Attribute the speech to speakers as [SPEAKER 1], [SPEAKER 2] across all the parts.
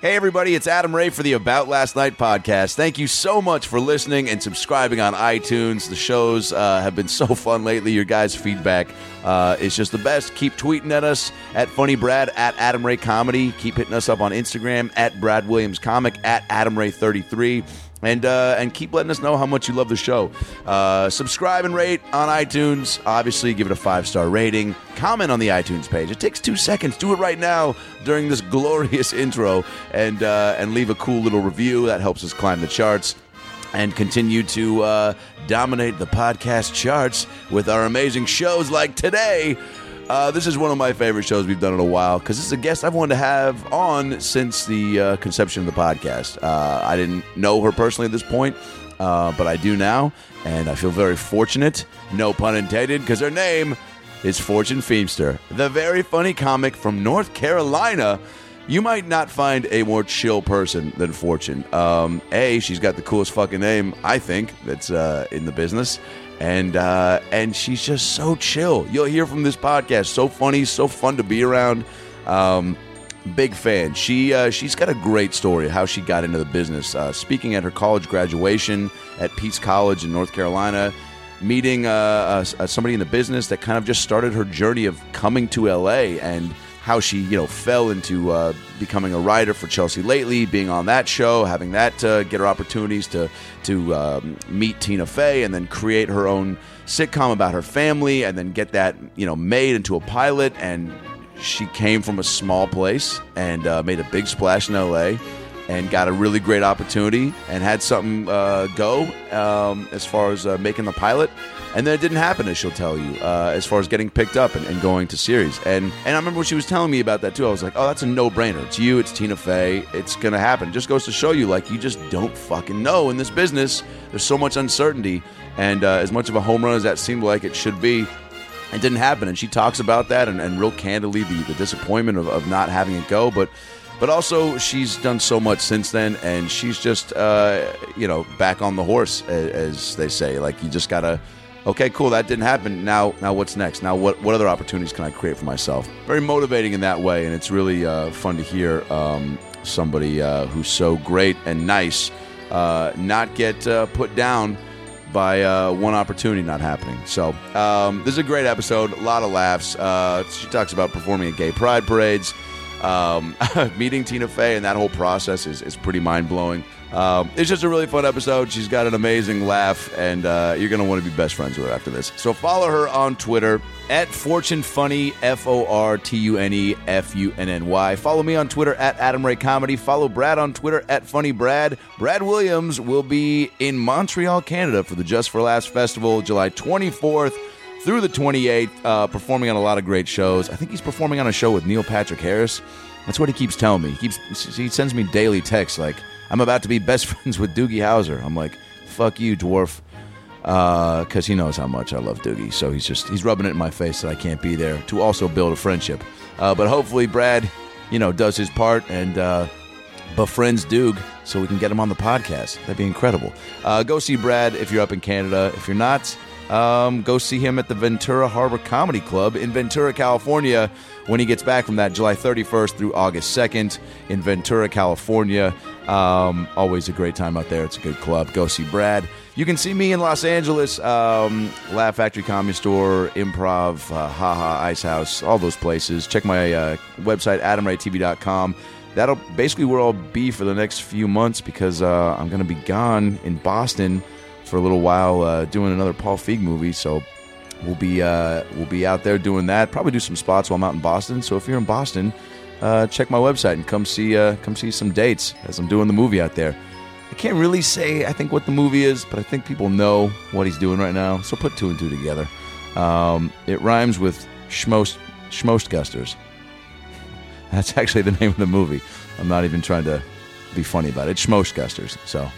[SPEAKER 1] Hey, everybody, it's Adam Ray for the About Last Night podcast. Thank you so much for listening and subscribing on iTunes. The shows uh, have been so fun lately. Your guys' feedback uh, is just the best. Keep tweeting at us at Funny Brad, at Adam Ray Comedy. Keep hitting us up on Instagram at Brad Williams Comic, at Adam Ray 33. And, uh, and keep letting us know how much you love the show. Uh, subscribe and rate on iTunes. Obviously, give it a five star rating. Comment on the iTunes page. It takes two seconds. Do it right now during this glorious intro, and uh, and leave a cool little review. That helps us climb the charts and continue to uh, dominate the podcast charts with our amazing shows like today. Uh, this is one of my favorite shows we've done in a while because this is a guest I've wanted to have on since the uh, conception of the podcast. Uh, I didn't know her personally at this point, uh, but I do now, and I feel very fortunate, no pun intended, because her name is Fortune Feemster, the very funny comic from North Carolina. You might not find a more chill person than Fortune. Um, a, she's got the coolest fucking name, I think, that's uh, in the business, and uh, and she's just so chill. You'll hear from this podcast. So funny, so fun to be around. Um, big fan. She uh, she's got a great story of how she got into the business. Uh, speaking at her college graduation at Peace College in North Carolina, meeting uh, uh, s- uh, somebody in the business that kind of just started her journey of coming to LA and how she you know fell into uh, becoming a writer for Chelsea Lately, being on that show, having that uh, get her opportunities to to um, meet Tina Fey and then create her own sitcom about her family and then get that you know made into a pilot and she came from a small place and uh, made a big splash in LA and got a really great opportunity and had something uh, go um, as far as uh, making the pilot. And then it didn't happen, as she'll tell you, uh, as far as getting picked up and, and going to series. And and I remember when she was telling me about that too. I was like, oh, that's a no brainer. It's you, it's Tina Fey, it's gonna happen. Just goes to show you, like, you just don't fucking know in this business. There's so much uncertainty. And uh, as much of a home run as that seemed like it should be, it didn't happen. And she talks about that and, and real candidly the, the disappointment of, of not having it go. But but also she's done so much since then, and she's just uh, you know back on the horse as, as they say. Like you just gotta. Okay, cool. That didn't happen. Now, now what's next? Now, what what other opportunities can I create for myself? Very motivating in that way, and it's really uh, fun to hear um, somebody uh, who's so great and nice uh, not get uh, put down by uh, one opportunity not happening. So um, this is a great episode. A lot of laughs. Uh, she talks about performing at gay pride parades. Um, meeting Tina Fey and that whole process is, is pretty mind blowing. Um, it's just a really fun episode. She's got an amazing laugh, and uh, you're going to want to be best friends with her after this. So follow her on Twitter at Fortune Funny, F O R T U N E F U N N Y. Follow me on Twitter at Adam Ray Comedy. Follow Brad on Twitter at Funny Brad. Brad Williams will be in Montreal, Canada for the Just for Last Festival, July 24th through the 28th, uh, performing on a lot of great shows. I think he's performing on a show with Neil Patrick Harris. That's what he keeps telling me. He keeps he sends me daily texts like, "I'm about to be best friends with Doogie Howser." I'm like, "Fuck you, dwarf." because Uh, he knows how much I love Doogie. So he's just he's rubbing it in my face that I can't be there to also build a friendship. Uh, but hopefully, Brad, you know, does his part and uh, befriends Doog so we can get him on the podcast. That'd be incredible. Uh, go see Brad if you're up in Canada. If you're not, um, go see him at the Ventura Harbor Comedy Club in Ventura, California, when he gets back from that July 31st through August 2nd in Ventura, California. Um, always a great time out there. It's a good club. Go see Brad. You can see me in Los Angeles, um, Laugh Factory Comedy Store, Improv, uh, Haha Ice House, all those places. Check my uh, website, adamraytv.com that'll basically where I'll be for the next few months because uh, I'm going to be gone in Boston for a little while uh, doing another Paul Feig movie. So we'll be uh, we'll be out there doing that. Probably do some spots while I'm out in Boston. So if you're in Boston, uh, check my website and come see uh, come see some dates as I'm doing the movie out there. I can't really say I think what the movie is, but I think people know what he's doing right now. So put two and two together. Um, it rhymes with schmost schmostgusters. That's actually the name of the movie. I'm not even trying to be funny about it. It's Schmoeshgusters. So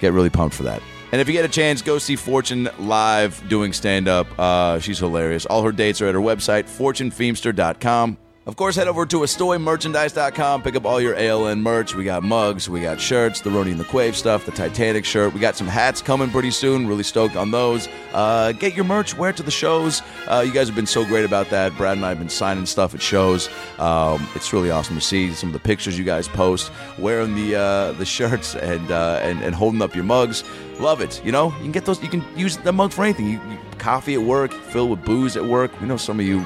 [SPEAKER 1] get really pumped for that. And if you get a chance, go see Fortune live doing stand up. Uh, she's hilarious. All her dates are at her website, fortunefeemster.com. Of course, head over to estoymerchandise.com, pick up all your ALN merch. We got mugs, we got shirts, the Roni and the Quave stuff, the Titanic shirt. We got some hats coming pretty soon. Really stoked on those. Uh, get your merch, wear it to the shows. Uh, you guys have been so great about that. Brad and I have been signing stuff at shows. Um, it's really awesome to see some of the pictures you guys post, wearing the uh, the shirts and, uh, and and holding up your mugs. Love it. You know, you can get those. You can use the mug for anything. You, you coffee at work, fill with booze at work. We know some of you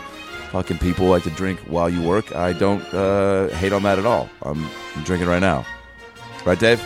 [SPEAKER 1] fucking people like to drink while you work. I don't uh, hate on that at all. I'm, I'm drinking right now. Right, Dave?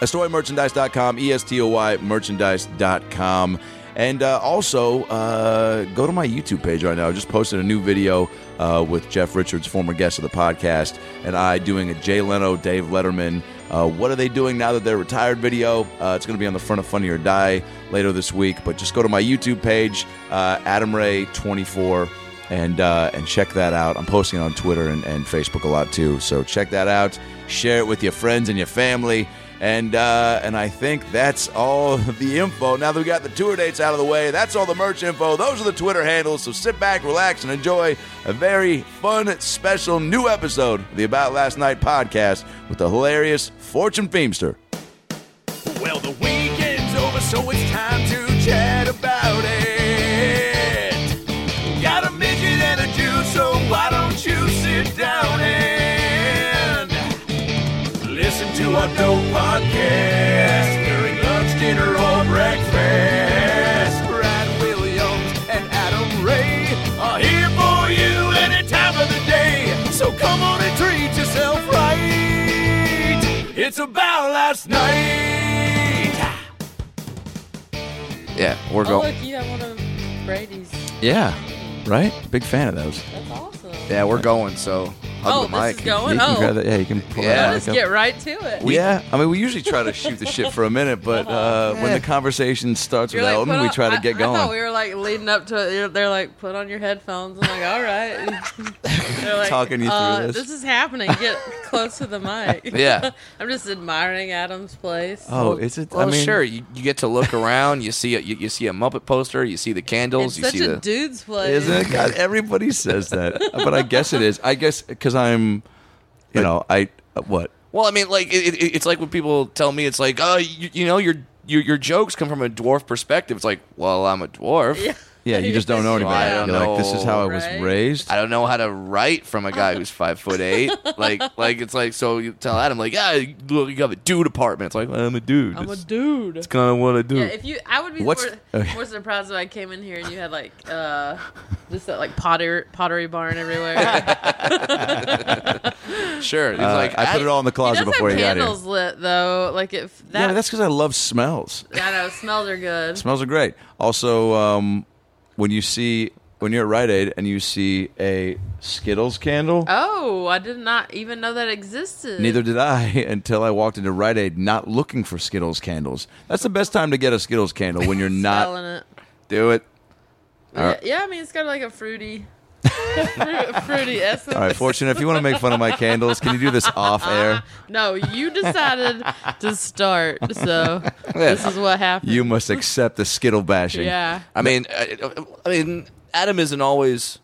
[SPEAKER 1] EstoyMerchandise.com, E-S-T-O-Y merchandise.com. And uh, also, uh, go to my YouTube page right now. I just posted a new video uh, with Jeff Richards, former guest of the podcast, and I doing a Jay Leno, Dave Letterman, uh, what are they doing now that they're retired video. Uh, it's going to be on the front of Funny or Die later this week. But just go to my YouTube page, uh, Adam Ray 24 and uh, and check that out. I'm posting it on Twitter and, and Facebook a lot too, so check that out. Share it with your friends and your family, and uh, and I think that's all the info. Now that we got the tour dates out of the way, that's all the merch info. Those are the Twitter handles. So sit back, relax, and enjoy a very fun, special new episode of the About Last Night podcast with the hilarious Fortune Feemster.
[SPEAKER 2] Well, the weekend's over, so it's time to chat about it. Got a midget and a Jew, so why don't you sit down and listen to our dope podcast during lunch, dinner, or breakfast? Brad Williams and Adam Ray are here for you any time of the day. So come on and treat yourself right. It's about last night.
[SPEAKER 1] Yeah, we're
[SPEAKER 3] Oh, look, you have one of Brady's.
[SPEAKER 1] Yeah, right. Big fan of those.
[SPEAKER 3] That's awesome.
[SPEAKER 4] Yeah, we're going, so hug the
[SPEAKER 3] Oh, this
[SPEAKER 4] mic.
[SPEAKER 3] is going.
[SPEAKER 1] you can grab
[SPEAKER 3] Oh,
[SPEAKER 1] that- yeah, you can pull
[SPEAKER 4] Yeah.
[SPEAKER 1] that
[SPEAKER 3] let's
[SPEAKER 1] mic up.
[SPEAKER 3] get right to it.
[SPEAKER 1] We, yeah, I mean, we usually try to shoot the shit for a minute, but uh, when the conversation starts with Elton,
[SPEAKER 3] put
[SPEAKER 1] we
[SPEAKER 3] on-
[SPEAKER 1] try to
[SPEAKER 3] I-
[SPEAKER 1] get
[SPEAKER 3] I thought
[SPEAKER 1] going.
[SPEAKER 3] we were like leading up to it. You're- They're like, put on your headphones. I'm like, all right. They're like,
[SPEAKER 1] Talking you through
[SPEAKER 3] uh,
[SPEAKER 1] this.
[SPEAKER 3] this. is happening. Get close to the mic.
[SPEAKER 4] Yeah.
[SPEAKER 3] I'm just admiring Adam's place.
[SPEAKER 1] oh, is it?
[SPEAKER 4] Well,
[SPEAKER 1] I mean,
[SPEAKER 4] sure. You, you get to look around. You see a you, you see a Muppet poster. You see the
[SPEAKER 3] it's
[SPEAKER 4] candles. you
[SPEAKER 3] such
[SPEAKER 4] see
[SPEAKER 3] a
[SPEAKER 4] the
[SPEAKER 3] dude's place.
[SPEAKER 1] Is it? God, everybody says that, but I guess it is. I guess because I'm, you know, I what?
[SPEAKER 4] well. I mean, like it, it, it's like when people tell me it's like, oh, you, you know, your, your your jokes come from a dwarf perspective. It's like, well, I'm a dwarf.
[SPEAKER 3] Yeah.
[SPEAKER 1] Yeah, you just don't know
[SPEAKER 4] Well,
[SPEAKER 1] anybody.
[SPEAKER 4] I don't
[SPEAKER 1] You're like, this is
[SPEAKER 4] know,
[SPEAKER 1] how I was
[SPEAKER 3] right?
[SPEAKER 1] raised.
[SPEAKER 4] I don't know how to write from a guy who's five foot eight. like like it's like so you tell Adam like, yeah, you look, you have a dude apartment. It's like well, I'm a dude.
[SPEAKER 3] I'm a
[SPEAKER 4] It's-
[SPEAKER 3] dude.
[SPEAKER 4] It's kind of what I do.
[SPEAKER 3] Yeah, if you, I would be
[SPEAKER 1] What's-
[SPEAKER 3] more,
[SPEAKER 1] okay.
[SPEAKER 3] more surprised if I came in here and you had like uh, just that like potter, pottery barn everywhere.
[SPEAKER 4] sure. It's
[SPEAKER 1] Uh,
[SPEAKER 4] like
[SPEAKER 1] I put it all in the
[SPEAKER 3] he
[SPEAKER 1] closet
[SPEAKER 3] does
[SPEAKER 1] before
[SPEAKER 3] have
[SPEAKER 1] you got here.
[SPEAKER 3] candles lit though. Like if that,
[SPEAKER 1] yeah, but that's because I love smells.
[SPEAKER 3] I know smells are good.
[SPEAKER 1] Smells are great. Also, um, when you see when you're at Rite Aid and you see a Skittles candle.
[SPEAKER 3] Oh, I did not even know that existed.
[SPEAKER 1] Neither did I until I walked into Rite Aid not looking for Skittles candles. That's the best time to get a Skittles candle when you're not.
[SPEAKER 3] selling it.
[SPEAKER 1] Do it.
[SPEAKER 3] Yeah, yeah, I mean it's got like a fruity, fru- fruity essence.
[SPEAKER 1] All right, Fortune, if you want to make fun of my candles, can you do this off
[SPEAKER 3] Uh-huh.
[SPEAKER 1] air?
[SPEAKER 3] No, you decided to start, so this is what happened.
[SPEAKER 1] You must accept the Skittle bashing.
[SPEAKER 3] yeah.
[SPEAKER 4] I mean, I, I mean, Adam isn't always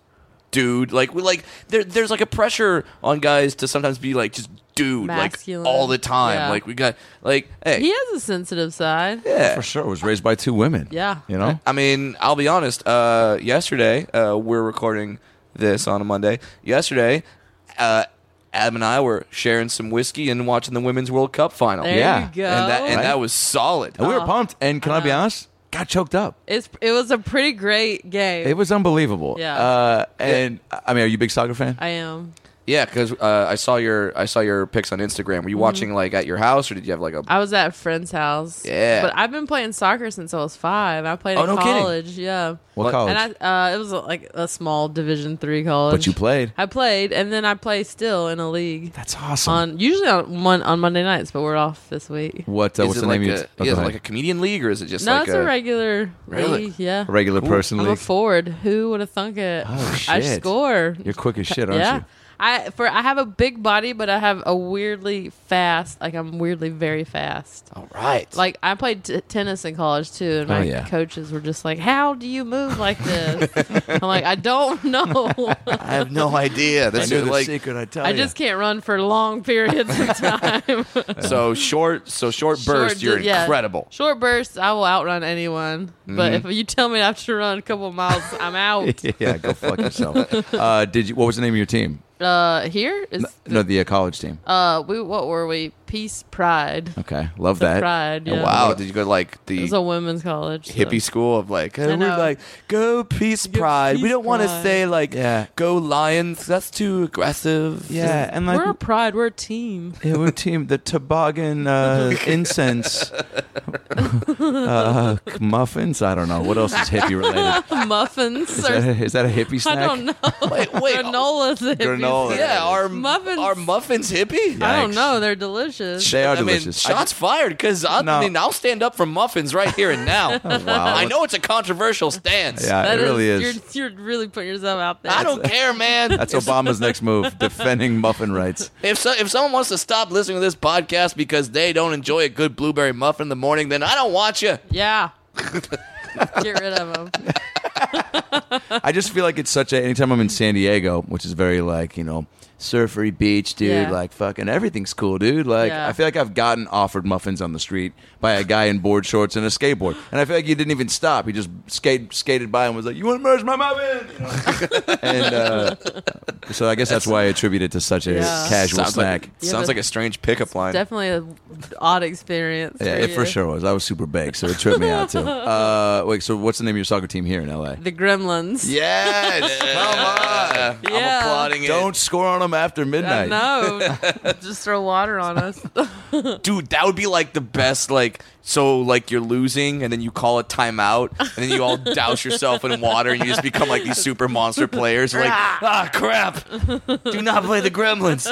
[SPEAKER 4] dude. Like, we like there, there's like a pressure on guys to sometimes be like just dude,
[SPEAKER 3] Masculine.
[SPEAKER 4] like all the time.
[SPEAKER 3] Yeah.
[SPEAKER 4] Like we got like, hey,
[SPEAKER 3] He has a sensitive side.
[SPEAKER 4] yeah.
[SPEAKER 1] For sure. I was raised by two women.
[SPEAKER 3] Yeah.
[SPEAKER 1] You know?
[SPEAKER 4] I mean, I'll be honest. Uh, yesterday, uh, we're recording this on a Monday. Yesterday, uh, Adam and I were sharing some whiskey and watching the Women's World Cup final.
[SPEAKER 3] There
[SPEAKER 1] Yeah.
[SPEAKER 3] you go.
[SPEAKER 4] and that and
[SPEAKER 1] Right.
[SPEAKER 4] that was solid.
[SPEAKER 1] And we were
[SPEAKER 3] Oh,
[SPEAKER 1] pumped. And can I, be honest? Got choked up.
[SPEAKER 3] It's it was a pretty great game.
[SPEAKER 1] It was unbelievable.
[SPEAKER 3] Yeah.
[SPEAKER 1] Uh, and I mean, are you a big soccer fan?
[SPEAKER 3] I am.
[SPEAKER 4] Yeah, because uh, I saw your I saw your pics on Instagram. Were you watching like at your house, or did you have like a
[SPEAKER 3] Mm-hmm. I was at a friend's house.
[SPEAKER 4] Yeah.
[SPEAKER 3] But I've been playing soccer since I was five. I played
[SPEAKER 4] Oh,
[SPEAKER 3] in
[SPEAKER 4] no kidding.
[SPEAKER 3] college. Yeah.
[SPEAKER 1] what
[SPEAKER 4] What-
[SPEAKER 1] college?
[SPEAKER 3] And I uh, it was uh, like a small Division three college.
[SPEAKER 1] but you played.
[SPEAKER 3] I played, and then I play still in a league
[SPEAKER 1] That's awesome.
[SPEAKER 3] on usually on mon- on Monday nights, but we're off this week.
[SPEAKER 1] what uh,
[SPEAKER 4] is
[SPEAKER 1] what's
[SPEAKER 4] it
[SPEAKER 1] the
[SPEAKER 4] like
[SPEAKER 1] name
[SPEAKER 4] a,
[SPEAKER 1] of your- oh,
[SPEAKER 4] yeah,
[SPEAKER 1] go
[SPEAKER 4] is it
[SPEAKER 1] ahead.
[SPEAKER 4] like a comedian league or is it just
[SPEAKER 3] no,
[SPEAKER 4] like
[SPEAKER 3] it's a, regular
[SPEAKER 4] Really?
[SPEAKER 3] league. Yeah.
[SPEAKER 1] A regular person
[SPEAKER 3] I'm a
[SPEAKER 1] league?
[SPEAKER 3] forward. Who would have thunk it?
[SPEAKER 1] Oh,
[SPEAKER 3] I
[SPEAKER 1] shit.
[SPEAKER 3] score.
[SPEAKER 1] You're quick as shit, aren't
[SPEAKER 3] yeah.
[SPEAKER 1] you?
[SPEAKER 3] I for I have a big body, but I have a weirdly fast. Like I'm weirdly very fast.
[SPEAKER 4] All right.
[SPEAKER 3] Like I played t- tennis in college too, and my
[SPEAKER 4] Oh, yeah.
[SPEAKER 3] coaches were just like, "How do you move like this?" I'm like, "I don't know.
[SPEAKER 4] I have no idea. This is like
[SPEAKER 1] secret. I tell
[SPEAKER 3] I just can't run for long periods of time."
[SPEAKER 4] so short. So short burst.
[SPEAKER 3] Short-
[SPEAKER 4] you're
[SPEAKER 3] yeah.
[SPEAKER 4] incredible.
[SPEAKER 3] Short bursts, I will outrun anyone. But if you tell me I have to run a couple miles, I'm out.
[SPEAKER 1] yeah, go fuck yourself. uh, did you? What was the name of your team?
[SPEAKER 3] Uh, here is
[SPEAKER 1] No, the uh, college team.
[SPEAKER 3] uh, we what were we? Peace Pride.
[SPEAKER 1] Okay, love
[SPEAKER 3] The
[SPEAKER 1] that.
[SPEAKER 3] Pride. Yeah.
[SPEAKER 4] Wow. Did you go to like
[SPEAKER 3] It
[SPEAKER 4] the
[SPEAKER 3] was a women's college. so-
[SPEAKER 4] hippie school of like uh,
[SPEAKER 3] I
[SPEAKER 4] we're
[SPEAKER 3] know.
[SPEAKER 4] like go peace pride. we
[SPEAKER 3] peace
[SPEAKER 4] don't want to
[SPEAKER 3] pride.
[SPEAKER 4] say like
[SPEAKER 1] Yeah.
[SPEAKER 4] go lions. That's too aggressive.
[SPEAKER 1] Yeah, and
[SPEAKER 3] we're a pride. We're a team.
[SPEAKER 1] Yeah, we're a team. The toboggan uh, incense uh, muffins. I don't know what else is hippie related.
[SPEAKER 3] Muffins.
[SPEAKER 1] Is
[SPEAKER 3] Or,
[SPEAKER 1] that a, is that a hippie
[SPEAKER 3] I
[SPEAKER 1] snack?
[SPEAKER 3] don't know.
[SPEAKER 4] Wait. Wait.
[SPEAKER 3] Granola's a hippie
[SPEAKER 1] Granola.
[SPEAKER 3] snack.
[SPEAKER 4] Yeah. Are
[SPEAKER 3] Muffins.
[SPEAKER 4] Are muffins hippie?
[SPEAKER 1] Yeah.
[SPEAKER 3] I
[SPEAKER 1] Yikes.
[SPEAKER 3] don't know. They're delicious.
[SPEAKER 1] They are
[SPEAKER 4] I mean,
[SPEAKER 1] delicious.
[SPEAKER 4] shots fired. Because I,
[SPEAKER 1] No. Oh,
[SPEAKER 4] mean, I'll stand up for muffins right here and now.
[SPEAKER 1] Wow.
[SPEAKER 4] I know it's a controversial stance.
[SPEAKER 1] yeah,
[SPEAKER 3] That
[SPEAKER 1] it really is.
[SPEAKER 3] You're, you're really putting yourself out there.
[SPEAKER 4] I don't care, man.
[SPEAKER 1] That's Obama's next move: defending muffin rights.
[SPEAKER 4] If so, if someone wants to stop listening to this podcast because they don't enjoy a good blueberry muffin in the morning, then I don't want you.
[SPEAKER 3] Yeah. Get rid of them.
[SPEAKER 1] I just feel like it's such a. Anytime I'm in San Diego, which is very like you know surfery beach, dude.
[SPEAKER 3] Yeah.
[SPEAKER 1] Like fucking everything's cool, dude. Like
[SPEAKER 3] Yeah.
[SPEAKER 1] I feel like I've gotten offered muffins on the street by a guy in board shorts and a skateboard, and I feel like he didn't even stop. He just skate, skated by and was like, "You want to merge my muffin?" You know? and uh, so I guess that's, why I attribute it to such a
[SPEAKER 3] Yeah.
[SPEAKER 1] casual
[SPEAKER 4] Sounds
[SPEAKER 1] snack.
[SPEAKER 4] like,
[SPEAKER 3] Yeah,
[SPEAKER 4] sounds
[SPEAKER 3] but-
[SPEAKER 4] like a strange pickup line.
[SPEAKER 3] Definitely a odd experience.
[SPEAKER 1] yeah,
[SPEAKER 3] for
[SPEAKER 1] it for
[SPEAKER 3] you.
[SPEAKER 1] sure was. I was super baked, so it tripped me out too. Uh, wait, so what's the name of your soccer team here in L.A.?
[SPEAKER 3] The Gremlins.
[SPEAKER 1] Yes,
[SPEAKER 4] Come on.
[SPEAKER 3] Yeah.
[SPEAKER 4] I'm applauding it.
[SPEAKER 1] Don't score on them after
[SPEAKER 3] I
[SPEAKER 1] midnight.
[SPEAKER 3] know. Just throw water on us.
[SPEAKER 4] Dude, that would be like the best. Like, so, like, you're losing, and then you call a timeout, and then you all douse yourself in water, and you just become like these super monster players. You're like, ah, crap. Do not play the gremlins.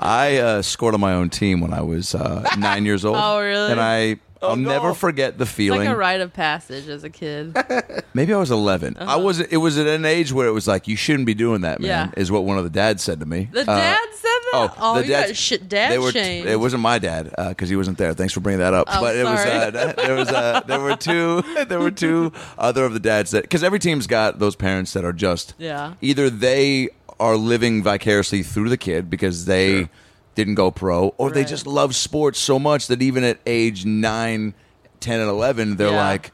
[SPEAKER 1] I uh, scored on my own team when I was uh, nine years old.
[SPEAKER 3] Oh, really?
[SPEAKER 1] And I, I'll
[SPEAKER 4] no.
[SPEAKER 1] never forget the feeling.
[SPEAKER 3] like a rite of passage as a kid.
[SPEAKER 1] Uh, Maybe I was 11.
[SPEAKER 3] Uh-huh.
[SPEAKER 1] I was. It was at an age where it was like, you shouldn't be doing that, man.
[SPEAKER 3] Yeah.
[SPEAKER 1] Is what one of the dads said to me.
[SPEAKER 3] The
[SPEAKER 1] Uh,
[SPEAKER 3] dad said that.
[SPEAKER 1] Oh, the
[SPEAKER 3] you
[SPEAKER 1] dads-
[SPEAKER 3] got shit dad
[SPEAKER 1] they were,
[SPEAKER 3] shamed.
[SPEAKER 1] It wasn't my dad because he wasn't there. Thanks for bringing that up.
[SPEAKER 3] Oh,
[SPEAKER 1] but it was
[SPEAKER 3] sorry.
[SPEAKER 1] uh, there was uh, there were two there were two other of the dads that because every team's got those parents that are just
[SPEAKER 3] Yeah.
[SPEAKER 1] Either they are living vicariously through the kid because they didn't go pro, or they
[SPEAKER 3] Right.
[SPEAKER 1] just love sports so much that even at age nine, 10, and eleven, they're
[SPEAKER 3] Yeah.
[SPEAKER 1] like.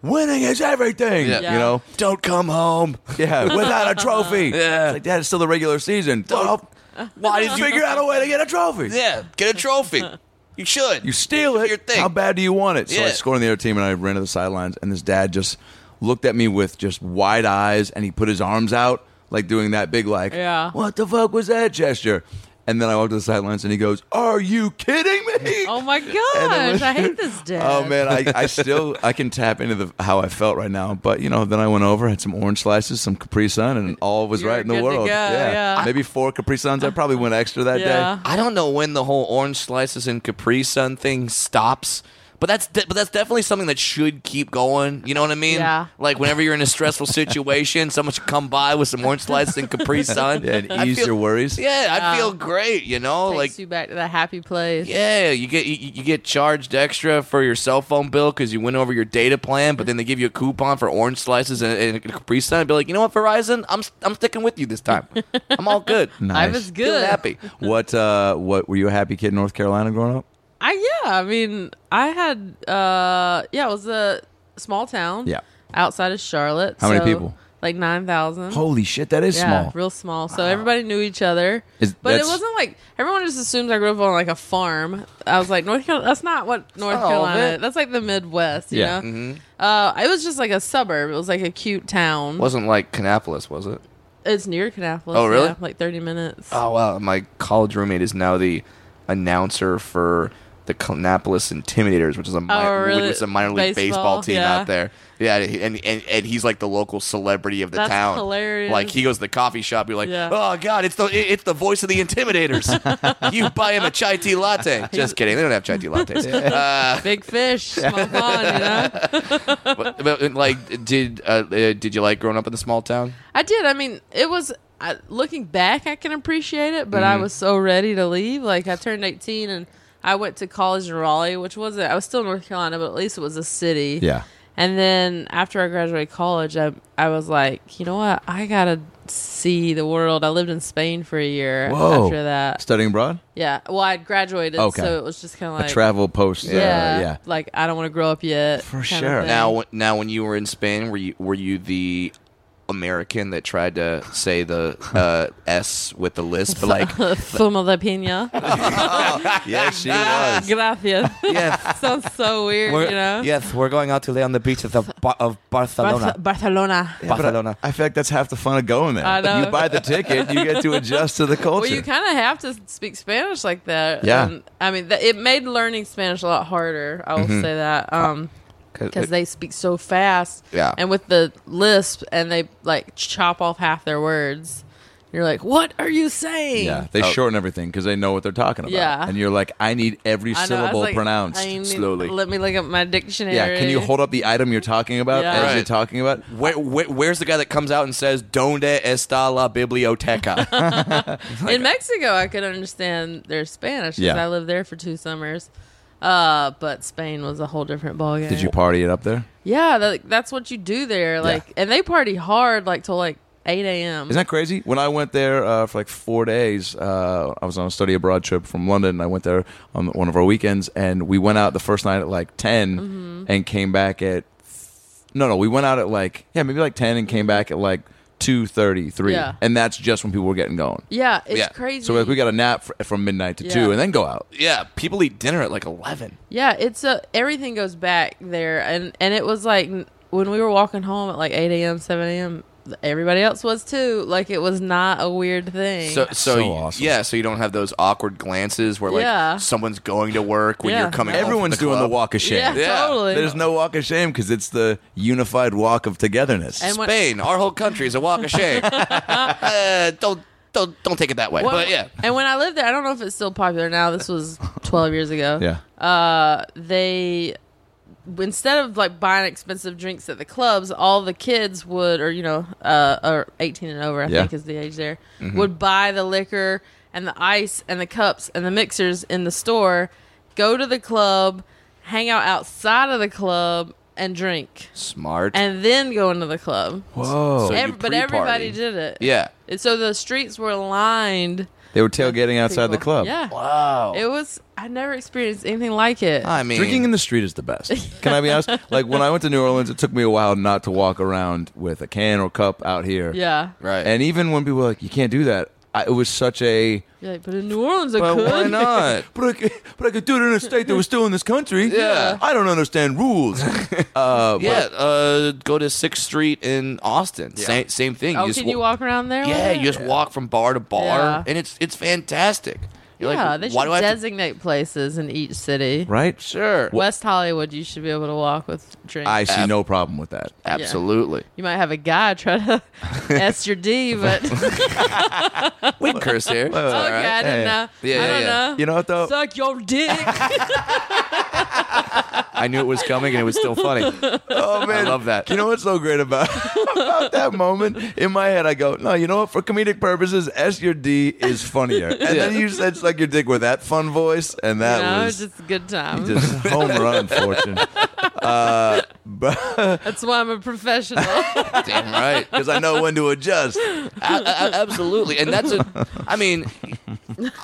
[SPEAKER 1] Winning is everything,
[SPEAKER 4] Yeah.
[SPEAKER 3] Yeah.
[SPEAKER 1] you know.
[SPEAKER 4] Don't come home.
[SPEAKER 1] Yeah, without a trophy,
[SPEAKER 4] Yeah.
[SPEAKER 1] It's like Dad, it's still the regular season. Well,
[SPEAKER 4] Why did you
[SPEAKER 1] figure out a way to get a trophy.
[SPEAKER 4] Yeah, get a trophy. You should.
[SPEAKER 1] You steal it.
[SPEAKER 4] Your thing.
[SPEAKER 1] How bad do you want it? So I
[SPEAKER 4] Yeah.
[SPEAKER 1] scored on the other team and I ran to the sidelines and this dad just looked at me with just wide eyes and he put his arms out like doing that big like
[SPEAKER 3] Yeah.
[SPEAKER 1] what the fuck was that gesture? And then I walked to the sidelines and he goes, Are you kidding me?
[SPEAKER 3] oh my
[SPEAKER 1] And it
[SPEAKER 3] gosh,
[SPEAKER 1] was-
[SPEAKER 3] I hate this dad.
[SPEAKER 1] Oh man, I, I still I can tap into the how I felt right now. But you know, then I went over, had some orange slices, some Capri Sun, and all was
[SPEAKER 3] You were
[SPEAKER 1] right in the
[SPEAKER 3] good to
[SPEAKER 1] world.
[SPEAKER 3] go, yeah.
[SPEAKER 1] maybe four Capri Suns. I probably went extra that
[SPEAKER 3] Yeah.
[SPEAKER 1] day.
[SPEAKER 4] I don't know when the whole orange slices and Capri Sun thing stops. But that's de- but that's definitely something that should keep going. You know what I mean?
[SPEAKER 3] Yeah.
[SPEAKER 4] Like whenever you're in a stressful situation, someone should come by with some orange slices and Capri Sun.
[SPEAKER 1] Yeah, and
[SPEAKER 4] I
[SPEAKER 1] ease
[SPEAKER 4] feel-
[SPEAKER 1] your worries.
[SPEAKER 4] Yeah, I
[SPEAKER 3] Yeah.
[SPEAKER 4] feel great. You know,
[SPEAKER 3] Takes
[SPEAKER 4] like
[SPEAKER 3] you back to that happy place.
[SPEAKER 4] yeah, you get you, you get charged extra for your cell phone bill because you went over your data plan, but then they give you a coupon for orange slices and, and Capri Sun. I'd be like, you know what, Verizon, I'm I'm sticking with you this time. I'm all good.
[SPEAKER 3] Life is good.
[SPEAKER 4] Feeling happy.
[SPEAKER 1] What uh what were you a happy kid in North Carolina growing up?
[SPEAKER 3] I yeah, I mean, I had uh yeah, it was a small town.
[SPEAKER 1] Yeah.
[SPEAKER 3] Outside of Charlotte.
[SPEAKER 1] How many
[SPEAKER 3] so,
[SPEAKER 1] people?
[SPEAKER 3] Like 9,000.
[SPEAKER 1] Holy shit, that is
[SPEAKER 3] yeah,
[SPEAKER 1] small.
[SPEAKER 3] real small. So everybody knew each other.
[SPEAKER 1] Is-
[SPEAKER 3] but it
[SPEAKER 1] that's-
[SPEAKER 3] wasn't like everyone just assumes I grew up on like a farm. I was like North Carolina. That's not what North
[SPEAKER 4] not all of
[SPEAKER 3] Carolina.
[SPEAKER 4] it.
[SPEAKER 3] That's like the Midwest. You
[SPEAKER 1] Yeah.
[SPEAKER 3] know, uh, it was just like a suburb. It was like a cute town.
[SPEAKER 4] Wasn't like Canapolis, was it?
[SPEAKER 3] It's near Canapolis.
[SPEAKER 4] Oh, really?
[SPEAKER 3] yeah, like thirty minutes.
[SPEAKER 4] Oh wow! My college roommate is now the announcer for the Canapolis Intimidators, which is a mi-
[SPEAKER 3] Oh, really?
[SPEAKER 4] which is a minor league
[SPEAKER 3] Baseball,
[SPEAKER 4] baseball, team
[SPEAKER 3] yeah.
[SPEAKER 4] out there. Yeah, and, and and he's like the local celebrity of the
[SPEAKER 3] That's
[SPEAKER 4] town.
[SPEAKER 3] hilarious.
[SPEAKER 4] Like he goes to the coffee shop, you're like,
[SPEAKER 3] Yeah.
[SPEAKER 4] oh god, it's the it- it's the voice of the Intimidators. you buy him a chai tea latte. Just kidding, they don't have chai tea lattes. Uh,
[SPEAKER 3] Big fish, small pond. You know,
[SPEAKER 4] but, but, like, did uh, uh, did you like growing up in the small town?
[SPEAKER 3] I did. I mean, it was I, looking back, I can appreciate it, but I
[SPEAKER 1] Mm-hmm.
[SPEAKER 3] was so ready to leave. Like I turned 18 and I went to college in Raleigh, which wasn't. I was still in North Carolina, but at least it was a city.
[SPEAKER 1] Yeah.
[SPEAKER 3] And then after I graduated college, I I was like, you know what? I gotta see the world. I lived in Spain for a year
[SPEAKER 1] Whoa.
[SPEAKER 3] after that.
[SPEAKER 1] Studying abroad?
[SPEAKER 3] Yeah. Well, I'd graduated,
[SPEAKER 1] Okay.
[SPEAKER 3] so it was just kind of like
[SPEAKER 1] a travel post. Yeah.
[SPEAKER 3] Yeah,
[SPEAKER 1] Uh, yeah.
[SPEAKER 3] Like I don't want to grow up yet.
[SPEAKER 1] For
[SPEAKER 3] kind of
[SPEAKER 1] sure.
[SPEAKER 3] thing.
[SPEAKER 4] Now, when- now, when you were in Spain, were you were you the American that tried to say the uh, S with the lisp, but like
[SPEAKER 3] Fuma de pina.
[SPEAKER 1] Yes, she was.
[SPEAKER 3] Ah, Gracias.
[SPEAKER 4] yeah,
[SPEAKER 3] Sounds so weird, you know.
[SPEAKER 4] yes, we're going out today on the beach of, the, of
[SPEAKER 3] Barce- Barcelona.
[SPEAKER 1] Yeah, but I-
[SPEAKER 4] Barcelona.
[SPEAKER 1] I, feel like that's half the fun of going there.
[SPEAKER 3] I know.
[SPEAKER 1] You buy the ticket, you get to adjust to the culture.
[SPEAKER 3] Well, you kind of have to speak Spanish like that.
[SPEAKER 1] Yeah.
[SPEAKER 3] And, I mean, th- it made learning Spanish a lot harder. I will
[SPEAKER 1] Mm-hmm.
[SPEAKER 3] say that. Um,
[SPEAKER 1] Uh,
[SPEAKER 3] because they speak so fast.
[SPEAKER 4] Yeah.
[SPEAKER 3] And with the lisp, and they like chop off half their words. You're like, what are you saying?
[SPEAKER 1] yeah, they
[SPEAKER 4] Oh.
[SPEAKER 1] shorten everything because they know what they're talking about.
[SPEAKER 3] Yeah.
[SPEAKER 1] And you're like, I need every
[SPEAKER 3] I know, I was
[SPEAKER 1] syllable
[SPEAKER 3] like,
[SPEAKER 1] pronounced
[SPEAKER 3] I need-
[SPEAKER 1] slowly.
[SPEAKER 3] Let me look at my dictionary.
[SPEAKER 1] yeah, can you hold up the item you're talking about
[SPEAKER 3] Yeah.
[SPEAKER 1] as
[SPEAKER 4] Right.
[SPEAKER 1] you're talking about?
[SPEAKER 4] Where, where, where's the guy that comes out and says "Donde está la
[SPEAKER 1] uh,
[SPEAKER 4] biblioteca"?
[SPEAKER 3] in Mexico, I could understand their Spanish because
[SPEAKER 1] Yeah.
[SPEAKER 3] I lived there for two summers. Uh, but Spain was a whole different ballgame.
[SPEAKER 1] Did you party it up there?
[SPEAKER 3] Yeah, that, that's what you do there. Like, and they party hard, like till like eight a.m.
[SPEAKER 1] Isn't that crazy? When I went there uh, for like four days, uh, I was on a study abroad trip from London. And I went there on one of our weekends, and we went out the first night at like 10
[SPEAKER 3] Mm-hmm.
[SPEAKER 1] and came back at no, no, we went out at like yeah, maybe like ten and came back at like two thirty three,
[SPEAKER 3] Mm-hmm. Yeah.
[SPEAKER 1] and that's just when people were getting going.
[SPEAKER 3] yeah, it's
[SPEAKER 4] Yeah.
[SPEAKER 3] crazy.
[SPEAKER 1] So like we got a nap fr- from midnight to
[SPEAKER 3] Yeah.
[SPEAKER 1] two, and then go out.
[SPEAKER 4] yeah, people eat dinner at like eleven.
[SPEAKER 3] yeah, it's a everything goes back there, and and it was like n- when we were walking home at like eight a.m., seven a.m. Everybody else was too. Like it was not a weird thing.
[SPEAKER 4] So, so,
[SPEAKER 1] so
[SPEAKER 4] you-
[SPEAKER 1] awesome.
[SPEAKER 4] yeah, so you don't have those awkward glances where like
[SPEAKER 3] Yeah.
[SPEAKER 4] someone's going to work when
[SPEAKER 3] Yeah.
[SPEAKER 4] you're coming. home from
[SPEAKER 1] Everyone's doing the
[SPEAKER 4] club.
[SPEAKER 1] walk of shame.
[SPEAKER 3] yeah,
[SPEAKER 4] Yeah.
[SPEAKER 3] totally.
[SPEAKER 1] There's no walk of shame because it's the unified walk of togetherness.
[SPEAKER 3] And when-
[SPEAKER 4] Spain, our whole country is a walk of shame. uh, don't don't don't take it that way.
[SPEAKER 3] Well,
[SPEAKER 4] but yeah,
[SPEAKER 3] And when I lived there, I don't know if it's still popular now. This was 12 years ago.
[SPEAKER 1] yeah,
[SPEAKER 3] Uh, they instead of like buying expensive drinks at the clubs, all the kids would, or you know, uh, or 18 and over, I
[SPEAKER 1] Yeah.
[SPEAKER 3] think is the age there,
[SPEAKER 4] Mm-hmm.
[SPEAKER 3] would buy the liquor and the ice and the cups and the mixers in the store, go to the club, hang out outside of the club and drink,
[SPEAKER 4] smart.
[SPEAKER 3] and then go into the club.
[SPEAKER 1] whoa,
[SPEAKER 4] So you
[SPEAKER 3] Ev- but
[SPEAKER 4] pre-party.
[SPEAKER 3] everybody did it.
[SPEAKER 4] yeah.
[SPEAKER 3] And so the streets were lined.
[SPEAKER 1] they were tailgating outside the
[SPEAKER 3] people.
[SPEAKER 1] club.
[SPEAKER 3] Yeah.
[SPEAKER 4] Wow.
[SPEAKER 3] It was. I never experienced anything like it.
[SPEAKER 4] I mean,
[SPEAKER 1] Drinking in the street is the best. Can I be honest? Like when I went to New Orleans, it took me a while not to walk around with a can or cup out here.
[SPEAKER 3] yeah.
[SPEAKER 4] right.
[SPEAKER 1] And even when people were like, "You can't do that," I, it was such a.
[SPEAKER 3] You're like, but in New Orleans, I
[SPEAKER 4] but
[SPEAKER 3] could.
[SPEAKER 4] why not?
[SPEAKER 1] But I, could, but I could do it in a state that was still in this country.
[SPEAKER 4] Yeah.
[SPEAKER 1] I don't understand rules. Uh,
[SPEAKER 4] yeah, uh, go to Sixth Street in Austin. Same same thing.
[SPEAKER 3] Oh,
[SPEAKER 4] just
[SPEAKER 3] can
[SPEAKER 4] wa-
[SPEAKER 3] you walk around there?
[SPEAKER 4] Yeah,
[SPEAKER 3] with it?
[SPEAKER 4] you just walk from bar to bar,
[SPEAKER 3] Yeah.
[SPEAKER 4] and it's it's fantastic. You're
[SPEAKER 3] yeah,
[SPEAKER 4] like,
[SPEAKER 3] they
[SPEAKER 4] why
[SPEAKER 3] should
[SPEAKER 4] do I? Have to-"
[SPEAKER 3] designate places in each city.
[SPEAKER 1] Right?
[SPEAKER 4] Sure,
[SPEAKER 3] West Hollywood, you should be able to walk with drinks.
[SPEAKER 1] I see no problem with that.
[SPEAKER 4] absolutely.
[SPEAKER 3] you might have a guy try to S your D, but okay,
[SPEAKER 4] We can curse here. It's all right.
[SPEAKER 3] I
[SPEAKER 1] Yeah,
[SPEAKER 3] don't know.
[SPEAKER 4] yeah,
[SPEAKER 3] I don't
[SPEAKER 4] yeah. oh.
[SPEAKER 3] know.
[SPEAKER 1] You know what though?
[SPEAKER 3] Suck your dick.
[SPEAKER 4] I knew it was coming, and it was still funny.
[SPEAKER 1] Oh man,
[SPEAKER 4] love that.
[SPEAKER 1] You know what's so great about about that moment? In my head, I go, no, you know what? For comedic purposes, S your D is funnier. And then you said suck your dick with that fun voice, and that
[SPEAKER 3] you know,
[SPEAKER 1] was
[SPEAKER 3] it's just a good time.
[SPEAKER 1] just home run, fortune. Uh, but
[SPEAKER 3] That's why I'm a professional.
[SPEAKER 4] Damn right.
[SPEAKER 1] because I know when to adjust.
[SPEAKER 4] A- a- absolutely, and that's a. I mean,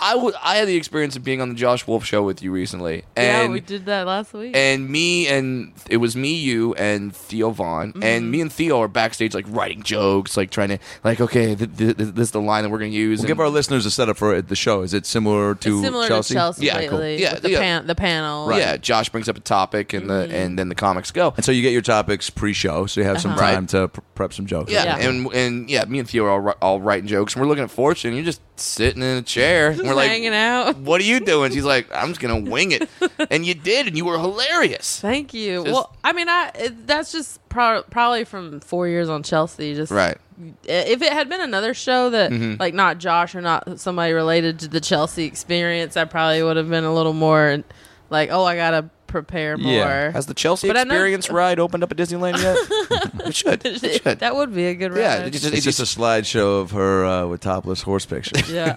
[SPEAKER 4] I would. I had the experience of being on the Josh Wolf show with you recently, and
[SPEAKER 3] yeah, we did that last week.
[SPEAKER 4] and me and it was me, you, and Theo Vaughn,
[SPEAKER 3] Mm-hmm.
[SPEAKER 4] and me and Theo are backstage like writing jokes, like trying to like okay, th- th- th- this is the line that we're gonna use.
[SPEAKER 1] We'll
[SPEAKER 4] and-
[SPEAKER 1] give our listeners a setup for it- the show. Is it similar to
[SPEAKER 3] it's similar
[SPEAKER 1] Chelsea?
[SPEAKER 3] to Chelsea
[SPEAKER 4] Yeah, cool.
[SPEAKER 3] lately.
[SPEAKER 4] Yeah,
[SPEAKER 3] with the,
[SPEAKER 4] yeah.
[SPEAKER 3] Pan- the panel.
[SPEAKER 4] yeah, Josh brings up a topic, and
[SPEAKER 3] Mm-hmm.
[SPEAKER 4] the and then the comics go.
[SPEAKER 1] And so you get your topics pre-show, so you have some
[SPEAKER 3] Uh-huh.
[SPEAKER 1] time to pr- prep some jokes.
[SPEAKER 4] Yeah,
[SPEAKER 3] Yeah.
[SPEAKER 4] and and yeah, me and Theo are all, ri- all writing jokes, and we're looking at Fortune. And you're just sitting in a chair, and
[SPEAKER 3] Just
[SPEAKER 4] we're like,
[SPEAKER 3] hanging out.
[SPEAKER 4] "What are you doing?" She's like, "I'm just gonna wing it," and you did, and you were hilarious.
[SPEAKER 3] Thank you.
[SPEAKER 4] Just-
[SPEAKER 3] well, I mean, I it, that's just pro- probably from four years on Chelsea. Just
[SPEAKER 4] Right.
[SPEAKER 3] If it had been another show that like not Josh or not somebody related to the Chelsea experience, I probably would have been a little more like, oh, I gotta prepare more.
[SPEAKER 4] Yeah. Has the Chelsea
[SPEAKER 3] But I know-
[SPEAKER 4] Experience ride opened up at Disneyland yet? it should. It should.
[SPEAKER 3] that would be a good
[SPEAKER 4] Yeah,
[SPEAKER 3] ride.
[SPEAKER 4] it
[SPEAKER 1] It's just a slideshow of her uh, with topless horse pictures.
[SPEAKER 3] yeah,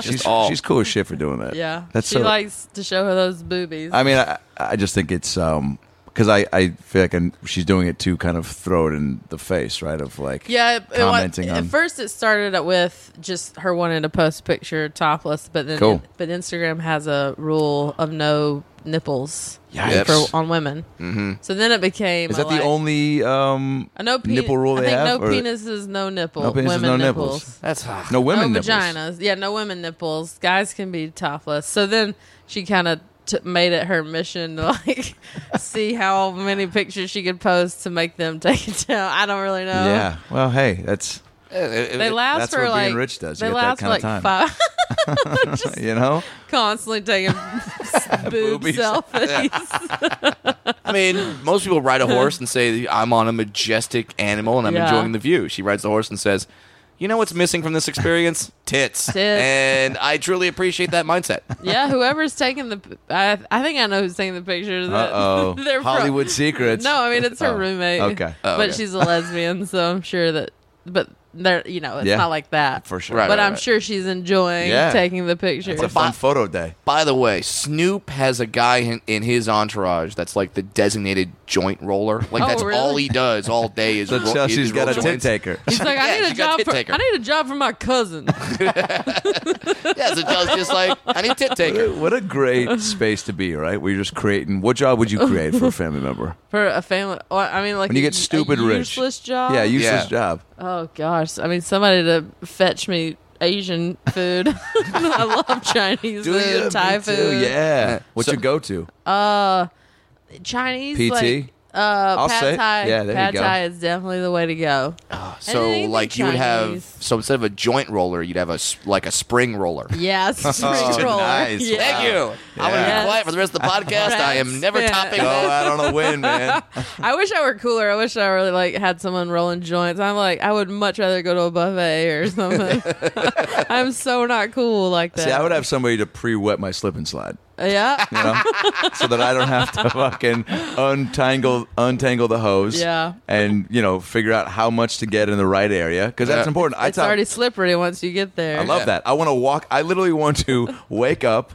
[SPEAKER 1] she's,
[SPEAKER 4] all.
[SPEAKER 1] she's cool as shit for doing that.
[SPEAKER 3] yeah.
[SPEAKER 1] That's
[SPEAKER 3] she
[SPEAKER 1] so,
[SPEAKER 3] likes to show her those boobies.
[SPEAKER 1] I mean, I, I just think it's um because I, I feel like i she's doing it to kind of throw it in the face, right? Of like
[SPEAKER 3] yeah, it, it wa-
[SPEAKER 1] commenting
[SPEAKER 3] at
[SPEAKER 1] on
[SPEAKER 3] first it started out with just her wanting to post a picture topless, but then
[SPEAKER 1] Cool.
[SPEAKER 3] but Instagram has a rule of no nipples
[SPEAKER 1] Yikes.
[SPEAKER 3] for on women. Mm-hmm. So then it became
[SPEAKER 1] is
[SPEAKER 3] a,
[SPEAKER 1] that the
[SPEAKER 3] like-
[SPEAKER 1] only um
[SPEAKER 3] I know pe-
[SPEAKER 1] nipple rule
[SPEAKER 3] I
[SPEAKER 1] they
[SPEAKER 3] think
[SPEAKER 1] have?
[SPEAKER 3] no
[SPEAKER 1] or-
[SPEAKER 3] penises, no nipple.
[SPEAKER 1] No penises,
[SPEAKER 3] women
[SPEAKER 1] no nipples.
[SPEAKER 3] nipples.
[SPEAKER 4] That's ah.
[SPEAKER 1] no women
[SPEAKER 3] no
[SPEAKER 1] nipples.
[SPEAKER 3] vaginas. Yeah, no women nipples. Guys can be topless. So then she kind of t- made it her mission to like see how many pictures she could post to make them take it down. I don't really know.
[SPEAKER 1] Yeah. Well, hey, that's
[SPEAKER 4] Eh,
[SPEAKER 3] They last
[SPEAKER 1] That's
[SPEAKER 3] for
[SPEAKER 1] what being
[SPEAKER 3] like
[SPEAKER 1] rich does. You
[SPEAKER 3] They
[SPEAKER 1] get that
[SPEAKER 3] last for
[SPEAKER 1] kinda
[SPEAKER 3] like
[SPEAKER 1] time.
[SPEAKER 3] five,
[SPEAKER 1] you know.
[SPEAKER 3] constantly taking boob
[SPEAKER 1] Boobies.
[SPEAKER 3] selfies.
[SPEAKER 4] I mean, most people ride a horse and say, I'm on a majestic animal and I'm
[SPEAKER 3] Yeah.
[SPEAKER 4] enjoying the view. She rides the horse and says, You know what's missing from this experience? Tits. And I truly appreciate that mindset.
[SPEAKER 3] yeah, whoever's taking the, I, I think I know who's taking the pictures.
[SPEAKER 1] Uh oh.
[SPEAKER 3] They're pro-
[SPEAKER 1] Hollywood secrets.
[SPEAKER 3] No, I mean it's her
[SPEAKER 1] Oh,
[SPEAKER 3] roommate. Uh,
[SPEAKER 1] okay.
[SPEAKER 4] Oh,
[SPEAKER 3] but
[SPEAKER 4] okay.
[SPEAKER 3] she's a lesbian, so I'm sure that. But they're you know it's
[SPEAKER 1] Yeah.
[SPEAKER 3] not like that
[SPEAKER 1] For sure.
[SPEAKER 4] Right,
[SPEAKER 3] but
[SPEAKER 4] right,
[SPEAKER 3] I'm
[SPEAKER 4] right.
[SPEAKER 3] sure she's enjoying
[SPEAKER 1] Yeah.
[SPEAKER 3] taking the picture.
[SPEAKER 1] It's a fun photo day.
[SPEAKER 4] By the way, Snoop has a guy in, in his entourage that's like the designated joint roller. Like,
[SPEAKER 3] Oh,
[SPEAKER 4] that's
[SPEAKER 3] really?
[SPEAKER 4] all he does all day is
[SPEAKER 1] So
[SPEAKER 4] ro-
[SPEAKER 1] Chelsea's
[SPEAKER 4] is
[SPEAKER 1] got
[SPEAKER 4] roll
[SPEAKER 1] a tit
[SPEAKER 4] joints.
[SPEAKER 1] taker.
[SPEAKER 3] He's like, I
[SPEAKER 4] Yeah,
[SPEAKER 3] need a
[SPEAKER 4] she got
[SPEAKER 3] job.
[SPEAKER 4] tit
[SPEAKER 3] For,
[SPEAKER 4] taker.
[SPEAKER 3] I need a job for my cousin.
[SPEAKER 4] Yeah, so Chelsea's just like, I need tit taker.
[SPEAKER 1] What a great space to be, right? Where you're just creating. What job would you create for a family member?
[SPEAKER 3] for a family. Or, I mean, like
[SPEAKER 1] When you
[SPEAKER 3] a-
[SPEAKER 1] get stupid
[SPEAKER 3] a
[SPEAKER 1] rich.
[SPEAKER 3] useless job.
[SPEAKER 1] Yeah, useless
[SPEAKER 4] Yeah.
[SPEAKER 1] job.
[SPEAKER 3] Oh gosh, I mean, somebody to fetch me Asian food. I love Chinese
[SPEAKER 1] Do
[SPEAKER 3] food,
[SPEAKER 1] you?
[SPEAKER 3] Thai
[SPEAKER 1] Me too,
[SPEAKER 3] food.
[SPEAKER 1] Yeah. What's
[SPEAKER 4] So-
[SPEAKER 1] your go-to?
[SPEAKER 3] Chinese
[SPEAKER 1] PT?
[SPEAKER 3] Like, uh,
[SPEAKER 1] I'll
[SPEAKER 3] pad
[SPEAKER 1] say-
[SPEAKER 3] Thai.
[SPEAKER 1] yeah, there you
[SPEAKER 3] pad
[SPEAKER 1] go.
[SPEAKER 3] Thai is definitely the way to go.
[SPEAKER 4] So,
[SPEAKER 3] anything
[SPEAKER 4] like, you would have,
[SPEAKER 3] Chinese.
[SPEAKER 4] so instead of a joint roller, you'd have a, s- like, a spring roller.
[SPEAKER 3] Yeah, spring roller.
[SPEAKER 1] nice.
[SPEAKER 3] Yeah.
[SPEAKER 4] Thank you. I'm going to
[SPEAKER 3] Yeah.
[SPEAKER 4] be quiet for the rest of the podcast. I am never
[SPEAKER 3] Right.
[SPEAKER 4] topping
[SPEAKER 1] Go
[SPEAKER 4] that.
[SPEAKER 1] out on a win, man.
[SPEAKER 3] I wish I were cooler. I wish I really like had someone rolling joints. I'm like, I would much rather go to a buffet or something. I'm so not cool like that.
[SPEAKER 1] See, I would have somebody to pre-wet my slip and slide,
[SPEAKER 3] yeah,
[SPEAKER 1] you know, so that I don't have to fucking untangle untangle the hose.
[SPEAKER 3] Yeah.
[SPEAKER 1] And you know, figure out how much to get in the right area because that's
[SPEAKER 4] Yeah.
[SPEAKER 1] important. I
[SPEAKER 3] it's
[SPEAKER 1] tell-
[SPEAKER 3] already slippery once you get there.
[SPEAKER 1] I love
[SPEAKER 4] Yeah.
[SPEAKER 1] that. I want to walk. I literally want to wake up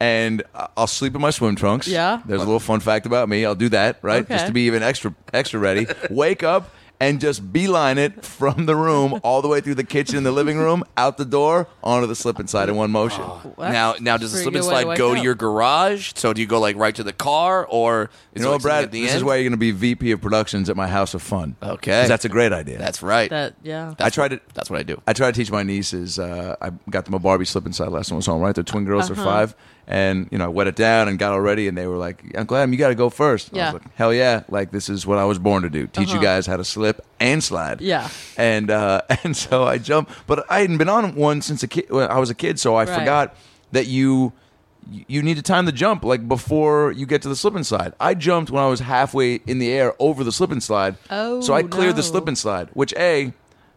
[SPEAKER 1] and I- I'll sleep in my swim trunks.
[SPEAKER 3] Yeah.
[SPEAKER 1] There's a little fun fact about me. I'll do that, right? Just
[SPEAKER 3] Okay.
[SPEAKER 1] to be even extra extra ready. wake up and just beeline it from the room all the way through the kitchen, the living room, out the door, onto the slip and slide in one motion.
[SPEAKER 3] What?
[SPEAKER 4] Now, now does the
[SPEAKER 3] Pretty
[SPEAKER 4] slip and
[SPEAKER 3] good way to
[SPEAKER 4] slide
[SPEAKER 3] wake
[SPEAKER 4] go to
[SPEAKER 3] up.
[SPEAKER 4] your garage? So do you go like right to the car, or is
[SPEAKER 1] You know what,
[SPEAKER 4] it like something
[SPEAKER 1] Brad?
[SPEAKER 4] At the
[SPEAKER 1] This
[SPEAKER 4] end?
[SPEAKER 1] is why you're going to be VP of Productions at my house of fun.
[SPEAKER 4] Okay.
[SPEAKER 1] 'Cause that's a great idea.
[SPEAKER 4] That's right.
[SPEAKER 3] that. Yeah.
[SPEAKER 1] I tried to
[SPEAKER 4] that's what I do.
[SPEAKER 1] I try to teach my nieces. Uh, I got them a Barbie slip inside last one was home, right? They're twin girls,
[SPEAKER 3] Uh-huh.
[SPEAKER 1] they're five. And, you know, I wet it down and got all ready. And they were like, Uncle Adam, you got to go first. And I
[SPEAKER 3] Yeah. Uh-huh.
[SPEAKER 1] was like, hell yeah. Like, this is what I was born to do teach you guys how to slip and slide.
[SPEAKER 3] Yeah.
[SPEAKER 1] And, uh, and so I jumped, but I hadn't been on one since a kid, well, I was a kid. So I
[SPEAKER 3] Right.
[SPEAKER 1] forgot that you. You need to time the jump like before you get to the slip and slide. I jumped when I was halfway in the air over the slip and slide.
[SPEAKER 3] Oh,
[SPEAKER 1] so I cleared the
[SPEAKER 3] no.
[SPEAKER 1] slip and slide, which a,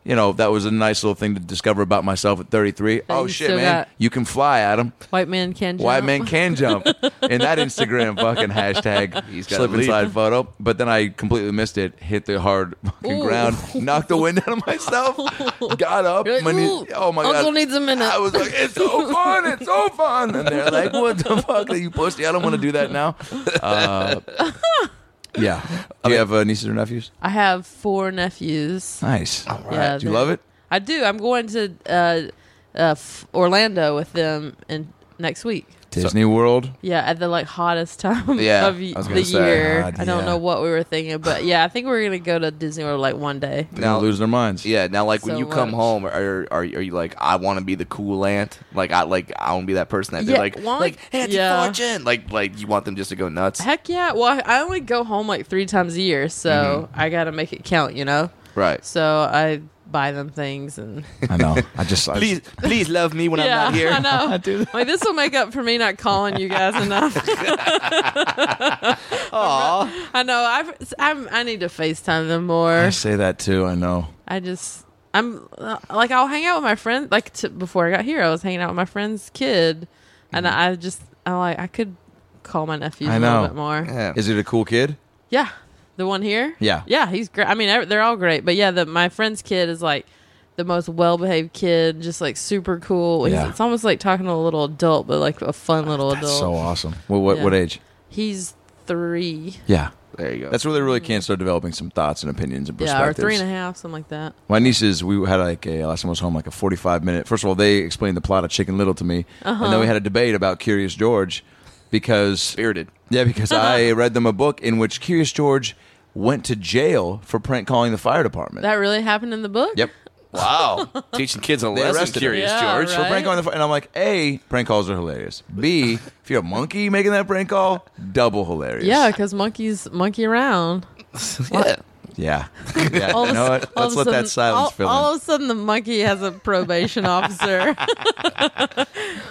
[SPEAKER 1] you know, that was a nice little thing to discover about myself at 33. oh
[SPEAKER 3] you
[SPEAKER 1] shit,
[SPEAKER 3] still
[SPEAKER 1] man,
[SPEAKER 3] got-
[SPEAKER 1] you can fly, Adam.
[SPEAKER 3] White man can jump.
[SPEAKER 1] White man can jump in that Instagram fucking hashtag
[SPEAKER 4] He's got
[SPEAKER 1] slip
[SPEAKER 4] a
[SPEAKER 1] and
[SPEAKER 4] lead.
[SPEAKER 1] slide photo. But then I completely missed it, hit the hard fucking
[SPEAKER 3] Ooh.
[SPEAKER 1] ground, knocked the wind out of myself, got up.
[SPEAKER 3] You're like,
[SPEAKER 1] my knee-
[SPEAKER 3] "Ooh,
[SPEAKER 1] oh my
[SPEAKER 3] Uncle
[SPEAKER 1] god,
[SPEAKER 3] needs a minute.
[SPEAKER 1] I was like, it's so fun, it's so fun, and they're like, what the fuck are you pussy? I don't want to do that now. Uh, yeah, do you have uh, nieces or nephews?
[SPEAKER 3] I have four nephews.
[SPEAKER 1] Nice. All right.
[SPEAKER 3] Yeah,
[SPEAKER 1] do you
[SPEAKER 3] they're-
[SPEAKER 1] love it?
[SPEAKER 3] I do. I'm going to uh, uh, f- Orlando with them in next week.
[SPEAKER 1] Disney World.
[SPEAKER 3] Yeah, at the like hottest time
[SPEAKER 4] Yeah,
[SPEAKER 3] of y-
[SPEAKER 1] I was
[SPEAKER 3] the
[SPEAKER 1] gonna say.
[SPEAKER 3] year.
[SPEAKER 1] God,
[SPEAKER 3] I don't
[SPEAKER 1] yeah.
[SPEAKER 3] know what we were thinking, but yeah, I think we're gonna go to Disney World like one day.
[SPEAKER 1] They're gonna
[SPEAKER 4] Now-
[SPEAKER 1] lose their minds.
[SPEAKER 4] Yeah. Now, like when
[SPEAKER 3] So
[SPEAKER 4] you come
[SPEAKER 3] much.
[SPEAKER 4] home, are are are you like I want to be the cool aunt? Like I like I want to be that person that
[SPEAKER 3] Yeah,
[SPEAKER 4] they're like
[SPEAKER 3] why-
[SPEAKER 4] like Auntie
[SPEAKER 3] yeah.
[SPEAKER 4] Fortune. Like like you want them just to go nuts.
[SPEAKER 3] Heck yeah! Well, I- I only go home like three times a year, so
[SPEAKER 1] Mm-hmm.
[SPEAKER 3] I gotta make it count, you know.
[SPEAKER 4] Right.
[SPEAKER 3] So I buy them things and
[SPEAKER 1] I know. I just I,
[SPEAKER 4] Please please love me when
[SPEAKER 3] yeah,
[SPEAKER 4] I'm not here.
[SPEAKER 3] I know.
[SPEAKER 1] do.
[SPEAKER 3] Like this will make up for me not calling you guys enough.
[SPEAKER 4] Aw.
[SPEAKER 3] I know. I've, I'm. I need to Facetime them more.
[SPEAKER 1] I say that too. I know.
[SPEAKER 3] I just. I'm uh, like I'll hang out with my friends. Like t- before I got here, I was hanging out with my friend's kid, and I just I like I could call my nephews
[SPEAKER 1] Mm-hmm. I
[SPEAKER 3] a little
[SPEAKER 1] know.
[SPEAKER 3] bit more.
[SPEAKER 4] Yeah.
[SPEAKER 1] Is it a cool kid?
[SPEAKER 3] Yeah, the one here.
[SPEAKER 1] Yeah.
[SPEAKER 3] yeah, he's great. I mean, ev- they're all great, but yeah, the my friend's kid is like the most well-behaved kid, just like super cool. He's-
[SPEAKER 1] Yeah.
[SPEAKER 3] It's almost like talking to a little adult, but like a fun little
[SPEAKER 1] That's
[SPEAKER 3] adult.
[SPEAKER 1] so awesome. Well, what
[SPEAKER 3] Yeah.
[SPEAKER 1] what age?
[SPEAKER 3] he's three.
[SPEAKER 1] Yeah.
[SPEAKER 4] There you go.
[SPEAKER 1] That's where they really can start developing some thoughts and opinions and
[SPEAKER 3] Yeah, or
[SPEAKER 1] perspectives.
[SPEAKER 3] three and a half, something like that.
[SPEAKER 1] My nieces, we had like a last time I was home, like a forty-five minute. First of all, they explained the plot of Chicken Little to me, and
[SPEAKER 3] Uh-huh.
[SPEAKER 1] then we had a debate about Curious George because
[SPEAKER 4] spirited.
[SPEAKER 1] yeah, because I read them a book in which Curious George went to jail for prank calling the fire department.
[SPEAKER 3] That really happened in the book.
[SPEAKER 1] yep,
[SPEAKER 4] Wow. Teaching kids a
[SPEAKER 1] They
[SPEAKER 4] lesson,
[SPEAKER 1] arrested him.
[SPEAKER 4] Curious
[SPEAKER 3] Yeah,
[SPEAKER 4] George.
[SPEAKER 1] for
[SPEAKER 3] right.
[SPEAKER 1] prank calling the fire, and I'm like, a prank calls are hilarious. B, if you're a monkey making that prank call, double hilarious.
[SPEAKER 3] Yeah, because monkeys monkey around.
[SPEAKER 4] Yeah.
[SPEAKER 1] yeah, yeah.
[SPEAKER 3] All of
[SPEAKER 1] you know
[SPEAKER 3] a su-
[SPEAKER 1] what?
[SPEAKER 3] all
[SPEAKER 1] Let's
[SPEAKER 3] of a
[SPEAKER 1] let
[SPEAKER 3] sudden-
[SPEAKER 1] that silence
[SPEAKER 3] all,
[SPEAKER 1] fill in.
[SPEAKER 3] all of a sudden, the monkey has a probation officer.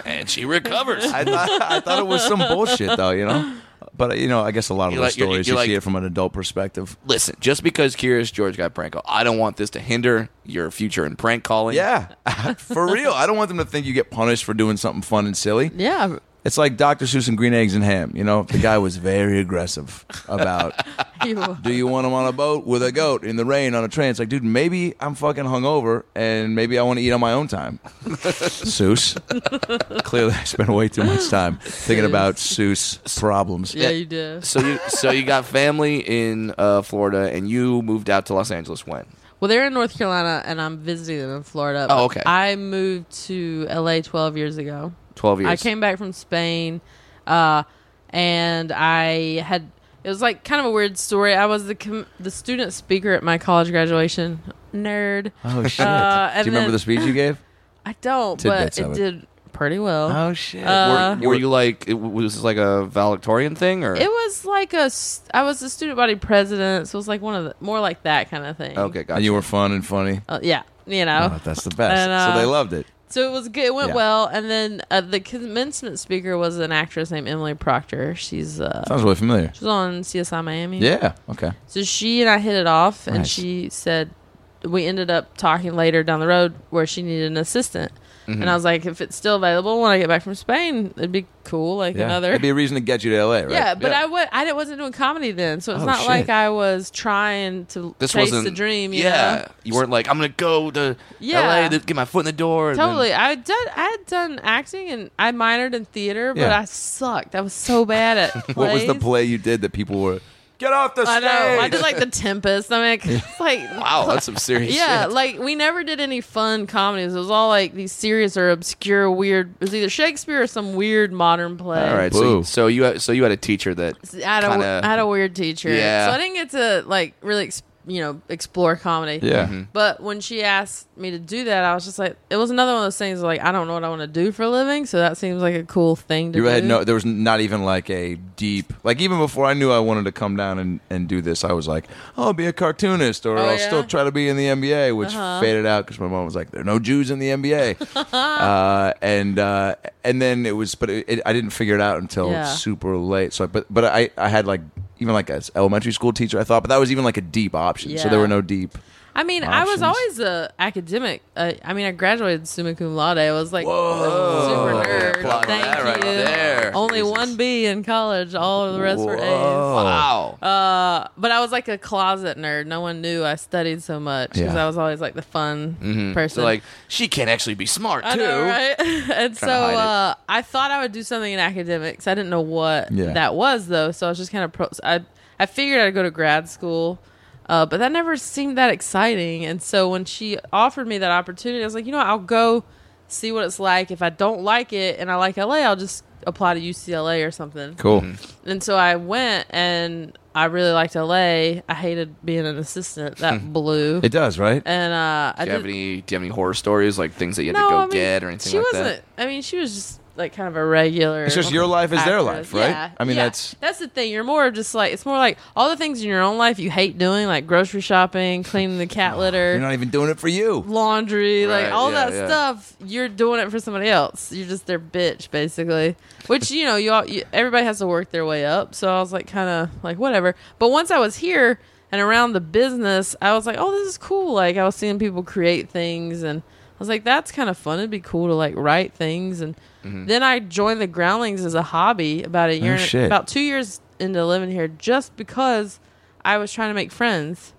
[SPEAKER 4] And she recovers.
[SPEAKER 1] I thought, I thought it was some bullshit though, you know. But you know, I guess a lot of
[SPEAKER 4] You're
[SPEAKER 1] those
[SPEAKER 4] like- you're-
[SPEAKER 1] stories
[SPEAKER 4] you're
[SPEAKER 1] you see
[SPEAKER 4] like-
[SPEAKER 1] it from an adult perspective.
[SPEAKER 4] Listen, just because Curious George got prank call, I don't want this to hinder your future in prank calling.
[SPEAKER 1] Yeah, for real. I don't want them to think you get punished for doing something fun and silly.
[SPEAKER 3] yeah,
[SPEAKER 1] It's like Dr. Seuss and Green Eggs and Ham. You know, the guy was very aggressive about.
[SPEAKER 3] he wa-
[SPEAKER 1] Do you want him on a boat with a goat in the rain on a train? It's like, dude, maybe I'm fucking hungover and maybe I want to eat on my own time. Seuss. Clearly, I spent way too much time thinking about Seuss problems.
[SPEAKER 3] yeah, you did.
[SPEAKER 4] So you so you got family in uh, Florida, and you moved out to Los Angeles when?
[SPEAKER 3] Well, they're in North Carolina, and I'm visiting them in Florida.
[SPEAKER 4] Oh, okay.
[SPEAKER 3] I moved to LA 12 years ago.
[SPEAKER 4] Twelve years.
[SPEAKER 3] I came back from Spain, uh, and I had it was like kind of a weird story. I was the com- the student speaker at my college graduation. Nerd.
[SPEAKER 1] Oh shit!
[SPEAKER 3] Uh,
[SPEAKER 1] Do
[SPEAKER 3] and
[SPEAKER 1] you remember
[SPEAKER 3] then-
[SPEAKER 1] the speech you gave?
[SPEAKER 3] I don't,
[SPEAKER 1] Tidbits
[SPEAKER 3] but
[SPEAKER 1] of
[SPEAKER 3] it
[SPEAKER 1] it.
[SPEAKER 3] did pretty well.
[SPEAKER 1] Oh shit!
[SPEAKER 3] Uh,
[SPEAKER 4] Were, were you like it was this like a valedictorian thing or?
[SPEAKER 3] It was like a s- I was the student body president, so it was like one of the more like that kind of thing.
[SPEAKER 4] okay, gotcha.
[SPEAKER 1] and you were fun and funny.
[SPEAKER 3] Uh, yeah, you know.
[SPEAKER 1] Oh, that's the best.
[SPEAKER 3] And,
[SPEAKER 1] so they
[SPEAKER 3] uh,
[SPEAKER 1] loved it.
[SPEAKER 3] So it was good. It went
[SPEAKER 1] Yeah.
[SPEAKER 3] well. And then uh, the commencement speaker was an actress named Emily Proctor. She's uh,
[SPEAKER 1] Sounds really familiar.
[SPEAKER 3] she's on CSI Miami.
[SPEAKER 1] Oh. Yeah. Okay.
[SPEAKER 3] So she and I hit it off, and
[SPEAKER 1] Nice.
[SPEAKER 3] she said we ended up talking later down the road where she needed an assistant.
[SPEAKER 4] Mm-hmm.
[SPEAKER 1] Mm-hmm.
[SPEAKER 3] And I was like, if it's still available when I get back from Spain, it'd be cool. Like
[SPEAKER 1] Yeah.
[SPEAKER 3] another.
[SPEAKER 1] That'd be a reason to get you to LA, right?
[SPEAKER 3] Yeah, but I wa- I didn't- wasn't doing comedy then, so it's
[SPEAKER 1] Oh,
[SPEAKER 3] not like
[SPEAKER 1] shit.
[SPEAKER 3] I was trying to
[SPEAKER 4] this
[SPEAKER 3] chase
[SPEAKER 4] wasn't
[SPEAKER 3] the dream. You
[SPEAKER 4] yeah,
[SPEAKER 3] know?
[SPEAKER 4] you weren't like I'm gonna go to
[SPEAKER 3] Yeah.
[SPEAKER 4] LA to get my foot in the door. and then-
[SPEAKER 3] Totally. I had done I had done acting and I minored in theater, but
[SPEAKER 1] Yeah.
[SPEAKER 3] I sucked. I was so bad at plays.
[SPEAKER 1] What was the play you did that people were? Get off the stage.
[SPEAKER 3] I know. I did like the Tempest. I mean, it's like
[SPEAKER 4] wow, that's some serious.
[SPEAKER 3] Yeah,
[SPEAKER 4] shit.
[SPEAKER 3] like we never did any fun comedies. It was all like these serious or obscure, weird. It was either Shakespeare or some weird modern play.
[SPEAKER 4] All right, so,
[SPEAKER 1] Boo.
[SPEAKER 4] so you had- so you had a teacher that
[SPEAKER 3] I had, a,
[SPEAKER 4] kinda-
[SPEAKER 3] I had a weird teacher,
[SPEAKER 4] Yeah.
[SPEAKER 3] so I didn't get to like really, ex- you know, explore comedy.
[SPEAKER 1] Yeah.
[SPEAKER 3] But when she asked me to do that, I was just like, it was another one of those things like I don't know what I want to do for a living, so that seems like a cool thing to
[SPEAKER 1] You
[SPEAKER 3] do.
[SPEAKER 1] had no. There was not even like a deep. Like even before I knew I wanted to come down and, and do this, I was like, I'll be a cartoonist, or
[SPEAKER 3] Oh,
[SPEAKER 1] I'll
[SPEAKER 3] yeah? Uh-huh.
[SPEAKER 1] still try to be in the NBA, which faded out because my mom was like, there are no Jews in the NBA, uh, and uh, and then it was, but it, it, I didn't figure it out until
[SPEAKER 3] Yeah.
[SPEAKER 1] super late. So, I, but but I I had like even like a elementary school teacher I thought, but that was even like a deep option. So
[SPEAKER 3] Yeah.
[SPEAKER 1] there were no deep.
[SPEAKER 3] I mean, I
[SPEAKER 1] Options.
[SPEAKER 3] was always a academic. Uh, I mean, I graduated summa cum laude. I was like
[SPEAKER 1] Whoa.
[SPEAKER 3] super nerd.
[SPEAKER 4] Applaud
[SPEAKER 3] Thank
[SPEAKER 4] that right
[SPEAKER 3] you. Oh.
[SPEAKER 4] there.
[SPEAKER 3] Only
[SPEAKER 4] Jesus.
[SPEAKER 3] one B in college. All of the rest were A's.
[SPEAKER 4] wow.
[SPEAKER 3] Uh, but I was like a closet nerd. No one knew I studied so much because
[SPEAKER 1] Yeah.
[SPEAKER 3] I was always like the fun person.
[SPEAKER 4] Mm-hmm. so like she can't actually be smart
[SPEAKER 3] I
[SPEAKER 4] too.
[SPEAKER 3] know, right? and so
[SPEAKER 4] hide it.
[SPEAKER 3] uh, I thought I would do something in academics. I didn't know what
[SPEAKER 1] Yeah.
[SPEAKER 3] that was though, so I was just kind of pro. I I figured I'd go to grad school, uh, but that never seemed that exciting. And so when she offered me that opportunity, I was like, you know, what? I'll go see what it's like. If I don't like it and I like LA, I'll just apply to UCLA or something.
[SPEAKER 1] Cool.
[SPEAKER 3] And so I went and I really liked LA. I hated being an assistant. That blew.
[SPEAKER 1] It does, right?
[SPEAKER 3] and uh,
[SPEAKER 4] Do
[SPEAKER 3] I
[SPEAKER 4] you have
[SPEAKER 3] did-
[SPEAKER 4] any? Do you have any horror stories like things that you had to go get or anything
[SPEAKER 3] she
[SPEAKER 4] like
[SPEAKER 3] wasn't,
[SPEAKER 4] that?
[SPEAKER 3] I mean, she was just like kind of a regular.
[SPEAKER 1] It's just your life is their
[SPEAKER 3] actress.
[SPEAKER 1] life, right?
[SPEAKER 3] Yeah,
[SPEAKER 1] I mean,
[SPEAKER 3] yeah.
[SPEAKER 1] that's-
[SPEAKER 3] that's the thing. You're more of just like it's more like all the things in your own life you hate doing, like grocery shopping, cleaning the cat litter,
[SPEAKER 1] You're not even doing it for you.
[SPEAKER 3] laundry,
[SPEAKER 4] Right,
[SPEAKER 3] like all
[SPEAKER 4] yeah,
[SPEAKER 3] that
[SPEAKER 4] yeah.
[SPEAKER 3] stuff. You're doing it for somebody else. You're just their bitch, basically. Which you know, you, all, you everybody has to work their way up. So I was like, kind of like whatever. But once I was here and around the business, I was like, oh, this is cool. Like I was seeing people create things and. was like, that's kind of fun. It'd be cool to like write things. And then I joined the Groundlings as a hobby about a year, and-
[SPEAKER 4] Mm-hmm. shit.
[SPEAKER 3] about two years into living here, just because I was trying to make friends.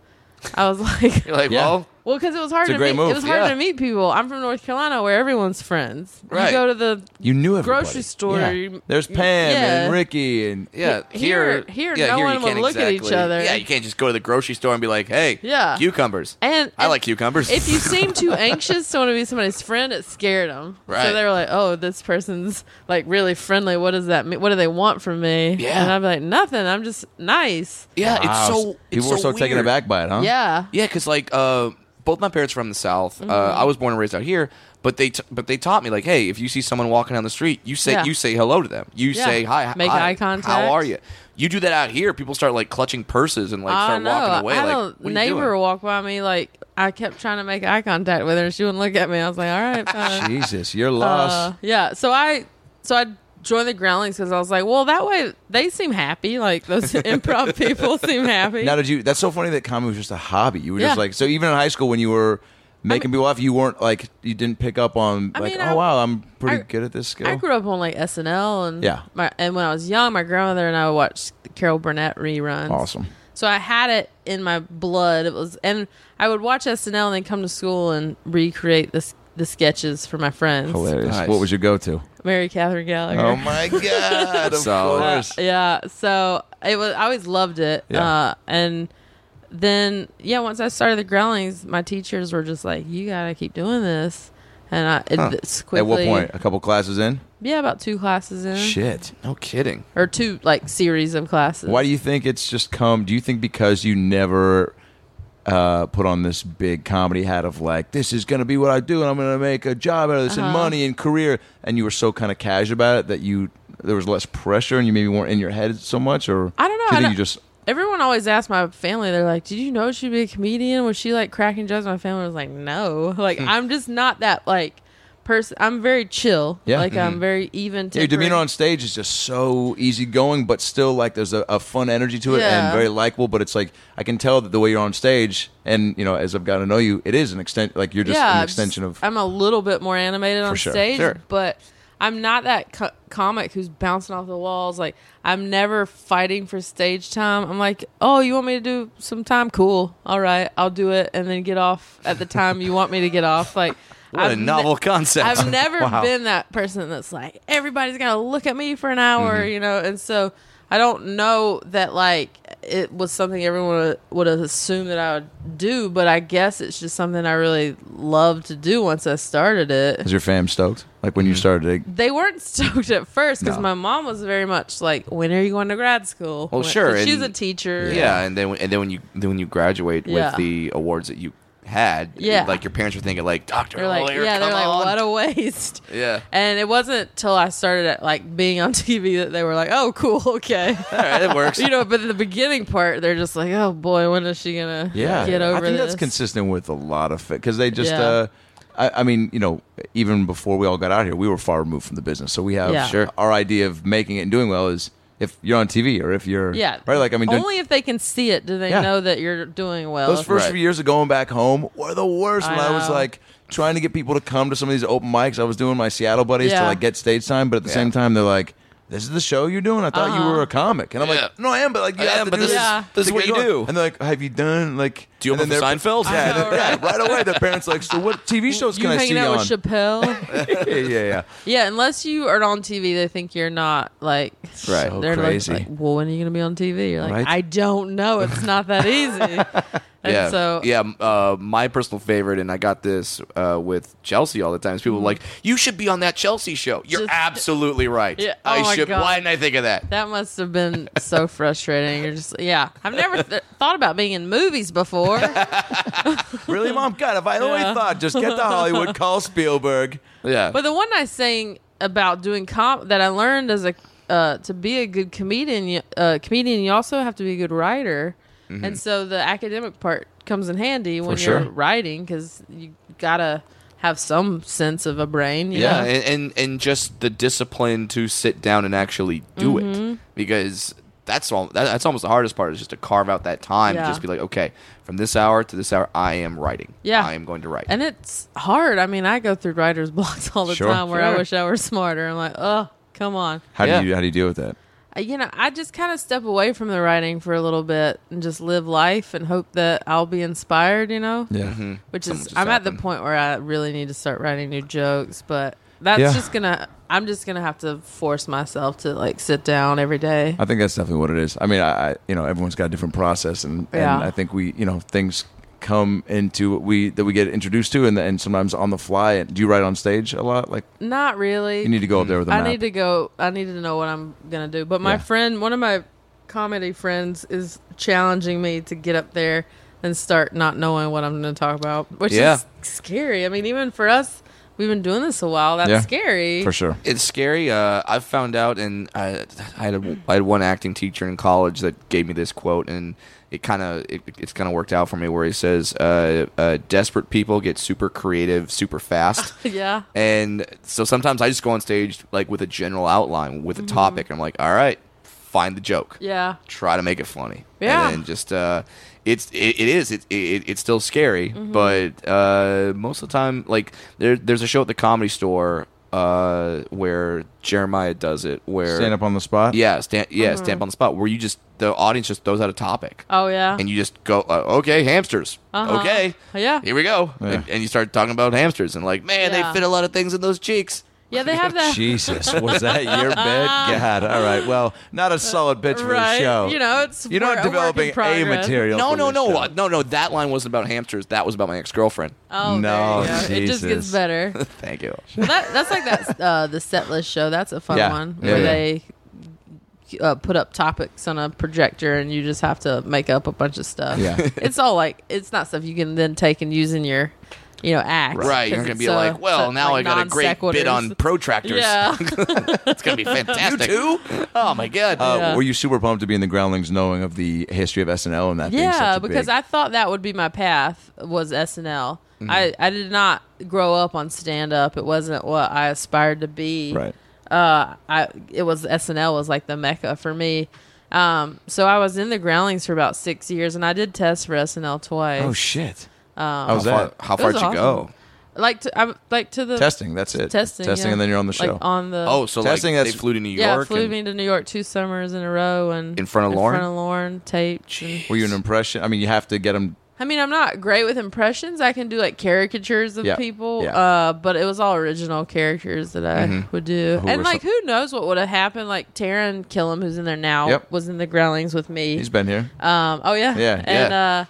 [SPEAKER 3] I was like,
[SPEAKER 4] You're like,
[SPEAKER 1] Yeah.
[SPEAKER 4] well,
[SPEAKER 3] well, because it was hard
[SPEAKER 1] It's a
[SPEAKER 3] to
[SPEAKER 1] great
[SPEAKER 3] meet.
[SPEAKER 1] move,
[SPEAKER 3] It was hard
[SPEAKER 1] yeah.
[SPEAKER 3] to meet people. I'm from North Carolina, where everyone's friends.
[SPEAKER 4] Right.
[SPEAKER 3] You go to the
[SPEAKER 1] You knew everybody.
[SPEAKER 3] grocery store.
[SPEAKER 1] Yeah.
[SPEAKER 3] you-
[SPEAKER 1] There's Pam
[SPEAKER 3] yeah.
[SPEAKER 1] and Ricky and
[SPEAKER 4] yeah,
[SPEAKER 3] He- here- here,
[SPEAKER 4] yeah,
[SPEAKER 3] no
[SPEAKER 4] here
[SPEAKER 3] one
[SPEAKER 4] you
[SPEAKER 3] would
[SPEAKER 4] can't
[SPEAKER 3] look at each
[SPEAKER 4] exactly-
[SPEAKER 3] other.
[SPEAKER 4] Yeah, you can't just go to the grocery store and be like, hey,
[SPEAKER 3] Yeah.
[SPEAKER 4] cucumbers.
[SPEAKER 3] And
[SPEAKER 4] I
[SPEAKER 3] and
[SPEAKER 4] like cucumbers.
[SPEAKER 3] If you seem too anxious to want to be somebody's friend, it scared them.
[SPEAKER 4] Right.
[SPEAKER 3] So they were like, "Oh, this person's like really friendly. What does that mean? What do they want from me?"
[SPEAKER 4] Yeah.
[SPEAKER 3] And I'd be like, "Nothing. I'm just nice."
[SPEAKER 4] yeah,
[SPEAKER 1] Wow.
[SPEAKER 4] it's so it's
[SPEAKER 1] people were so taken
[SPEAKER 4] weird.
[SPEAKER 1] aback by it, huh?
[SPEAKER 3] Yeah.
[SPEAKER 4] Yeah, because like uh, both my parents from the south. Uh,
[SPEAKER 3] Mm-hmm.
[SPEAKER 4] I was born and raised out here, but they t- but they taught me like, hey, if you see someone walking down the street, you say
[SPEAKER 3] Yeah.
[SPEAKER 4] you say hello to them. You
[SPEAKER 3] Yeah.
[SPEAKER 4] say hi, h-
[SPEAKER 3] Make
[SPEAKER 4] hi,
[SPEAKER 3] eye contact.
[SPEAKER 4] How are you? You do that out here, people start like clutching purses and like
[SPEAKER 3] I
[SPEAKER 4] start
[SPEAKER 3] know.
[SPEAKER 4] walking away.
[SPEAKER 3] I had
[SPEAKER 4] like,
[SPEAKER 3] a
[SPEAKER 4] what are you
[SPEAKER 3] neighbor
[SPEAKER 4] doing?
[SPEAKER 3] walk by me like I kept trying to make eye contact with her, and she wouldn't look at me. I was like, "All right, fine."
[SPEAKER 1] Jesus, you're lost.
[SPEAKER 3] Uh, yeah. So I so I joined the Groundlings because I was like, well, that way they seem happy. Like those improv people seem happy.
[SPEAKER 1] now, did you? That's so funny that comedy was just a hobby. You were just
[SPEAKER 3] Uh, Yeah.
[SPEAKER 1] like so. Even in high school, when you were making people laugh, you weren't like you didn't pick up on
[SPEAKER 3] I
[SPEAKER 1] like,
[SPEAKER 3] mean,
[SPEAKER 1] oh
[SPEAKER 3] I-
[SPEAKER 1] wow, I'm pretty
[SPEAKER 3] I-
[SPEAKER 1] good at this skill.
[SPEAKER 3] I grew up on like SNL and
[SPEAKER 1] Yeah.
[SPEAKER 3] My, and when I was young, my grandmother and I would watch the Carol Burnett reruns.
[SPEAKER 1] awesome.
[SPEAKER 3] So I had it in my blood. It was, and I would watch SNL and then come to school and recreate this. The sketches for my friends,
[SPEAKER 1] Hilarious.
[SPEAKER 4] Nice.
[SPEAKER 1] What was your go-to?
[SPEAKER 3] Mary Catherine Gallagher.
[SPEAKER 1] Oh my god! of
[SPEAKER 4] Solid.
[SPEAKER 1] course.
[SPEAKER 3] yeah so it was i always loved it
[SPEAKER 1] Yeah.
[SPEAKER 3] uh and then yeah once i started the groundlings my teachers were just like you gotta keep doing this and i it, it's quickly
[SPEAKER 1] At what point? A couple classes in.
[SPEAKER 3] yeah about two classes in
[SPEAKER 1] Shit.
[SPEAKER 4] No kidding.
[SPEAKER 3] or two like series of classes
[SPEAKER 1] Why do you think it's just come? Do you think because you never uh, put on this big comedy hat of like, this is going to be what I do, and I'm going to make a job out of this,
[SPEAKER 3] Uh-huh.
[SPEAKER 1] and money and career, and you were so kind of casual about it that you there was less pressure, and you maybe weren't in your head so much, or
[SPEAKER 3] I don't
[SPEAKER 1] Do
[SPEAKER 3] know.
[SPEAKER 1] you
[SPEAKER 3] I
[SPEAKER 1] think
[SPEAKER 3] don't-
[SPEAKER 1] you just
[SPEAKER 3] everyone always asks my family they're like did you know she'd be a comedian was she like cracking jokes my family was like no
[SPEAKER 1] Hmm.
[SPEAKER 3] like i'm just not that like person i'm very chill
[SPEAKER 1] Yeah. mm-hmm.
[SPEAKER 3] like i'm very even
[SPEAKER 1] your demeanor on stage is just so easygoing, but still like there's a, a fun energy to it and
[SPEAKER 3] Yeah.
[SPEAKER 1] very likable. But it's like I can tell that the way you're on stage, and you know, as I've gotten to know you, it is an extent like you're just an
[SPEAKER 3] I'm
[SPEAKER 1] extension
[SPEAKER 3] just-
[SPEAKER 1] of.
[SPEAKER 3] I'm a little bit more animated on
[SPEAKER 1] sure.
[SPEAKER 3] stage,
[SPEAKER 1] Sure.
[SPEAKER 3] but I'm not that co- comic who's bouncing off the walls. Like I'm never fighting for stage time. I'm like, oh, you want me to do some time? Cool. All right, I'll do it, and then get off at the time you want me to get off. Like.
[SPEAKER 4] What a
[SPEAKER 3] ne-
[SPEAKER 4] novel concept.
[SPEAKER 3] I've never
[SPEAKER 1] Wow.
[SPEAKER 3] been that person that's like everybody's got to look at me for an hour,
[SPEAKER 4] Mm-hmm.
[SPEAKER 3] you know. And so I don't know that like it was something everyone would- would have assumed that I would do, but I guess it's just something I really love to do once I started it.
[SPEAKER 1] is your fam stoked? Like when you started, to,
[SPEAKER 3] They weren't stoked at first because
[SPEAKER 1] No.
[SPEAKER 3] my mom was very much like, "When are you going to grad school?"
[SPEAKER 4] Well,
[SPEAKER 3] When-
[SPEAKER 4] sure,
[SPEAKER 3] 'cause She's
[SPEAKER 4] and-
[SPEAKER 3] a teacher.
[SPEAKER 4] Yeah, and then when- and then when you then when you graduate
[SPEAKER 3] Yeah.
[SPEAKER 4] with the awards that you had,
[SPEAKER 3] Yeah.
[SPEAKER 4] like your parents were thinking like, doctor,
[SPEAKER 3] They're like,
[SPEAKER 4] lawyer, Oh,
[SPEAKER 3] yeah,
[SPEAKER 4] come
[SPEAKER 3] they're like,
[SPEAKER 4] on.
[SPEAKER 3] what a waste.
[SPEAKER 4] yeah.
[SPEAKER 3] And it wasn't till I started at like being on TV that they were like, "Oh, cool, okay."
[SPEAKER 4] All right, it works.
[SPEAKER 3] you know, but the beginning part, they're just like, oh boy, when is she gonna
[SPEAKER 1] yeah,
[SPEAKER 3] get over
[SPEAKER 1] I think that's
[SPEAKER 3] this?
[SPEAKER 1] consistent with a lot of because they just.
[SPEAKER 3] Yeah.
[SPEAKER 1] Uh, I, I mean, you know, even before we all got out here, we were far removed from the business, so we have
[SPEAKER 3] Yeah. Sure.
[SPEAKER 1] our idea of making it and doing well is if you're on TV or if you're
[SPEAKER 3] yeah,
[SPEAKER 1] right. Like I mean, don't-
[SPEAKER 3] only if they can see it do they
[SPEAKER 1] Yeah.
[SPEAKER 3] know that you're doing well.
[SPEAKER 1] Those first
[SPEAKER 4] Right.
[SPEAKER 1] few years of going back home were the worst.
[SPEAKER 3] I
[SPEAKER 1] when I was
[SPEAKER 3] know.
[SPEAKER 1] like trying to get people to come to some of these open mics, I was doing my Seattle buddies to
[SPEAKER 3] Yeah.
[SPEAKER 1] like get stage time, but at the same time, they're like, "This is the show you're doing." I thought you
[SPEAKER 3] Uh-huh.
[SPEAKER 1] were a comic, and I'm
[SPEAKER 4] Yeah.
[SPEAKER 1] like, "No, I am, but like, you
[SPEAKER 4] I
[SPEAKER 1] have
[SPEAKER 4] am,
[SPEAKER 1] to
[SPEAKER 4] but
[SPEAKER 1] do
[SPEAKER 4] this
[SPEAKER 3] is-
[SPEAKER 4] this is
[SPEAKER 1] to
[SPEAKER 4] what
[SPEAKER 1] get
[SPEAKER 4] you
[SPEAKER 1] going."
[SPEAKER 4] do.
[SPEAKER 1] And they're like, "Have you done like?
[SPEAKER 4] Do you
[SPEAKER 1] and
[SPEAKER 4] open
[SPEAKER 1] then
[SPEAKER 4] for
[SPEAKER 1] their-
[SPEAKER 4] Seinfeld?
[SPEAKER 1] Yeah,
[SPEAKER 4] I know,
[SPEAKER 1] they're- yeah, right away. Their parents are like, "So what TV shows
[SPEAKER 3] you
[SPEAKER 1] can I see
[SPEAKER 3] hanging
[SPEAKER 1] you on?"
[SPEAKER 3] out with Chappelle?
[SPEAKER 1] yeah, yeah, yeah.
[SPEAKER 3] yeah, unless you are on TV, they think you're not like
[SPEAKER 1] Right. So
[SPEAKER 3] they're like-
[SPEAKER 1] crazy.
[SPEAKER 3] like, well, when are you gonna be on TV? You're like,
[SPEAKER 1] Right.
[SPEAKER 3] I don't know. It's not that easy. and
[SPEAKER 4] yeah.
[SPEAKER 3] so
[SPEAKER 4] yeah, m- uh, my personal favorite, and I got this uh, with Chelsea all the time. Is people like, you should be on that Chelsea show. You're
[SPEAKER 3] Mm-hmm. Just-
[SPEAKER 4] absolutely right.
[SPEAKER 3] Yeah,
[SPEAKER 4] I
[SPEAKER 3] oh my
[SPEAKER 4] should.
[SPEAKER 3] God.
[SPEAKER 4] Why didn't I think of that?
[SPEAKER 3] That must have been so frustrating. You're just yeah. I've never th- thought about being in movies before.
[SPEAKER 1] Really, mom? God, if I only
[SPEAKER 3] Yeah.
[SPEAKER 1] thought, just get to Hollywood, call Spielberg.
[SPEAKER 4] Yeah.
[SPEAKER 3] But the one nice thing about doing comp that I learned as a uh, to be a good comedian, you- uh, comedian you also have to be a good writer,
[SPEAKER 4] Mm-hmm.
[SPEAKER 3] and so the academic part comes in handy when
[SPEAKER 1] sure.
[SPEAKER 3] you're writing because you gotta have some sense of a brain. you
[SPEAKER 4] yeah,
[SPEAKER 3] know? Mm-hmm.
[SPEAKER 4] and, and and just the discipline to sit down and actually do it because. that's all. That, that's almost the hardest part is just to carve out that time. to
[SPEAKER 3] Yeah.
[SPEAKER 4] Just be like, okay, from this hour to this hour, I am writing.
[SPEAKER 3] Yeah.
[SPEAKER 4] I am going to write.
[SPEAKER 3] And it's hard. I mean, I go through writer's blocks all the
[SPEAKER 1] Sure.
[SPEAKER 3] time where I
[SPEAKER 4] Sure.
[SPEAKER 3] wish I were smarter. I'm like, oh, come on.
[SPEAKER 1] How
[SPEAKER 4] Yeah.
[SPEAKER 1] do you how do you deal with that?
[SPEAKER 3] Uh, You know, I just kind of step away from the writing for a little bit and just live life and hope that I'll be inspired, you know?
[SPEAKER 1] Yeah.
[SPEAKER 4] Mm-hmm.
[SPEAKER 3] Which
[SPEAKER 4] Something
[SPEAKER 3] is,
[SPEAKER 4] just
[SPEAKER 3] I'm at
[SPEAKER 4] happened.
[SPEAKER 3] the point where I really need to start writing new jokes, but that's
[SPEAKER 1] Yeah.
[SPEAKER 3] just going to, I'm just going to have to force myself to like sit down every day.
[SPEAKER 1] I think that's definitely what it is. I mean, I, I you know everyone's got a different process, and,
[SPEAKER 3] Yeah.
[SPEAKER 1] and I think we you know things come into what we that we get introduced to, and and sometimes on the fly. And do you write on stage a lot? Like
[SPEAKER 3] Not really.
[SPEAKER 1] you need to go up there with a
[SPEAKER 3] I
[SPEAKER 1] map.
[SPEAKER 3] need to go. I need to know what I'm gonna do. But my
[SPEAKER 1] Yeah.
[SPEAKER 3] friend, one of my comedy friends, is challenging me to get up there and start not knowing what I'm gonna talk about, which
[SPEAKER 4] Yeah.
[SPEAKER 3] is scary. I mean, even for us, we've been doing this a while. That's
[SPEAKER 1] Yeah,
[SPEAKER 3] scary.
[SPEAKER 1] for sure.
[SPEAKER 4] it's scary. Uh, I've found out, and I, I had a, I had one acting teacher in college that gave me this quote, and it kind of it, it's kind of worked out for me, where he says, uh, uh, "Desperate people get super creative, super fast."
[SPEAKER 3] Yeah.
[SPEAKER 4] And so sometimes I just go on stage like with a general outline with a topic, and I'm like, "All right, find the joke."
[SPEAKER 3] Yeah.
[SPEAKER 4] try to make it funny.
[SPEAKER 3] Yeah.
[SPEAKER 4] And then just uh, it's it, it is it, it it's still scary,
[SPEAKER 3] Mm-hmm.
[SPEAKER 4] but uh, most of the time, like there there's a show at the comedy store uh where Jeremiah does it where
[SPEAKER 1] Stand up on the spot.
[SPEAKER 4] yeah stand yeah
[SPEAKER 3] Mm-hmm.
[SPEAKER 4] stand up on the spot where you just the audience just throws out a topic
[SPEAKER 3] Oh yeah.
[SPEAKER 4] and you just go uh, okay hamsters
[SPEAKER 3] Uh-huh.
[SPEAKER 4] okay
[SPEAKER 3] Yeah.
[SPEAKER 4] here we go
[SPEAKER 1] Yeah.
[SPEAKER 4] and, and you start talking about hamsters and like man
[SPEAKER 3] Yeah.
[SPEAKER 4] they fit a lot of things in those cheeks
[SPEAKER 3] yeah. They have that.
[SPEAKER 1] Jesus, was that your bit? God, all right. Well, not a solid bitch for the
[SPEAKER 3] Right,
[SPEAKER 1] show.
[SPEAKER 3] you know, it's
[SPEAKER 1] you're not
[SPEAKER 3] wor- a work in
[SPEAKER 1] developing a
[SPEAKER 3] progress.
[SPEAKER 1] material.
[SPEAKER 4] no
[SPEAKER 1] for
[SPEAKER 4] no
[SPEAKER 1] this
[SPEAKER 4] no
[SPEAKER 1] show.
[SPEAKER 4] uh, no no that line wasn't about hamsters that was about my ex girlfriend
[SPEAKER 3] Oh
[SPEAKER 1] No,
[SPEAKER 3] no, it just
[SPEAKER 1] Jesus.
[SPEAKER 3] gets better.
[SPEAKER 4] thank you
[SPEAKER 3] Well, that, that's like that uh, the set list show. That's a fun
[SPEAKER 1] Yeah.
[SPEAKER 3] one
[SPEAKER 1] Yeah,
[SPEAKER 3] where
[SPEAKER 1] yeah.
[SPEAKER 3] they uh, put up topics on a projector and you just have to make up a bunch of stuff.
[SPEAKER 1] Yeah.
[SPEAKER 3] it's all like it's not stuff you can then take and use in your you know act.
[SPEAKER 4] Right, you're
[SPEAKER 3] 'cause
[SPEAKER 4] gonna
[SPEAKER 3] it's
[SPEAKER 4] be
[SPEAKER 3] so-
[SPEAKER 4] like, well,
[SPEAKER 3] so-
[SPEAKER 4] now
[SPEAKER 3] like
[SPEAKER 4] I got a great bid on
[SPEAKER 3] non-sequiturs.
[SPEAKER 4] protractors.
[SPEAKER 3] Yeah,
[SPEAKER 4] it's gonna be fantastic. you too? Oh my god!
[SPEAKER 1] Uh,
[SPEAKER 3] Yeah.
[SPEAKER 1] Were you super pumped to be in the Groundlings, knowing of the history of SNL and that? being such
[SPEAKER 3] yeah,
[SPEAKER 1] a big-
[SPEAKER 3] because
[SPEAKER 1] Mm-hmm.
[SPEAKER 3] I thought that would be my path was SNL. I I did not grow up on stand up. It wasn't what I aspired to be.
[SPEAKER 1] right.
[SPEAKER 3] uh, I it was SNL was like the mecca for me. Um, so I was in the Groundlings for about six years, and I did test for SNL twice.
[SPEAKER 1] Oh shit.
[SPEAKER 3] Um,
[SPEAKER 1] How was
[SPEAKER 4] how far,
[SPEAKER 1] that?
[SPEAKER 4] how
[SPEAKER 3] It
[SPEAKER 4] far
[SPEAKER 3] was
[SPEAKER 4] did you go?
[SPEAKER 3] awesome. like to I, like to the
[SPEAKER 1] Testing. That's it.
[SPEAKER 3] testing,
[SPEAKER 1] Testing,
[SPEAKER 3] yeah.
[SPEAKER 1] and then you're on the show.
[SPEAKER 3] Like on the
[SPEAKER 4] Oh, so
[SPEAKER 1] Testing,
[SPEAKER 4] like
[SPEAKER 1] that's-
[SPEAKER 4] they flew to New York.
[SPEAKER 3] yeah, flew
[SPEAKER 4] and-
[SPEAKER 3] me to New York two summers in a row, and
[SPEAKER 4] In front of Lauren?
[SPEAKER 3] in front of Lauren taped. and-
[SPEAKER 1] were you an impression? I mean, you have to get them.
[SPEAKER 3] I mean, I'm not great with impressions. I can do like caricatures of
[SPEAKER 1] Yeah,
[SPEAKER 3] people,
[SPEAKER 1] yeah. Mm-hmm.
[SPEAKER 3] uh, but it was all original characters that I would do.
[SPEAKER 1] Who were
[SPEAKER 3] and like,
[SPEAKER 1] some-
[SPEAKER 3] who knows what would have happened? Like Taryn Killam, who's in there now,
[SPEAKER 1] Yep.
[SPEAKER 3] was in the Groundlings with me.
[SPEAKER 1] He's been here.
[SPEAKER 3] Um, oh yeah,
[SPEAKER 1] Yeah,
[SPEAKER 3] And
[SPEAKER 4] yeah.
[SPEAKER 3] uh,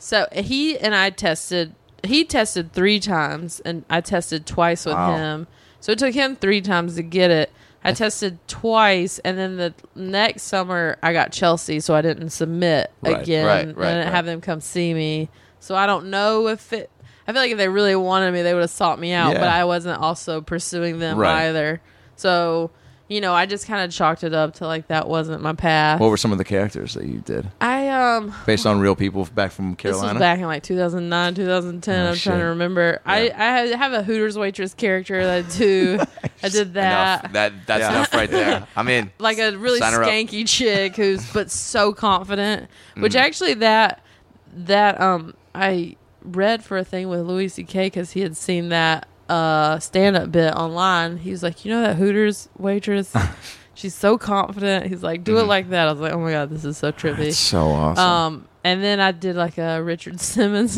[SPEAKER 3] so he and I tested. He tested three times, and I tested twice with
[SPEAKER 4] Wow.
[SPEAKER 3] him. So it took him three times to get it. I tested twice, and then the next summer I got Chelsea, so I didn't submit
[SPEAKER 1] Right,
[SPEAKER 3] again.
[SPEAKER 4] right,
[SPEAKER 3] and
[SPEAKER 4] right,
[SPEAKER 3] I didn't
[SPEAKER 4] right.
[SPEAKER 3] have them come see me, so I don't know if it. I feel like if they really wanted me, they would have sought me out,
[SPEAKER 1] Yeah.
[SPEAKER 3] but I wasn't also pursuing them
[SPEAKER 1] Right.
[SPEAKER 3] either. So, you know, I just kind of chalked it up to like that wasn't my path.
[SPEAKER 1] What were some of the characters that you did
[SPEAKER 3] I um
[SPEAKER 1] based on real people back from Carolina?
[SPEAKER 3] This was back in like 2009, 2010.
[SPEAKER 1] Oh,
[SPEAKER 3] I'm
[SPEAKER 1] shit.
[SPEAKER 3] trying to remember. I, I have a Hooters waitress character that I do. I did that.
[SPEAKER 4] enough. That that's
[SPEAKER 1] Yeah.
[SPEAKER 4] enough right there. I'm in.
[SPEAKER 3] Like a really
[SPEAKER 4] Sign her up. Mm.
[SPEAKER 3] skanky chick who's but so confident. Which actually that that um I read for a thing with Louis C.K. because he had seen that uh stand up bit online. He was like, you know that Hooters waitress. She's so confident. He's like,
[SPEAKER 4] Mm-hmm.
[SPEAKER 3] do it like that. I was like, oh my god, this is so trippy.
[SPEAKER 1] so awesome.
[SPEAKER 3] Um, and then I did like a Richard Simmons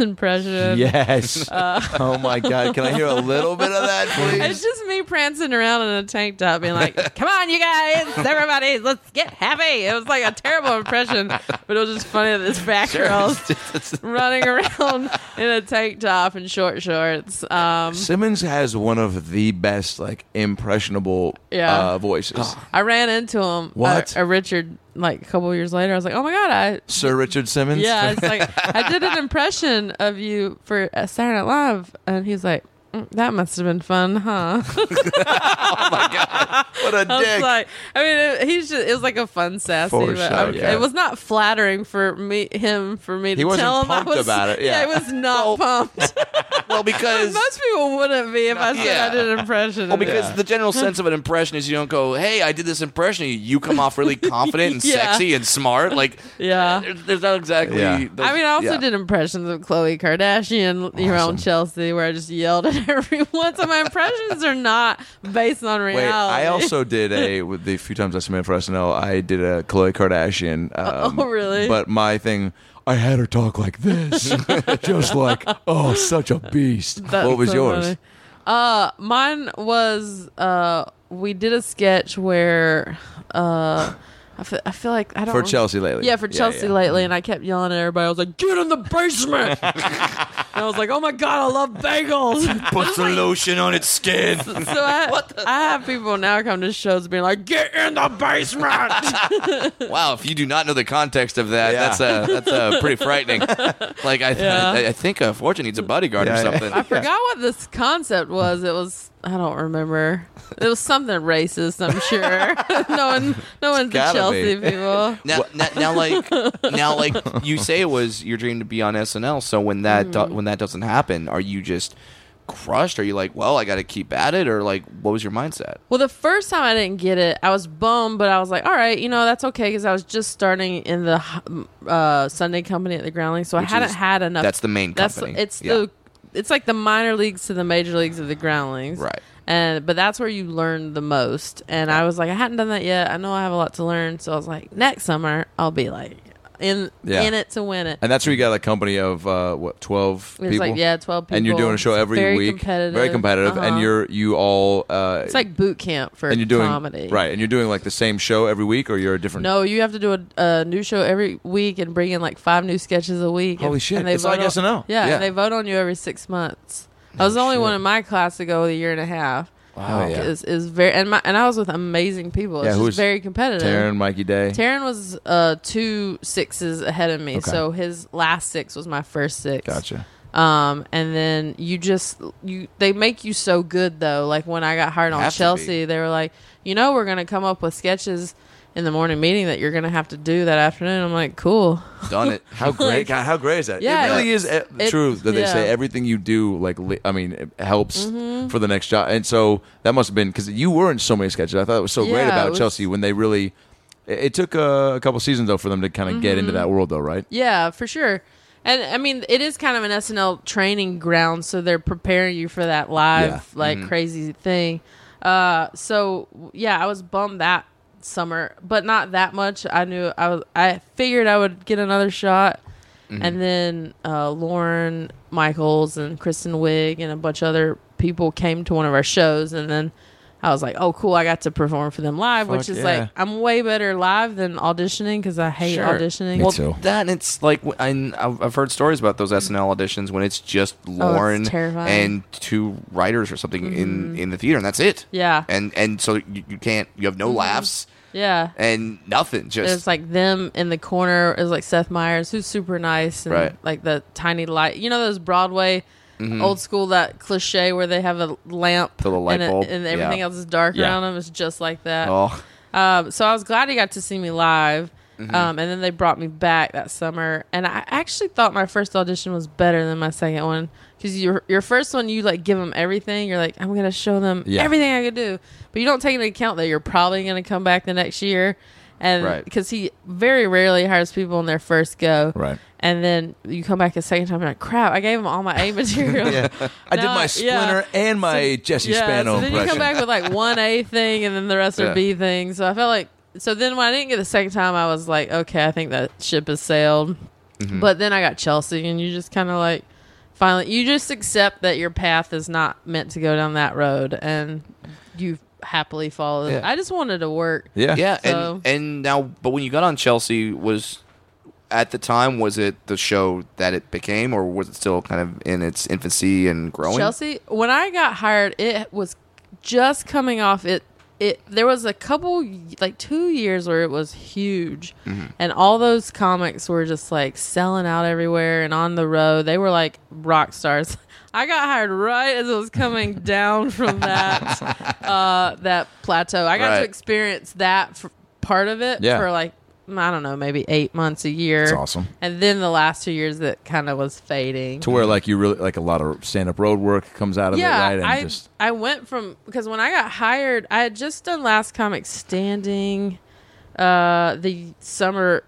[SPEAKER 3] impression.
[SPEAKER 1] yes. oh my God! Can I hear a little bit of that,
[SPEAKER 3] It's
[SPEAKER 1] please?
[SPEAKER 3] uh, just me prancing around in a tank top, being like, "Come on, you guys, everybody, let's get happy." It was like a terrible impression, but it was just funny that this fat girl's running around in a tank top and short shorts. Um,
[SPEAKER 1] Simmons has one of the best, like, impressionable
[SPEAKER 3] Yeah.
[SPEAKER 1] uh, voices.
[SPEAKER 3] I ran into him, uh,
[SPEAKER 1] What?
[SPEAKER 3] A, a Richard, like a couple years later. I was like, "Oh my god, I
[SPEAKER 1] Sir Richard Simmons.
[SPEAKER 3] Yeah, it's like I did an impression of you for uh, Saturday Night Live, and he's like, "Mm, "That must have been fun, huh?"
[SPEAKER 1] what a
[SPEAKER 3] I was
[SPEAKER 1] dick.
[SPEAKER 3] like, I mean, it, he's just, it was like a fun sassy,
[SPEAKER 1] For
[SPEAKER 3] but
[SPEAKER 1] sure,
[SPEAKER 3] um,
[SPEAKER 1] yeah.
[SPEAKER 3] it was not flattering for me him for me
[SPEAKER 1] He
[SPEAKER 3] to
[SPEAKER 1] wasn't
[SPEAKER 3] tell him I
[SPEAKER 1] pumped
[SPEAKER 3] was
[SPEAKER 1] about it, yeah.
[SPEAKER 3] I was not pumped.
[SPEAKER 4] well, because
[SPEAKER 3] Most people wouldn't be if I said
[SPEAKER 4] Yeah.
[SPEAKER 3] I did an impression.
[SPEAKER 4] well,
[SPEAKER 3] of it.
[SPEAKER 4] because
[SPEAKER 1] Yeah.
[SPEAKER 4] the general sense of an impression is you don't go, "Hey, I did this impression." You- You come off really confident and
[SPEAKER 3] Yeah.
[SPEAKER 4] sexy and smart. Like,
[SPEAKER 3] Yeah.
[SPEAKER 4] there's, there's not exactly.
[SPEAKER 1] Yeah.
[SPEAKER 4] those-
[SPEAKER 3] I mean, I also
[SPEAKER 4] yeah.
[SPEAKER 3] did impressions of Khloe Kardashian around Chelsea, where I just yelled at everyone. So my impressions are not based on reality.
[SPEAKER 1] Wait, I also did a with the few times I submitted for SNL, I did a Khloe Kardashian. Um,
[SPEAKER 3] Oh, really?
[SPEAKER 1] But my thing, I had her talk like this, just like, oh, such a beast.
[SPEAKER 3] That's
[SPEAKER 1] what was
[SPEAKER 3] so
[SPEAKER 1] yours?
[SPEAKER 3] funny. Uh, mine was uh, we did a sketch where uh, I fe- I feel like I don't
[SPEAKER 1] For
[SPEAKER 3] rem-
[SPEAKER 1] Chelsea lately.
[SPEAKER 3] Yeah, for Chelsea
[SPEAKER 1] yeah. Mm-hmm.
[SPEAKER 3] lately, and I kept yelling at everybody. I was like, "Get in the basement!" and I was like, "Oh my god, I love bagels."
[SPEAKER 4] Put some lotion on its skin.
[SPEAKER 3] so I, I have people now come to shows being like, "Get in the basement."
[SPEAKER 4] wow, if you do not know the context of that,
[SPEAKER 1] Yeah.
[SPEAKER 4] that's uh that's uh pretty frightening. Like, I, I, I think uh, Fortune needs a bodyguard
[SPEAKER 1] Yeah,
[SPEAKER 4] or
[SPEAKER 1] yeah.
[SPEAKER 4] something.
[SPEAKER 3] I forgot what this concept was. It was I don't remember. It was something racist, I'm sure. no one no one's the
[SPEAKER 1] gotta
[SPEAKER 3] Chelsea
[SPEAKER 1] be.
[SPEAKER 3] people.
[SPEAKER 4] Now, now, now, like, now, like you say, it was your dream to be on SNL. So when that
[SPEAKER 3] Mm.
[SPEAKER 4] do- when that doesn't happen, are you just crushed? Are you like, well, I got to keep at it, or like, what was your mindset?
[SPEAKER 3] Well, the first time I didn't get it, I was bummed, but I was like, all right, you know, that's okay because I was just starting in the uh, Sunday company at the Groundling, so
[SPEAKER 4] Which
[SPEAKER 3] I hadn't
[SPEAKER 4] is-
[SPEAKER 3] had enough.
[SPEAKER 4] That's the main
[SPEAKER 3] that's
[SPEAKER 4] company.
[SPEAKER 3] it's
[SPEAKER 4] Yeah.
[SPEAKER 3] the it's like the minor leagues to the major leagues of the Groundlings,
[SPEAKER 4] Right.
[SPEAKER 3] And but that's where you learn the most. And I was like, I hadn't done that yet. I know I have a lot to learn, so I was like, next summer I'll be like in
[SPEAKER 1] Yeah.
[SPEAKER 3] in it to win it.
[SPEAKER 1] And that's where you got a company of uh, what twelve
[SPEAKER 3] It's
[SPEAKER 1] people.
[SPEAKER 3] like, yeah, 12
[SPEAKER 1] And you're
[SPEAKER 3] people.
[SPEAKER 1] doing a show
[SPEAKER 3] It's
[SPEAKER 1] every
[SPEAKER 3] very
[SPEAKER 1] week,
[SPEAKER 3] competitive.
[SPEAKER 1] very competitive, and
[SPEAKER 3] Uh-huh.
[SPEAKER 1] you're you all. Uh,
[SPEAKER 3] It's like boot camp for
[SPEAKER 1] and you're doing
[SPEAKER 3] comedy,
[SPEAKER 1] right, and you're doing like the same show every week, or you're a different.
[SPEAKER 3] No, you have to do a, a new show every week and bring in like five new sketches a week.
[SPEAKER 1] Holy
[SPEAKER 3] and,
[SPEAKER 1] shit.
[SPEAKER 3] And they
[SPEAKER 1] It's
[SPEAKER 3] vote
[SPEAKER 1] like
[SPEAKER 3] on-
[SPEAKER 1] SNL.
[SPEAKER 3] Yeah,
[SPEAKER 1] Yeah. Oh,
[SPEAKER 3] and they vote on you every six months. I was the only one in my class to go a year and a half.
[SPEAKER 1] Wow. Oh, Yeah.
[SPEAKER 3] Is is very and my and I was with amazing people. It's
[SPEAKER 1] Yeah, who
[SPEAKER 3] just
[SPEAKER 1] was-
[SPEAKER 3] very competitive.
[SPEAKER 1] Taryn, Mikey Day.
[SPEAKER 3] Taryn was uh, two sixes ahead of me,
[SPEAKER 1] Okay.
[SPEAKER 3] so his last six was my first six.
[SPEAKER 1] Gotcha.
[SPEAKER 3] Um, and then you just you they make you so good though. Like when I got hired on
[SPEAKER 4] Have to
[SPEAKER 3] Chelsea, they were like, you know, we're gonna come up with sketches in the morning meeting that you're gonna have to do that afternoon. I'm like, cool.
[SPEAKER 4] Done it.
[SPEAKER 1] How great! God, how great is that?
[SPEAKER 3] Yeah.
[SPEAKER 1] it really is uh,
[SPEAKER 3] It-
[SPEAKER 1] true that they say
[SPEAKER 3] yeah. Mm-hmm.
[SPEAKER 1] everything you do, like li- I mean, it helps for the next job. And so that must have been because you were in so many sketches. I thought it was so great
[SPEAKER 3] Yeah,
[SPEAKER 1] about
[SPEAKER 3] it was-
[SPEAKER 1] Chelsea when they really. It, it took uh, a couple seasons though for them to kind of get into
[SPEAKER 3] Mm-hmm.
[SPEAKER 1] that world though, right?
[SPEAKER 3] Yeah, for sure. And I mean, it is kind of an SNL training ground, so they're preparing you for that live
[SPEAKER 1] Yeah. Mm-hmm.
[SPEAKER 3] like crazy thing. Uh, so yeah, I was bummed that summer, but not that much. I knew I was. I figured I would get another shot,
[SPEAKER 1] Mm-hmm.
[SPEAKER 3] and then uh, Lauren Michaels and Kristen Wiig and a bunch of other people came to one of our shows, and then. I was like, oh, cool! I got to perform for them live, which
[SPEAKER 1] Fuck
[SPEAKER 3] is
[SPEAKER 1] yeah.
[SPEAKER 3] like I'm way better live than auditioning because I hate
[SPEAKER 4] Sure.
[SPEAKER 3] auditioning.
[SPEAKER 1] Me
[SPEAKER 4] Well,
[SPEAKER 1] too.
[SPEAKER 4] that and it's like wh- and I've I've heard stories about those SNL auditions when it's just Lauren
[SPEAKER 3] Oh, terrifying. Mm-hmm.
[SPEAKER 4] and two writers or something in in the theater, and that's it.
[SPEAKER 3] Yeah.
[SPEAKER 4] and and so you, you can't you have no laughs
[SPEAKER 3] Yeah.
[SPEAKER 4] and nothing.
[SPEAKER 3] There's
[SPEAKER 4] Just
[SPEAKER 3] like them in the corner. Is like Seth Meyers, who's super nice, and
[SPEAKER 4] Right. Mm-hmm.
[SPEAKER 3] like the tiny light. You know those Broadway, old school that cliche where they have a lamp,
[SPEAKER 4] The little light
[SPEAKER 3] and, it-
[SPEAKER 4] bulb.
[SPEAKER 3] and everything
[SPEAKER 4] Yeah.
[SPEAKER 3] else is dark
[SPEAKER 1] Yeah.
[SPEAKER 3] around them. It's just like that.
[SPEAKER 4] oh.
[SPEAKER 3] Um, so I was glad he got to see me live.
[SPEAKER 1] Mm-hmm.
[SPEAKER 3] Um, and then they brought me back that summer, and I actually thought my first audition was better than my second one because your your first one you like give them everything. You're like, I'm gonna show them
[SPEAKER 1] Yeah.
[SPEAKER 3] everything I could do, but you don't take into account that you're probably gonna come back the next year, and
[SPEAKER 4] Right.
[SPEAKER 3] because he very rarely hires people on their first go,
[SPEAKER 1] Right.
[SPEAKER 3] And then you come back a second time and you're like, crap, I gave him all my A material.
[SPEAKER 1] I did
[SPEAKER 3] No,
[SPEAKER 1] my
[SPEAKER 3] yeah.
[SPEAKER 1] Splinter and my Jesse Spano
[SPEAKER 3] so then you
[SPEAKER 1] impression.
[SPEAKER 3] come back with like one A thing, and then the rest
[SPEAKER 4] Yeah.
[SPEAKER 3] are B things. So I felt like so then when I didn't get the second time, I was like, okay, I think that ship has sailed.
[SPEAKER 1] Mm-hmm.
[SPEAKER 3] But then I got Chelsea, and you just kind of like finally you just accept that your path is not meant to go down that road, and you happily follow.
[SPEAKER 4] Yeah.
[SPEAKER 3] I just wanted to work.
[SPEAKER 1] yeah,
[SPEAKER 4] Yeah,
[SPEAKER 3] So-
[SPEAKER 4] and and now, but when you got on Chelsea, was at the time was it the show that it became, or was it still kind of in its infancy and growing?
[SPEAKER 3] Chelsea, when I got hired, it was just coming off it. It there was a couple like two years where it was huge, and all those comics were just like selling out everywhere and on the road. They were like rock stars. I got hired right as it was coming down from that uh, that plateau. I got
[SPEAKER 4] Right.
[SPEAKER 3] to experience that f- part of it
[SPEAKER 1] Yeah.
[SPEAKER 3] for like I don't know, maybe eight months a year.
[SPEAKER 5] That's awesome.
[SPEAKER 3] And then the last two years that kind of was fading.
[SPEAKER 1] to where like you really like a lot of stand up road work comes out of
[SPEAKER 3] yeah,
[SPEAKER 1] it, right? And
[SPEAKER 3] I
[SPEAKER 1] just
[SPEAKER 3] I went from because when I got hired, I had just done Last Comic Standing, uh, the summer.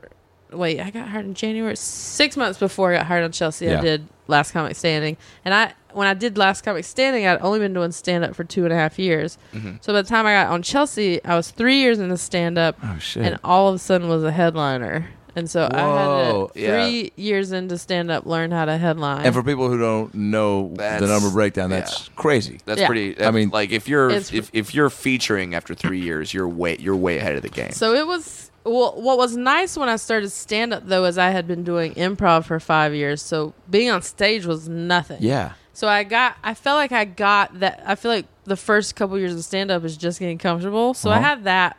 [SPEAKER 3] Wait, I got hired in January. Six months before I got hired on Chelsea,
[SPEAKER 1] Yeah.
[SPEAKER 3] I did Last Comic Standing, and I when I did Last Comic Standing, I'd only been doing stand up for two and a half years.
[SPEAKER 1] Mm-hmm.
[SPEAKER 3] So by the time I got on Chelsea, I was three years into stand up,
[SPEAKER 1] Oh, shit.
[SPEAKER 3] and all of a sudden was a headliner. And so
[SPEAKER 1] Whoa,
[SPEAKER 3] I had to, three years into stand up learn how to headline.
[SPEAKER 1] and for people who don't know the
[SPEAKER 4] That's-
[SPEAKER 1] number breakdown, that's crazy.
[SPEAKER 4] That's
[SPEAKER 3] Yeah.
[SPEAKER 4] pretty. That's, I
[SPEAKER 1] mean-
[SPEAKER 4] mean, like if you're
[SPEAKER 3] It's-
[SPEAKER 4] if, if you're featuring after three years, you're way you're way ahead of the game.
[SPEAKER 3] So it was well. What was nice when I started stand up though is I had been doing improv for five years, so being on stage was nothing.
[SPEAKER 1] Yeah.
[SPEAKER 3] So I got. I felt like I got that. I feel like the first couple years of stand up is just getting comfortable. So I
[SPEAKER 1] Uh-huh. Mm-hmm.
[SPEAKER 3] had that.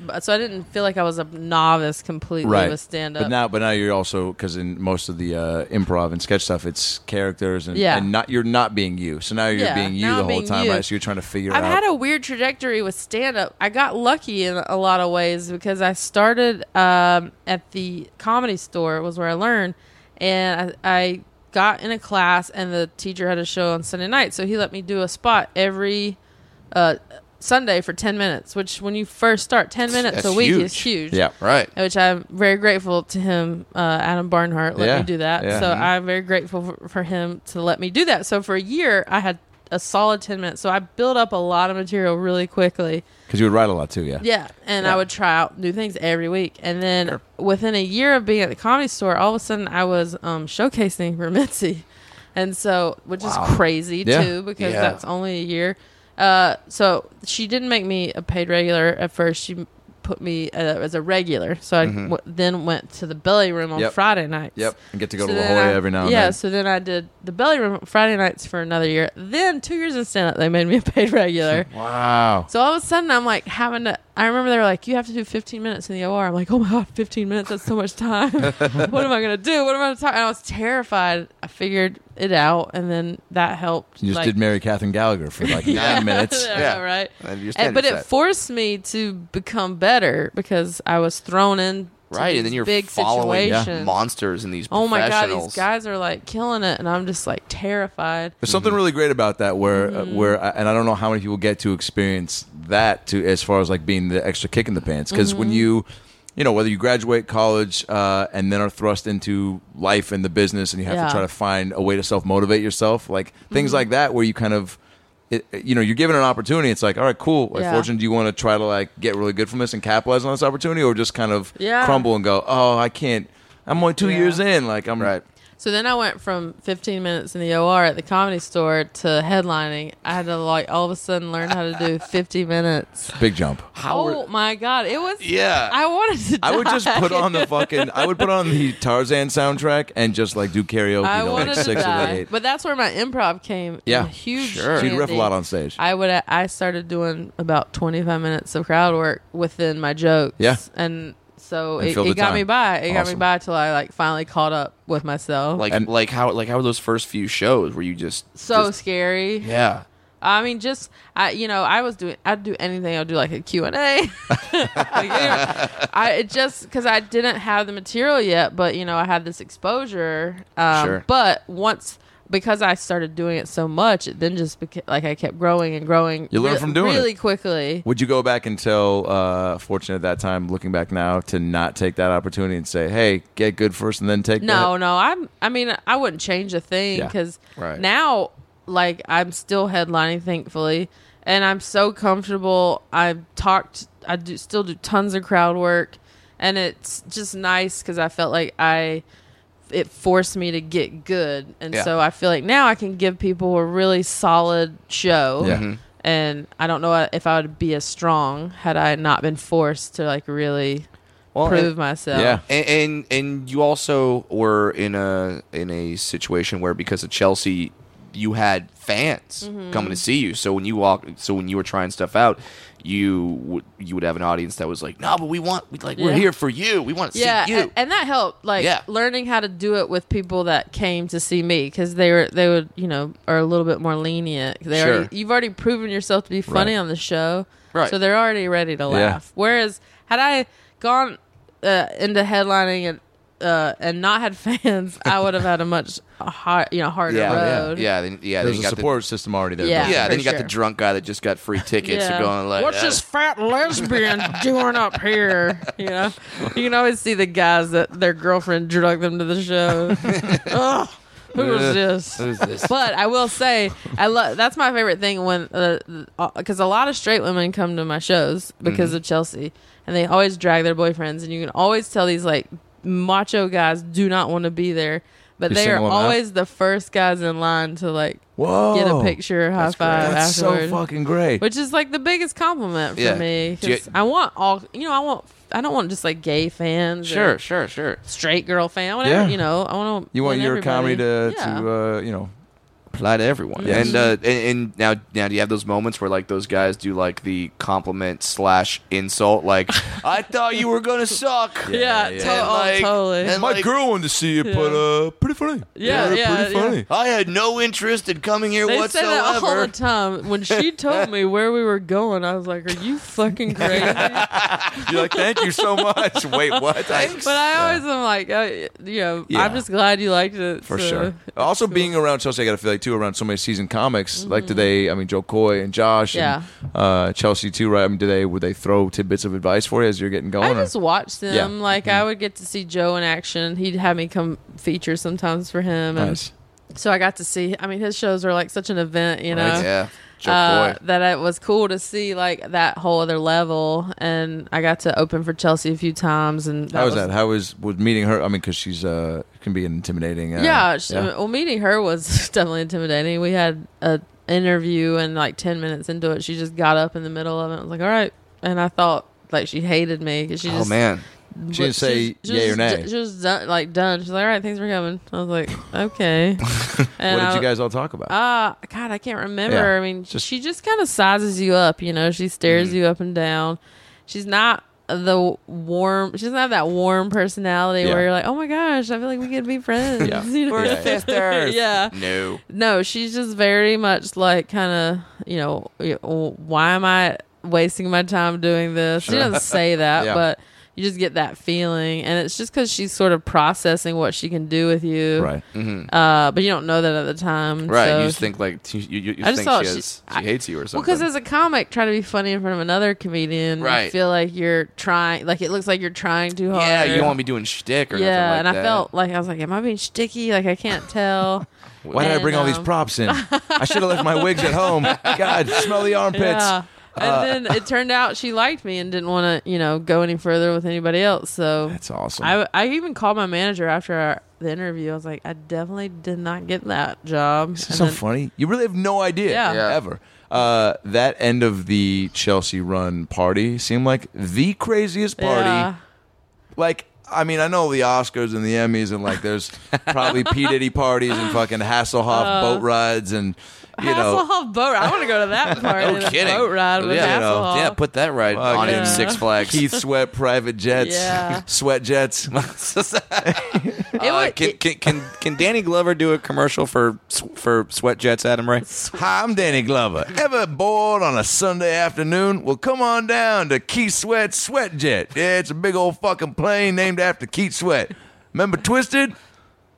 [SPEAKER 3] But So I didn't feel like I was a novice completely
[SPEAKER 1] Right.
[SPEAKER 3] with stand
[SPEAKER 1] But
[SPEAKER 3] up.
[SPEAKER 1] now but now you're also cuz in most of the uh, improv and sketch stuff it's characters and,
[SPEAKER 3] Yeah.
[SPEAKER 1] and not you're not being you. So now you're
[SPEAKER 3] Yeah,
[SPEAKER 1] being you
[SPEAKER 3] now
[SPEAKER 1] the
[SPEAKER 3] I'm
[SPEAKER 1] whole
[SPEAKER 3] being
[SPEAKER 1] time,
[SPEAKER 3] you.
[SPEAKER 1] right? So you're trying to figure
[SPEAKER 3] I've
[SPEAKER 1] out
[SPEAKER 3] had a weird trajectory with stand up. I got lucky in a lot of ways because I started um, at the comedy store was where I learned, and I, I got in a class and the teacher had a show on Sunday night, so he let me do a spot every uh, Sunday for ten minutes. Which when you first start, ten minutes
[SPEAKER 4] that's
[SPEAKER 3] a week
[SPEAKER 4] huge.
[SPEAKER 3] is huge.
[SPEAKER 1] Yeah.
[SPEAKER 4] Right.
[SPEAKER 3] Which I'm very grateful to him, uh, Adam Barnhart, let
[SPEAKER 1] Yeah,
[SPEAKER 3] me do that.
[SPEAKER 1] yeah. Mm-hmm.
[SPEAKER 3] So I'm very grateful for, for him to let me do that. So for a year, I had a solid 10 minutes. So I built up a lot of material really quickly.
[SPEAKER 1] cuz you would write a lot too, yeah.
[SPEAKER 3] Yeah. And I would try out new things every week. And then within a year of being at the comedy store, all of a sudden I was um, showcasing for Mitzi. And so, which is crazy
[SPEAKER 1] Yeah.
[SPEAKER 3] too, because
[SPEAKER 4] Yeah.
[SPEAKER 3] that's only a year. Uh, so she didn't make me a paid regular at first. She put me uh, as a regular. So I w- then went to the belly room on
[SPEAKER 1] Mm-hmm. Yep.
[SPEAKER 3] Friday nights.
[SPEAKER 1] Yep. And get to go
[SPEAKER 3] So
[SPEAKER 1] to La
[SPEAKER 3] then
[SPEAKER 1] Jolla
[SPEAKER 3] I-
[SPEAKER 1] every now and
[SPEAKER 3] yeah,
[SPEAKER 1] then.
[SPEAKER 3] so then I did the belly room Friday nights for another year. Then two years in stand up, they made me a paid regular.
[SPEAKER 1] Wow.
[SPEAKER 3] So all of a sudden, I'm like having to. I remember they were like, "You have to do 15 minutes in the OR." I'm like, "Oh my god, 15 minutes? That's so much time. what am I gonna do? What am I gonna talk?" And I was terrified. I figured it out, and then that helped.
[SPEAKER 1] You just
[SPEAKER 3] like-
[SPEAKER 1] did Mary Catherine Gallagher for like 9 minutes.
[SPEAKER 3] I
[SPEAKER 4] Yeah.
[SPEAKER 3] know, right.
[SPEAKER 4] And your
[SPEAKER 3] And- but
[SPEAKER 4] standard
[SPEAKER 3] it
[SPEAKER 4] set.
[SPEAKER 3] forced me to become better because I was thrown in. to
[SPEAKER 4] Right, and then
[SPEAKER 3] these
[SPEAKER 4] you're
[SPEAKER 3] big
[SPEAKER 4] following
[SPEAKER 3] situations.
[SPEAKER 4] monsters and these
[SPEAKER 3] Oh my god,
[SPEAKER 4] professionals.
[SPEAKER 3] these guys are like killing it, and I'm just like terrified.
[SPEAKER 1] There's something really great about that, where uh,
[SPEAKER 3] Mm-hmm.
[SPEAKER 1] where I- and I don't know how many people get to experience that to as far as like being the extra kick in the pants because when
[SPEAKER 3] Mm-hmm.
[SPEAKER 1] you you know whether you graduate college uh, and then are thrust into life and the business and you have to
[SPEAKER 3] Yeah. Mm-hmm.
[SPEAKER 1] try to find a way to self motivate yourself like things like that where you kind of it, you know you're given an opportunity it's like all right cool like
[SPEAKER 3] Yeah.
[SPEAKER 1] fortune do you want to try to like get really good from this and capitalize on this opportunity or just kind of
[SPEAKER 3] Yeah.
[SPEAKER 1] crumble and go oh I can't I'm only two
[SPEAKER 3] Yeah.
[SPEAKER 1] years in like I'm
[SPEAKER 4] Right.
[SPEAKER 3] So then I went from 15 minutes in the OR at the comedy store to headlining. I had to like all of a sudden learn how to do 50 minutes.
[SPEAKER 1] big jump
[SPEAKER 4] How
[SPEAKER 3] oh
[SPEAKER 4] are-
[SPEAKER 3] my god, it was
[SPEAKER 4] Yeah.
[SPEAKER 3] I wanted to.
[SPEAKER 1] I would
[SPEAKER 3] die.
[SPEAKER 1] just put on the fucking. I would put on the Tarzan soundtrack and just like do karaoke.
[SPEAKER 3] I
[SPEAKER 1] till, like
[SPEAKER 3] wanted to
[SPEAKER 1] six or
[SPEAKER 3] die,
[SPEAKER 1] eight.
[SPEAKER 3] but that's where my improv came. in
[SPEAKER 1] Yeah,
[SPEAKER 3] huge.
[SPEAKER 4] sure.
[SPEAKER 1] So you'd riff a
[SPEAKER 3] handy.
[SPEAKER 1] lot on stage.
[SPEAKER 3] I would. I started doing about 25 minutes of crowd work within my jokes.
[SPEAKER 1] Yeah.
[SPEAKER 3] and so
[SPEAKER 1] And
[SPEAKER 3] it,
[SPEAKER 1] filled the
[SPEAKER 3] it got
[SPEAKER 1] time.
[SPEAKER 3] me by. It got me
[SPEAKER 1] Awesome.
[SPEAKER 3] by till I like finally caught up with myself.
[SPEAKER 4] like
[SPEAKER 1] And-
[SPEAKER 4] like how like how were those first few shows? Were you just
[SPEAKER 3] so
[SPEAKER 4] just-
[SPEAKER 3] scary.
[SPEAKER 4] yeah?
[SPEAKER 3] I mean, just I, you know, I was doing, I'd do anything. I'd do like a Q and A. Like, you know, I it just because I didn't have the material yet, but you know, I had this exposure. Um,
[SPEAKER 4] Sure.
[SPEAKER 3] But once because I started doing it so much, it then just became like I kept growing and growing.
[SPEAKER 1] You learn
[SPEAKER 3] re-
[SPEAKER 1] from doing it.
[SPEAKER 3] really quickly.
[SPEAKER 1] Would you go back and tell uh, Fortune at that time, looking back now, to not take that opportunity and say, "Hey, get good first and then take"?
[SPEAKER 3] No,
[SPEAKER 1] that?
[SPEAKER 3] no, I'm. I mean, I wouldn't change a thing
[SPEAKER 1] Yeah.
[SPEAKER 3] because
[SPEAKER 4] Right.
[SPEAKER 3] now, like, I'm still headlining, thankfully, and I'm so comfortable. I've talked. I do still do tons of crowd work, and it's just nice because I felt like I. It forced me to get good, and
[SPEAKER 4] Yeah.
[SPEAKER 3] so I feel like now I can give people a really solid show.
[SPEAKER 1] Yeah. Mhm.
[SPEAKER 3] And I don't know if I would be as strong had I not been forced to like really prove
[SPEAKER 4] and-
[SPEAKER 3] myself.
[SPEAKER 1] Yeah.
[SPEAKER 4] And, and and you also were in a in a situation where because of Chelsea, you had fans
[SPEAKER 3] Mm-hmm.
[SPEAKER 4] coming to see you. So when you walk, so when you were trying stuff out, you would you would have an audience that was like, no, but we want we like we're
[SPEAKER 3] Yeah.
[SPEAKER 4] here for you. We want to
[SPEAKER 3] yeah
[SPEAKER 4] see you.
[SPEAKER 3] a- and that helped like
[SPEAKER 4] Yeah.
[SPEAKER 3] learning how to do it with people that came to see me because they were they would you know are a little bit more lenient they
[SPEAKER 4] Sure.
[SPEAKER 3] already, you've already proven yourself to be funny
[SPEAKER 1] Right.
[SPEAKER 3] on the show
[SPEAKER 4] Right.
[SPEAKER 3] so they're already ready to laugh whereas had i gone uh, into headlining and uh, and not had fans, I would have had a much hard, you know, harder
[SPEAKER 4] Yeah,
[SPEAKER 3] road.
[SPEAKER 4] yeah, then, yeah. then
[SPEAKER 1] There's
[SPEAKER 4] you
[SPEAKER 1] a
[SPEAKER 4] got the-
[SPEAKER 1] support system already there.
[SPEAKER 3] Yeah.
[SPEAKER 1] Bill.
[SPEAKER 4] yeah,
[SPEAKER 3] for
[SPEAKER 4] then you got the
[SPEAKER 3] sure.
[SPEAKER 4] drunk guy that just got free tickets.
[SPEAKER 3] Yeah.
[SPEAKER 4] You're going like,
[SPEAKER 3] What's
[SPEAKER 4] "Uh,
[SPEAKER 3] this fat lesbian doing up here? You know, you can always see the guys that their girlfriend dragged them to the show. Ugh, who
[SPEAKER 4] Uh,
[SPEAKER 3] is this?
[SPEAKER 4] Who's this?
[SPEAKER 3] But I will say, I love that's my favorite thing when because a lot of straight women come to my shows because of Chelsea, and they always drag their boyfriends, and you can always tell these like macho guys do not want to be there, but
[SPEAKER 1] You
[SPEAKER 3] they are
[SPEAKER 1] single them out?
[SPEAKER 3] always the first guys in line to like
[SPEAKER 1] Whoa.
[SPEAKER 3] get a picture, high
[SPEAKER 1] Oh, That's great.
[SPEAKER 3] five
[SPEAKER 1] That's
[SPEAKER 3] afterward,
[SPEAKER 1] so fucking great.
[SPEAKER 3] which is like the biggest compliment for
[SPEAKER 4] Yeah.
[SPEAKER 3] me.
[SPEAKER 4] Do you-
[SPEAKER 3] 'cause I want all you know, I want I don't want just like gay fans, or
[SPEAKER 4] Sure, sure, sure.
[SPEAKER 3] straight girl fan, whatever.
[SPEAKER 1] Yeah.
[SPEAKER 3] You know, I want to.
[SPEAKER 1] you want your comedy to,
[SPEAKER 3] yeah.
[SPEAKER 1] to uh, you know,
[SPEAKER 4] apply to everyone.
[SPEAKER 1] Yes.
[SPEAKER 4] And, uh, and and now now do you have those moments where like those guys do like the compliment slash insult? Like I thought you were gonna suck.
[SPEAKER 1] yeah.
[SPEAKER 3] yeah, to-
[SPEAKER 4] And,
[SPEAKER 3] oh,
[SPEAKER 4] like-
[SPEAKER 3] totally.
[SPEAKER 4] and, like,
[SPEAKER 1] girl wanted to see it,
[SPEAKER 3] but,
[SPEAKER 1] uh, pretty funny.
[SPEAKER 3] Yeah, Yeah, yeah, pretty yeah. funny.
[SPEAKER 4] I had no interest in coming
[SPEAKER 1] uh,
[SPEAKER 4] here
[SPEAKER 3] They say
[SPEAKER 4] whatsoever.
[SPEAKER 3] that all the time. When she told me where we were going, I was like, "Are you fucking crazy?" but
[SPEAKER 1] You're like, thank you so much. Wait, what? Thanks.
[SPEAKER 3] I always am like, uh, you know,
[SPEAKER 1] Yeah.
[SPEAKER 3] I'm just glad you liked it.
[SPEAKER 1] For
[SPEAKER 3] so- Mm-hmm.
[SPEAKER 1] sure. Also, being around Chelsea, I got to feel like too around so many seasoned comics. Like today, I mean Joe Coy and Josh, and uh, Chelsea too. Right? I mean, today would they throw tidbits of advice for you as you're getting going?
[SPEAKER 3] I
[SPEAKER 1] or-
[SPEAKER 3] just watched them.
[SPEAKER 1] Yeah. Mm-hmm.
[SPEAKER 3] Like I would get to see Joe in action. He'd have me come feature sometimes for him, and
[SPEAKER 1] nice.
[SPEAKER 3] so I got to see. I mean, his shows are like such an event, you know.
[SPEAKER 4] yeah. Joe
[SPEAKER 3] uh,
[SPEAKER 4] Coy.
[SPEAKER 3] that it was cool to see like that whole other level, and I got to open for Chelsea a few times, and
[SPEAKER 1] How was that? How was was meeting her? I mean, because she's uh can be intimidating. Uh,
[SPEAKER 3] yeah, sh well meeting her was definitely intimidating we had a interview and like 10 minutes into it she just got up in the middle of it and was like all right and i thought like she hated me because she
[SPEAKER 4] Oh
[SPEAKER 3] just
[SPEAKER 4] man.
[SPEAKER 1] She didn't say
[SPEAKER 3] she was
[SPEAKER 1] yay or
[SPEAKER 3] just-
[SPEAKER 1] nay.
[SPEAKER 3] she was done, like done she's like all right thanks for coming i was like okay
[SPEAKER 1] What
[SPEAKER 3] and
[SPEAKER 1] did
[SPEAKER 3] I,
[SPEAKER 1] you guys all talk about?
[SPEAKER 3] uh god i can't remember
[SPEAKER 1] Yeah,
[SPEAKER 3] i mean
[SPEAKER 1] just- Mm.
[SPEAKER 3] she just kind of sizes you up you know she stares you up and down she's not the warm she doesn't have that warm personality
[SPEAKER 1] Yeah.
[SPEAKER 3] where you're like oh my gosh i feel like we could be friends
[SPEAKER 1] Yeah.
[SPEAKER 3] you know?
[SPEAKER 1] We're Yeah.
[SPEAKER 4] sisters.
[SPEAKER 3] yeah
[SPEAKER 4] No.
[SPEAKER 3] no, she's just very much like kind of, you know, y- why am I wasting my time doing this? She doesn't say that,
[SPEAKER 1] Yeah.
[SPEAKER 3] but you just get that feeling. And it's just because she's sort of processing what she can do with you.
[SPEAKER 1] right.
[SPEAKER 3] Uh, but you don't know that at the time.
[SPEAKER 4] Right.
[SPEAKER 3] so
[SPEAKER 4] you just
[SPEAKER 3] she-
[SPEAKER 4] think like you, you, you
[SPEAKER 3] I just
[SPEAKER 4] think
[SPEAKER 3] thought
[SPEAKER 4] she,
[SPEAKER 3] she-
[SPEAKER 4] has,
[SPEAKER 3] I-
[SPEAKER 4] she hates you or
[SPEAKER 3] Well,
[SPEAKER 4] something.
[SPEAKER 3] because as a comic, trying to be funny in front of another comedian, you
[SPEAKER 4] Right.
[SPEAKER 3] feel like you're trying, like it looks like you're trying too hard.
[SPEAKER 4] yeah, you don't want to be doing shtick or
[SPEAKER 3] Yeah,
[SPEAKER 4] nothing like
[SPEAKER 3] and I
[SPEAKER 4] that.
[SPEAKER 3] felt like I was like, am I being sticky? Like I can't tell.
[SPEAKER 1] Why did I
[SPEAKER 3] And,
[SPEAKER 1] bring all these
[SPEAKER 3] um,
[SPEAKER 1] props in? I should have left my wigs at home. God, smell the armpits.
[SPEAKER 3] Yeah.
[SPEAKER 4] uh,
[SPEAKER 3] And then it turned out she liked me and didn't want to, you know, go any further with anybody else. So
[SPEAKER 1] That's awesome.
[SPEAKER 3] I, I even called my manager after our, the interview. I was like, I definitely did not get that job.
[SPEAKER 1] This
[SPEAKER 3] And
[SPEAKER 1] is so
[SPEAKER 3] then-
[SPEAKER 1] funny. You really have no idea
[SPEAKER 3] Yeah.
[SPEAKER 4] Yeah.
[SPEAKER 1] ever. Uh, that end of the Chelsea run party seemed like the craziest party.
[SPEAKER 3] Yeah.
[SPEAKER 1] Like, I mean, I know the Oscars and the Emmys, and like, there's probably P Diddy parties and fucking Hasselhoff
[SPEAKER 3] Uh.
[SPEAKER 1] boat rides, and you know,
[SPEAKER 3] Hasselhoff boat ride. I want to go to that party.
[SPEAKER 4] No
[SPEAKER 3] the
[SPEAKER 4] kidding.
[SPEAKER 3] Boat ride with
[SPEAKER 4] yeah, you know.
[SPEAKER 3] Hasselhoff.
[SPEAKER 4] yeah, put that right
[SPEAKER 1] Fuck
[SPEAKER 4] on
[SPEAKER 1] yeah.
[SPEAKER 4] in Six Flags.
[SPEAKER 1] Keith Sweat private jets,
[SPEAKER 3] Yeah.
[SPEAKER 1] sweat jets.
[SPEAKER 3] It
[SPEAKER 4] Uh,
[SPEAKER 3] would-
[SPEAKER 4] can,
[SPEAKER 3] it-
[SPEAKER 4] can can can Danny Glover do a commercial for s- for sweat jets? Adam Ray.
[SPEAKER 1] Hi, I'm Danny Glover. Ever bored on a Sunday afternoon? Well, come on down to Key Sweat Sweat Jet. Yeah, it's a big old fucking plane named after Keith Sweat. Remember Twisted?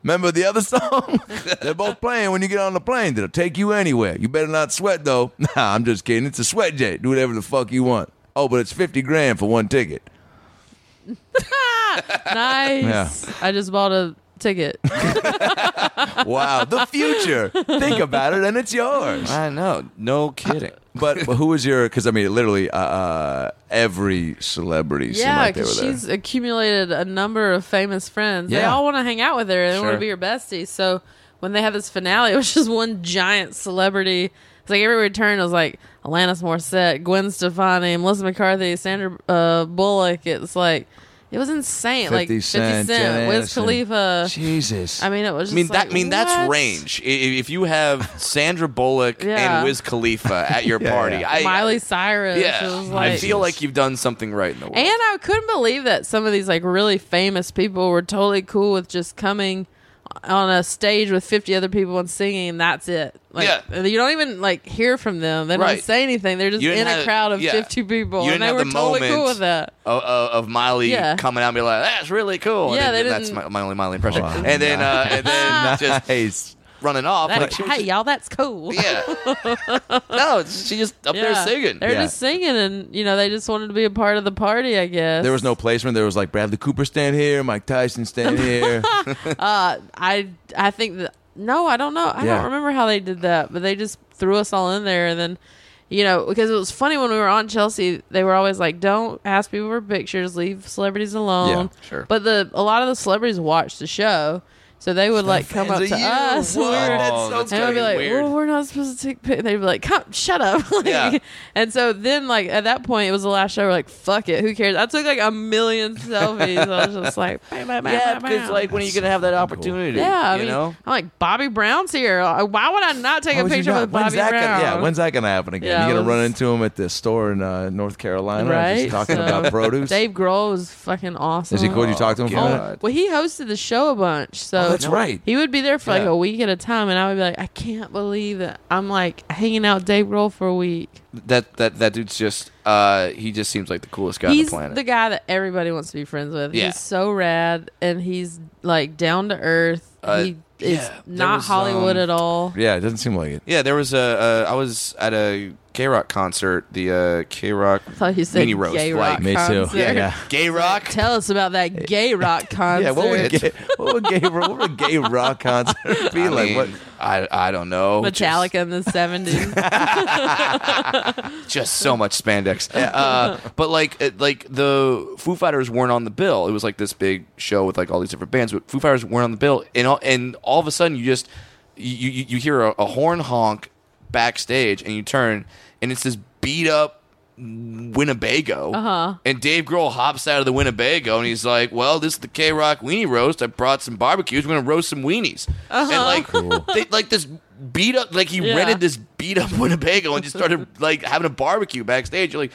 [SPEAKER 1] Remember the other song? They're both playing when you get on the plane. That'll take you anywhere. You better not sweat though. Nah, I'm just kidding. It's a sweat jet. Do whatever the fuck you want. Oh, but it's fifty grand for one ticket.
[SPEAKER 3] nice. I just bought a ticket.
[SPEAKER 1] Wow, the future. Think about it, and it's yours.
[SPEAKER 4] I know, no kidding.
[SPEAKER 1] But who was your? Because I mean, literally, uh, uh, every celebrity seemed
[SPEAKER 3] yeah,
[SPEAKER 1] like they were
[SPEAKER 3] because
[SPEAKER 1] there.
[SPEAKER 3] she's accumulated a number of famous friends. They
[SPEAKER 1] Yeah.
[SPEAKER 3] all want to hang out with her. They want
[SPEAKER 4] Sure.
[SPEAKER 3] to be her bestie. So when they had this finale, it was just one giant celebrity. It's like every return was like Alanis Morissette, Gwen Stefani, Melissa McCarthy, Sandra uh, Bullock. It's like it was insane.
[SPEAKER 1] 50
[SPEAKER 3] like Fifty
[SPEAKER 1] Cent,
[SPEAKER 3] Cent,
[SPEAKER 1] Jen
[SPEAKER 3] Wiz
[SPEAKER 1] Anderson.
[SPEAKER 3] Khalifa.
[SPEAKER 1] Jesus.
[SPEAKER 3] I mean, it was. Just
[SPEAKER 4] I mean that.
[SPEAKER 3] like,
[SPEAKER 4] I mean that's
[SPEAKER 3] what?
[SPEAKER 4] range. I- i- If you have Sandra Bullock
[SPEAKER 3] Yeah.
[SPEAKER 4] and Wiz Khalifa at your
[SPEAKER 1] Yeah,
[SPEAKER 4] party,
[SPEAKER 1] yeah.
[SPEAKER 4] I,
[SPEAKER 3] Miley Cyrus. It
[SPEAKER 4] Yeah,
[SPEAKER 3] was like,
[SPEAKER 4] I feel like you've done something right in the world.
[SPEAKER 3] And I couldn't believe that some of these like really famous people were totally cool with just coming on a stage with 50 other people and singing and that's it like uh,
[SPEAKER 4] Yeah.
[SPEAKER 3] you don't even like hear from them they
[SPEAKER 4] Right.
[SPEAKER 3] don't say anything they're just
[SPEAKER 4] You didn't
[SPEAKER 3] in a
[SPEAKER 4] have-
[SPEAKER 3] crowd of
[SPEAKER 4] yeah.
[SPEAKER 3] 50 people
[SPEAKER 4] You didn't
[SPEAKER 3] and they
[SPEAKER 4] have
[SPEAKER 3] were
[SPEAKER 4] the
[SPEAKER 3] totally cool
[SPEAKER 4] moment.
[SPEAKER 3] with that
[SPEAKER 4] of, of, of Miley
[SPEAKER 3] Yeah.
[SPEAKER 4] coming out and be like, that's really cool.
[SPEAKER 3] Yeah,
[SPEAKER 4] and then,
[SPEAKER 3] they
[SPEAKER 4] that's
[SPEAKER 3] didn't-
[SPEAKER 4] my, my only Miley impression.
[SPEAKER 1] Wow.
[SPEAKER 4] and then uh, and then just
[SPEAKER 1] Nice.
[SPEAKER 4] running off.
[SPEAKER 3] That-
[SPEAKER 4] like, she was
[SPEAKER 3] hey y'all that's cool
[SPEAKER 4] just- yeah. no, it's- she just up there
[SPEAKER 3] Yeah.
[SPEAKER 4] singing.
[SPEAKER 3] They're
[SPEAKER 1] Yeah.
[SPEAKER 3] just singing, and you know they just wanted to be a part of the party. I guess
[SPEAKER 1] There was no placement. There was like Bradley Cooper stand here, Mike Tyson stand here.
[SPEAKER 3] Uh, I I think that no, I don't know. I
[SPEAKER 1] Yeah.
[SPEAKER 3] don't remember how they did that, but they just threw us all in there, and then you know because it was funny when we were on Chelsea, they were always like, "Don't ask people for pictures, leave celebrities alone."
[SPEAKER 1] Yeah,
[SPEAKER 4] sure.
[SPEAKER 3] But the a lot of the celebrities watched the show, so they would like come up to
[SPEAKER 1] Fans of you.
[SPEAKER 3] us. and
[SPEAKER 1] What?
[SPEAKER 3] we were-
[SPEAKER 1] That's so
[SPEAKER 4] that's
[SPEAKER 3] and I'd be
[SPEAKER 4] gotta
[SPEAKER 3] like,
[SPEAKER 4] be weird.
[SPEAKER 3] well, we're not supposed to take pictures. They'd be like, come, shut up. Like,
[SPEAKER 4] Yeah.
[SPEAKER 3] And so then, like, at that point, it was the last show. We're like, fuck it. Who cares? I took like a million selfies. I was just like, "Bah, bah, bah,
[SPEAKER 4] yeah,
[SPEAKER 3] bah,
[SPEAKER 4] because
[SPEAKER 3] bah."
[SPEAKER 4] like when are you gonna have that opportunity?
[SPEAKER 3] yeah, I
[SPEAKER 4] you
[SPEAKER 3] mean,
[SPEAKER 4] know.
[SPEAKER 3] I'm like, Bobby Brown's here. Like, Why would I not take
[SPEAKER 1] Why
[SPEAKER 3] a
[SPEAKER 1] would you
[SPEAKER 3] picture
[SPEAKER 1] not?
[SPEAKER 3] with Bobby
[SPEAKER 1] that
[SPEAKER 3] Brown?
[SPEAKER 1] Gonna, yeah, when's that gonna happen again?
[SPEAKER 3] Yeah,
[SPEAKER 1] You're
[SPEAKER 3] it
[SPEAKER 1] gonna run
[SPEAKER 3] was-
[SPEAKER 1] into him at the store in uh, North Carolina, just
[SPEAKER 3] Right,
[SPEAKER 1] talking
[SPEAKER 3] so-
[SPEAKER 1] about produce.
[SPEAKER 3] Dave Grohl was fucking awesome.
[SPEAKER 1] Is he cool? You talk to him for
[SPEAKER 4] Oh,
[SPEAKER 1] that?
[SPEAKER 3] Well, he hosted the show a bunch, so
[SPEAKER 1] Oh, that's right.
[SPEAKER 3] He would be there for like
[SPEAKER 1] Yeah.
[SPEAKER 3] a week at a time, and I would be like, I can't believe that I'm like hanging out with Dave Grohl for a week.
[SPEAKER 4] That that that dude's just uh he just seems like the coolest guy
[SPEAKER 3] he's
[SPEAKER 4] on the planet.
[SPEAKER 3] guy that everybody wants to be friends with.
[SPEAKER 4] Yeah.
[SPEAKER 3] He's so rad, and he's like down to earth.
[SPEAKER 4] Uh,
[SPEAKER 3] he is
[SPEAKER 4] yeah, there
[SPEAKER 3] not
[SPEAKER 4] was,
[SPEAKER 3] Hollywood
[SPEAKER 4] um,
[SPEAKER 3] at all.
[SPEAKER 1] Yeah, it doesn't seem like it.
[SPEAKER 4] yeah, there was a uh, I was at a K Rock concert, the uh, K Rock
[SPEAKER 3] I thought you said
[SPEAKER 4] Mini roast,
[SPEAKER 3] gay
[SPEAKER 4] like-
[SPEAKER 3] rock
[SPEAKER 1] Me too.
[SPEAKER 3] concert.
[SPEAKER 1] Yeah, yeah.
[SPEAKER 4] Gay Rock.
[SPEAKER 3] Tell us about that gay rock concert.
[SPEAKER 1] Yeah, what would,
[SPEAKER 4] It's-
[SPEAKER 1] gay, what would gay what would a gay rock concert be
[SPEAKER 4] I
[SPEAKER 1] like?
[SPEAKER 4] mean,
[SPEAKER 1] what
[SPEAKER 4] I I don't know.
[SPEAKER 3] Metallica in the seventies.
[SPEAKER 4] Just, just so much spandex. Uh, but like it, like the Foo Fighters weren't on the bill. It was like this big show with like all these different bands, but Foo Fighters weren't on the bill. And all, and all of a sudden you just you you, you hear a, a horn honk backstage, and you turn, and it's this beat up Winnebago.
[SPEAKER 3] Uh-huh.
[SPEAKER 4] And Dave Grohl hops out of the Winnebago and he's like, "Well, this is the K Rock Weenie Roast. I brought some barbecues. We're gonna roast some weenies." And like, they, like this beat up, like he
[SPEAKER 3] Uh-huh. Yeah.
[SPEAKER 4] rented this beat up Winnebago and just started like having a barbecue backstage. You're like,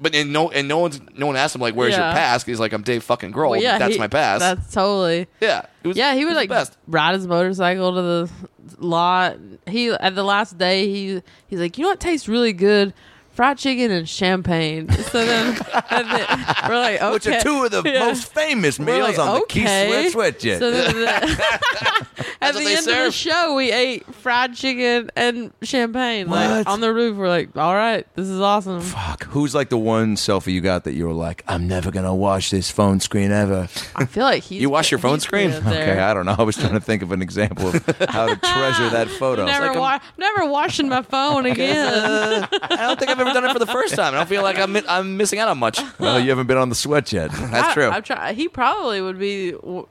[SPEAKER 4] but and no, and no one's no one asked him like, "Where's
[SPEAKER 3] Yeah.
[SPEAKER 4] your pass?" 'Cause He's like, "I'm Dave fucking Grohl.
[SPEAKER 3] Well, yeah,
[SPEAKER 4] that's
[SPEAKER 3] he-
[SPEAKER 4] my pass."
[SPEAKER 3] That's totally.
[SPEAKER 4] yeah, it was,
[SPEAKER 3] Yeah, he
[SPEAKER 4] it was
[SPEAKER 3] would
[SPEAKER 4] the
[SPEAKER 3] like
[SPEAKER 4] best.
[SPEAKER 3] ride his motorcycle to the lot. He at the last day he he's like, you know what tastes really good. Fried chicken and champagne. So then, and then we're like, okay.
[SPEAKER 1] Which are two of the
[SPEAKER 3] Yeah.
[SPEAKER 1] most famous
[SPEAKER 3] We're
[SPEAKER 1] meals
[SPEAKER 3] like,
[SPEAKER 1] on the Key
[SPEAKER 3] okay.
[SPEAKER 1] Swift Switch.
[SPEAKER 3] So then the- at
[SPEAKER 4] That's
[SPEAKER 3] the
[SPEAKER 4] what
[SPEAKER 3] end
[SPEAKER 4] they
[SPEAKER 3] of the
[SPEAKER 4] serve.
[SPEAKER 3] show, we ate fried chicken and champagne.
[SPEAKER 1] What?
[SPEAKER 3] Like on the roof, we're like, all right, this is awesome.
[SPEAKER 1] Fuck. Who's like the one selfie you got that you were like, I'm never gonna wash this phone screen ever?
[SPEAKER 3] I feel like he's
[SPEAKER 4] You wash your phone
[SPEAKER 3] he's
[SPEAKER 4] screen?
[SPEAKER 3] good
[SPEAKER 1] Okay,
[SPEAKER 3] there.
[SPEAKER 1] I don't know. I was trying to think of an example of how to treasure that photo.
[SPEAKER 3] Never,
[SPEAKER 4] like I'm-
[SPEAKER 3] wa- never washing my phone again.
[SPEAKER 4] Uh, I don't think I've ever done it for the first time. I don't feel like I'm mi- I'm missing out on much.
[SPEAKER 1] well, you haven't been on the sweat yet.
[SPEAKER 4] That's true.
[SPEAKER 3] I, am try- he probably would be w-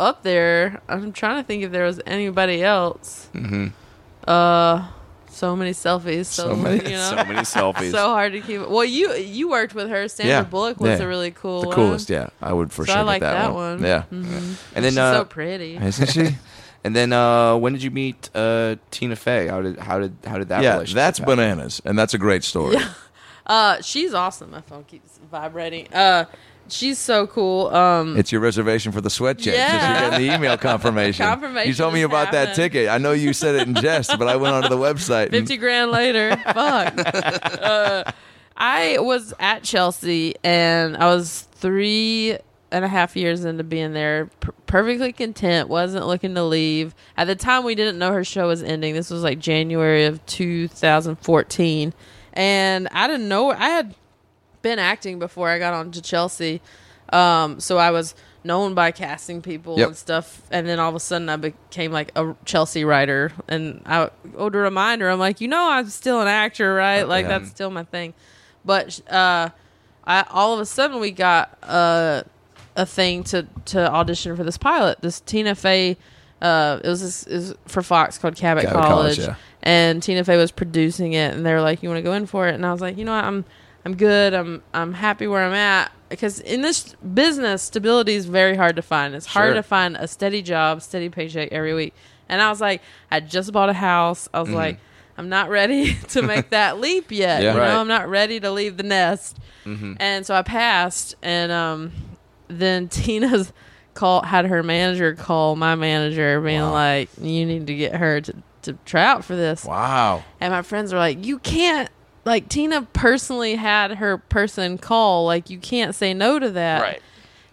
[SPEAKER 3] up there. I'm trying to think if there was anybody else. Mm-hmm. Uh, so many selfies. So,
[SPEAKER 1] many-
[SPEAKER 3] You know,
[SPEAKER 4] so many selfies.
[SPEAKER 3] So hard to keep. Well, you you worked with her. Sandra
[SPEAKER 1] Yeah.
[SPEAKER 3] Bullock was
[SPEAKER 1] Yeah.
[SPEAKER 3] a really cool.
[SPEAKER 1] The
[SPEAKER 3] one.
[SPEAKER 1] coolest, yeah. I would for
[SPEAKER 3] So I
[SPEAKER 1] sure get
[SPEAKER 3] like that one. Mm-hmm.
[SPEAKER 1] Yeah.
[SPEAKER 4] and then
[SPEAKER 3] She's
[SPEAKER 4] uh,
[SPEAKER 3] so pretty.
[SPEAKER 1] Isn't she?
[SPEAKER 4] And then uh, when did you meet uh, Tina Fey? How did how did how did that
[SPEAKER 1] yeah,
[SPEAKER 4] relationship?
[SPEAKER 1] that's
[SPEAKER 4] happen?
[SPEAKER 1] bananas. And that's a great story.
[SPEAKER 3] Uh, she's awesome. My phone keeps vibrating. Uh, she's so cool. Um,
[SPEAKER 1] It's your reservation for the sweat jet.
[SPEAKER 3] Yeah.
[SPEAKER 1] Just you're getting the email confirmation.
[SPEAKER 3] Confirmation
[SPEAKER 1] You told me
[SPEAKER 3] is
[SPEAKER 1] about that
[SPEAKER 3] happening.
[SPEAKER 1] ticket. I know you said it in jest, but I went onto the website. and-
[SPEAKER 3] fifty grand later. Fuck. Uh, I was at Chelsea, and I was three and a half years into being there, per- perfectly content. Wasn't looking to leave. At the time, we didn't know her show was ending. This was like January of 2014, and I didn't know. I had been acting before I got on to Chelsea. Um, so I was known by casting people
[SPEAKER 1] Yep.
[SPEAKER 3] and stuff. And then all of a sudden I became like a Chelsea writer. And I owed a reminder. I'm like, you know, I'm still an actor, right? Like,
[SPEAKER 1] yeah.
[SPEAKER 3] that's still my thing. But uh, I, all of a sudden we got a, a thing to, to audition for this pilot. This Tina Fey, uh, it was, this, it was for Fox called Cabot,
[SPEAKER 1] Cabot College,
[SPEAKER 3] College.
[SPEAKER 1] yeah.
[SPEAKER 3] And Tina Fey was producing it, and they were like, "You want to go in for it?" And I was like, "You know what? I'm I'm good. I'm I'm happy where I'm at." Because in this business, stability is very hard to find. It's hard
[SPEAKER 4] Sure.
[SPEAKER 3] to find a steady job, steady paycheck every week. And I was like, I just bought a house. I was
[SPEAKER 4] Mm-hmm.
[SPEAKER 3] like, I'm not ready to make that leap yet.
[SPEAKER 1] Yeah.
[SPEAKER 3] you know,
[SPEAKER 4] Right. Mm-hmm.
[SPEAKER 3] I'm not ready to leave the nest. And so I passed, and um, then Tina's call had her manager call my manager, being like, "You need to get her to to try out for this."
[SPEAKER 1] Wow.
[SPEAKER 3] And my friends were like, "You can't." Like Tina personally had her person call. Like you can't say no to that.
[SPEAKER 4] Right.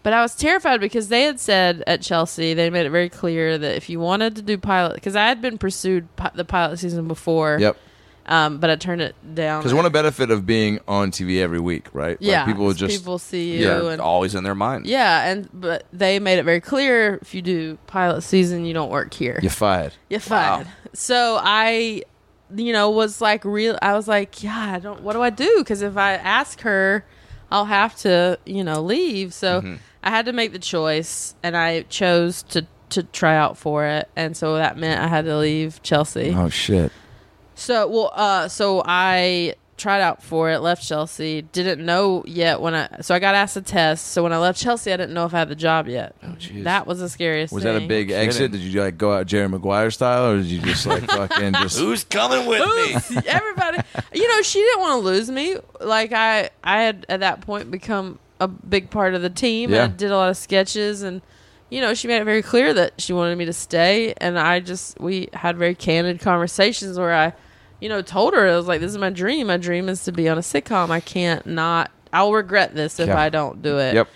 [SPEAKER 3] But I was terrified because they had said at Chelsea, they made it very clear that if you wanted to do pilot, because I had been pursued pi- the pilot season before.
[SPEAKER 1] Yep.
[SPEAKER 3] Um, but I turned it down.
[SPEAKER 1] Because one of the benefit of being on TV every week, right?
[SPEAKER 3] yeah,
[SPEAKER 1] Like people would
[SPEAKER 3] it's
[SPEAKER 1] just
[SPEAKER 3] people see you
[SPEAKER 4] They're
[SPEAKER 3] and
[SPEAKER 4] always in their mind.
[SPEAKER 3] yeah, and but they made it very clear if you do pilot season, you don't work here.
[SPEAKER 1] you're fired.
[SPEAKER 3] You're fired. So I, you know, was like real. I was like, yeah, I don't. What do I do? Because if I ask her, I'll have to, you know, leave. So
[SPEAKER 1] Mm-hmm.
[SPEAKER 3] I had to make the choice, and I chose to to try out for it, and so that meant I had to leave Chelsea.
[SPEAKER 1] Oh shit.
[SPEAKER 3] So well, uh, so I tried out for it, left Chelsea, didn't know yet when I. So I got asked to test. So when I left Chelsea, I didn't know if I had the job yet. Oh,
[SPEAKER 1] jeez.
[SPEAKER 3] that was the scariest.
[SPEAKER 1] Was that a
[SPEAKER 3] thing.
[SPEAKER 1] big exit? Did you like go out Jerry Maguire style, or did you just like fucking just?
[SPEAKER 4] Who's coming with me?
[SPEAKER 3] Oops, everybody you know she didn't want to lose me like i i had at that point become a big part of the team
[SPEAKER 1] Yeah.
[SPEAKER 3] and I did a lot of sketches and you know she made it very clear that she wanted me to stay and i just we had very candid conversations where i you know told her i was like this is my dream my dream is to be on a sitcom i can't not i'll regret this if
[SPEAKER 1] Yeah.
[SPEAKER 3] i don't do it
[SPEAKER 1] Yep.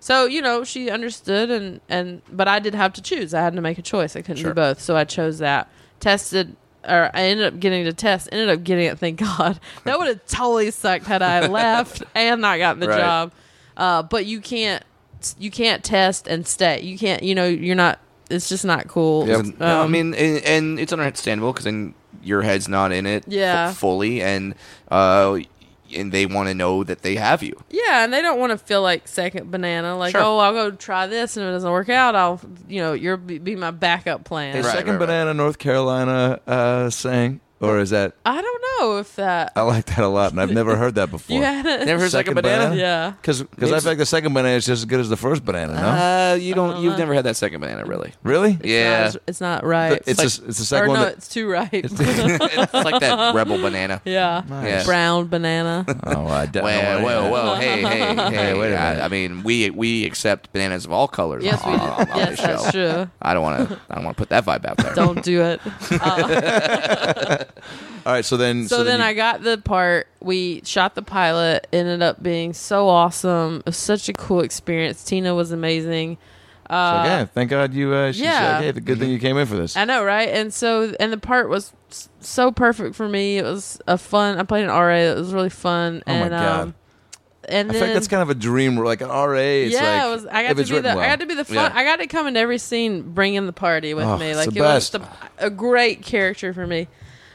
[SPEAKER 3] so you know she understood and and but I did have to choose. I had to make a choice. I couldn't
[SPEAKER 4] Sure.
[SPEAKER 3] do both, so I chose that. Tested or I ended up getting to test. Ended up getting it. Thank God. That would have totally sucked had I left and not gotten the
[SPEAKER 1] Right.
[SPEAKER 3] job. Uh, but you can't you can't test and stay. You can't. You know you're not. It's just not cool.
[SPEAKER 1] Yep.
[SPEAKER 3] Um,
[SPEAKER 4] No, I mean, and, and it's understandable because then your head's not in it fu-
[SPEAKER 3] Yeah.
[SPEAKER 4] fully, and uh, and they want to know that they have you.
[SPEAKER 3] Yeah, and they don't want to feel like second banana. Like,
[SPEAKER 4] Sure.
[SPEAKER 3] oh, I'll go try this, and if it doesn't work out, I'll, you know, you'll be, be my backup plan.
[SPEAKER 1] Is
[SPEAKER 4] Right,
[SPEAKER 1] second
[SPEAKER 4] right, right.
[SPEAKER 1] banana North Carolina uh, saying, or is that?
[SPEAKER 3] I don't know if that.
[SPEAKER 1] I like that a lot, and I've never heard that before.
[SPEAKER 3] You had it.
[SPEAKER 4] Uh, Never heard second,
[SPEAKER 1] Second
[SPEAKER 4] banana.
[SPEAKER 1] banana?
[SPEAKER 3] Yeah.
[SPEAKER 1] Because I feel like the second banana is just as good as the first banana. No,
[SPEAKER 4] Uh, you don't. You've never had that second banana, really.
[SPEAKER 1] really?
[SPEAKER 4] Yeah,
[SPEAKER 3] It's not, it's not right.
[SPEAKER 1] It's
[SPEAKER 4] like-
[SPEAKER 1] a, it's the
[SPEAKER 3] or
[SPEAKER 1] second one.
[SPEAKER 3] no,
[SPEAKER 1] that-
[SPEAKER 3] it's too right.
[SPEAKER 4] it's like that rebel banana.
[SPEAKER 3] yeah.
[SPEAKER 4] Yeah.
[SPEAKER 3] Brown banana.
[SPEAKER 1] oh, I don't
[SPEAKER 4] Well,
[SPEAKER 1] know.
[SPEAKER 4] whoa, whoa, hey, hey, hey!
[SPEAKER 1] wait a
[SPEAKER 4] I-
[SPEAKER 1] minute.
[SPEAKER 4] I, mean, we we accept bananas of all colors.
[SPEAKER 3] yes, we
[SPEAKER 4] on, on-
[SPEAKER 3] did.
[SPEAKER 4] on
[SPEAKER 3] Yes,
[SPEAKER 4] this show.
[SPEAKER 3] that's true.
[SPEAKER 4] I don't want to. I don't want to put that vibe out there.
[SPEAKER 3] Don't do it.
[SPEAKER 1] All right, so then.
[SPEAKER 3] so, then,
[SPEAKER 1] you-
[SPEAKER 3] I got the part. We shot the pilot. Ended up being so awesome. It was such a cool experience. Tina was amazing.
[SPEAKER 1] So, yeah, thank God you. Uh, she
[SPEAKER 3] yeah.
[SPEAKER 1] said, hey, the good thing you came in for this.
[SPEAKER 3] I know, right? And so, and the part was s- so perfect for me. It was a fun. I played an RA. It was really fun.
[SPEAKER 1] Oh my
[SPEAKER 3] and,
[SPEAKER 1] God.
[SPEAKER 3] Um, and
[SPEAKER 1] I
[SPEAKER 3] then
[SPEAKER 1] feel like that's kind of a dream, like an RA. It's
[SPEAKER 3] yeah,
[SPEAKER 1] like,
[SPEAKER 3] it was, I
[SPEAKER 1] if
[SPEAKER 3] got to
[SPEAKER 1] it's
[SPEAKER 3] be the
[SPEAKER 1] written well.
[SPEAKER 3] I got to be the fun.
[SPEAKER 4] Yeah.
[SPEAKER 3] I got to come into every scene, bringing the party with
[SPEAKER 1] Oh,
[SPEAKER 3] me.
[SPEAKER 1] it's
[SPEAKER 3] Like
[SPEAKER 1] the
[SPEAKER 3] it was
[SPEAKER 1] best.
[SPEAKER 3] the, a great character for me.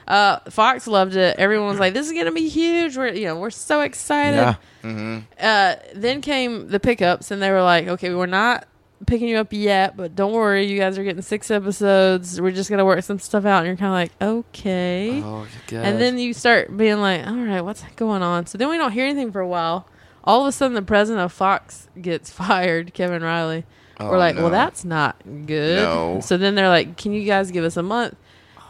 [SPEAKER 3] Uh, Fox loved it. Everyone was like, "This is gonna be huge." We're you know we're so excited.
[SPEAKER 1] Yeah.
[SPEAKER 4] Mm-hmm.
[SPEAKER 3] Uh, then came the pickups, and they were like, "Okay, we're not picking you up yet, but don't worry, you guys are getting six episodes. We're just gonna work some stuff out." And you're kind of like,
[SPEAKER 1] Oh,
[SPEAKER 3] "Okay."
[SPEAKER 4] Oh,
[SPEAKER 3] And then you start being like, all right, what's going on? So then we don't hear anything for a while. All of a sudden, the president of Fox gets fired, Kevin Riley.
[SPEAKER 1] Oh,
[SPEAKER 3] We're like,
[SPEAKER 4] Oh, no.
[SPEAKER 3] well, that's not good.
[SPEAKER 4] No.
[SPEAKER 3] So then they're like, can you guys give us a month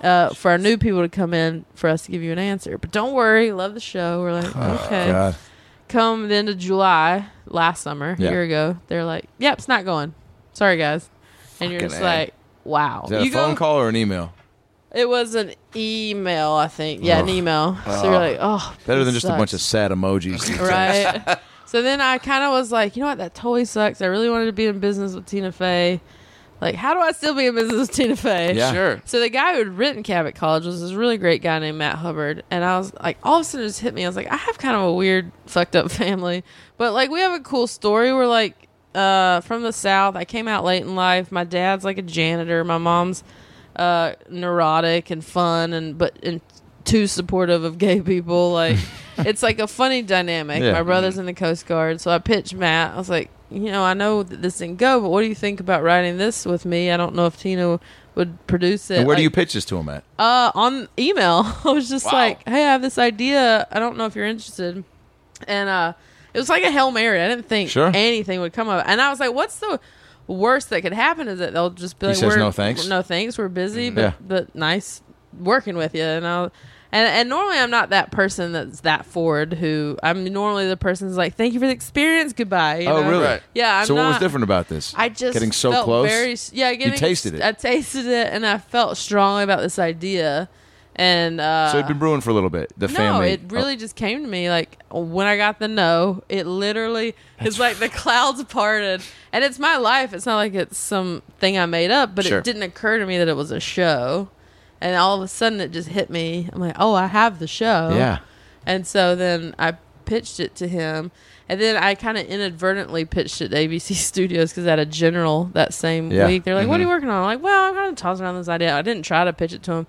[SPEAKER 1] Oh,
[SPEAKER 3] uh, for our new people to come in for us to give you an answer? But don't worry, love the show. We're like, okay.
[SPEAKER 1] Oh, God.
[SPEAKER 3] Come the end of July, last summer,
[SPEAKER 1] Yeah.
[SPEAKER 3] a year ago, they're like, yep, it's not going. Sorry, guys. And you're
[SPEAKER 4] Fucking
[SPEAKER 3] just
[SPEAKER 4] A.
[SPEAKER 3] like, wow.
[SPEAKER 1] Is that
[SPEAKER 3] You
[SPEAKER 1] a
[SPEAKER 3] go-
[SPEAKER 1] phone call or an email?
[SPEAKER 3] it was an email, I think. Yeah, an email. So you're like, oh,
[SPEAKER 1] Better
[SPEAKER 3] this
[SPEAKER 1] than just a
[SPEAKER 3] sucks.
[SPEAKER 1] bunch of sad emojis.
[SPEAKER 3] right. so then I kind of was like, you know what, that totally sucks. I really wanted to be in business with Tina Fey. Like, how do I still be in business with Tina Fey?
[SPEAKER 1] Yeah.
[SPEAKER 4] Sure.
[SPEAKER 3] So the guy who had written Cabot College was this really great guy named Matt Hubbard, and I was like, all of a sudden it just hit me. I was like, I have kind of a weird, fucked up family, but like we have a cool story. We're like uh, from the south. I came out late in life. My dad's like a janitor. My mom's uh, neurotic and fun, and but and too supportive of gay people. Like it's like a funny dynamic.
[SPEAKER 1] Yeah. Mm-hmm.
[SPEAKER 3] My brother's in the Coast Guard, so I pitched Matt. I was like, you know, I know that this didn't go, but what do you think about writing this with me? I don't know if Tina would produce it.
[SPEAKER 1] And where do
[SPEAKER 3] Like,
[SPEAKER 1] you pitch this to him at?
[SPEAKER 3] uh, on email. I was just
[SPEAKER 4] Wow.
[SPEAKER 3] like, "Hey, I have this idea. I don't know if you're interested." And uh, it was like a hail mary. I didn't think
[SPEAKER 1] Sure.
[SPEAKER 3] anything would come of it. And I was like, "What's the worst that could happen? Is that they'll just be
[SPEAKER 1] He
[SPEAKER 3] like,
[SPEAKER 1] says,
[SPEAKER 3] we're,
[SPEAKER 1] "No, thanks." Mm-hmm.
[SPEAKER 3] no thanks. We're busy, but
[SPEAKER 1] Yeah.
[SPEAKER 3] but nice working with you." And I And and normally I'm not that person that's that forward. Who I'm normally the person who's like, "Thank you for the experience, goodbye." you
[SPEAKER 1] Oh,
[SPEAKER 3] know?
[SPEAKER 1] really?
[SPEAKER 4] Right.
[SPEAKER 3] Yeah. I'm
[SPEAKER 1] so what was
[SPEAKER 3] not-
[SPEAKER 1] different about this?
[SPEAKER 3] I just
[SPEAKER 1] getting so
[SPEAKER 3] felt
[SPEAKER 1] close.
[SPEAKER 3] Very, yeah, getting,
[SPEAKER 1] tasted it.
[SPEAKER 3] I tasted it, and I felt strongly about this idea. And uh,
[SPEAKER 1] so it'd been brewing for a little bit. The
[SPEAKER 3] no,
[SPEAKER 1] family.
[SPEAKER 3] it really just came to me like when I got the no. It literally it's like the clouds parted, and it's my life. It's not like it's some thing I made up, but
[SPEAKER 4] Sure.
[SPEAKER 3] it didn't occur to me that it was a show. And all of a sudden, it just hit me. I'm like, oh, I have the show.
[SPEAKER 1] Oh, yeah.
[SPEAKER 3] And so then I pitched it to him. And then I kind of inadvertently pitched it to ABC Studios because at a general that same
[SPEAKER 1] Yeah. Mm-hmm.
[SPEAKER 3] week, they're like, What are you working on? I'm like, Well, I'm kind of tossing around this idea. I didn't try to pitch it to him.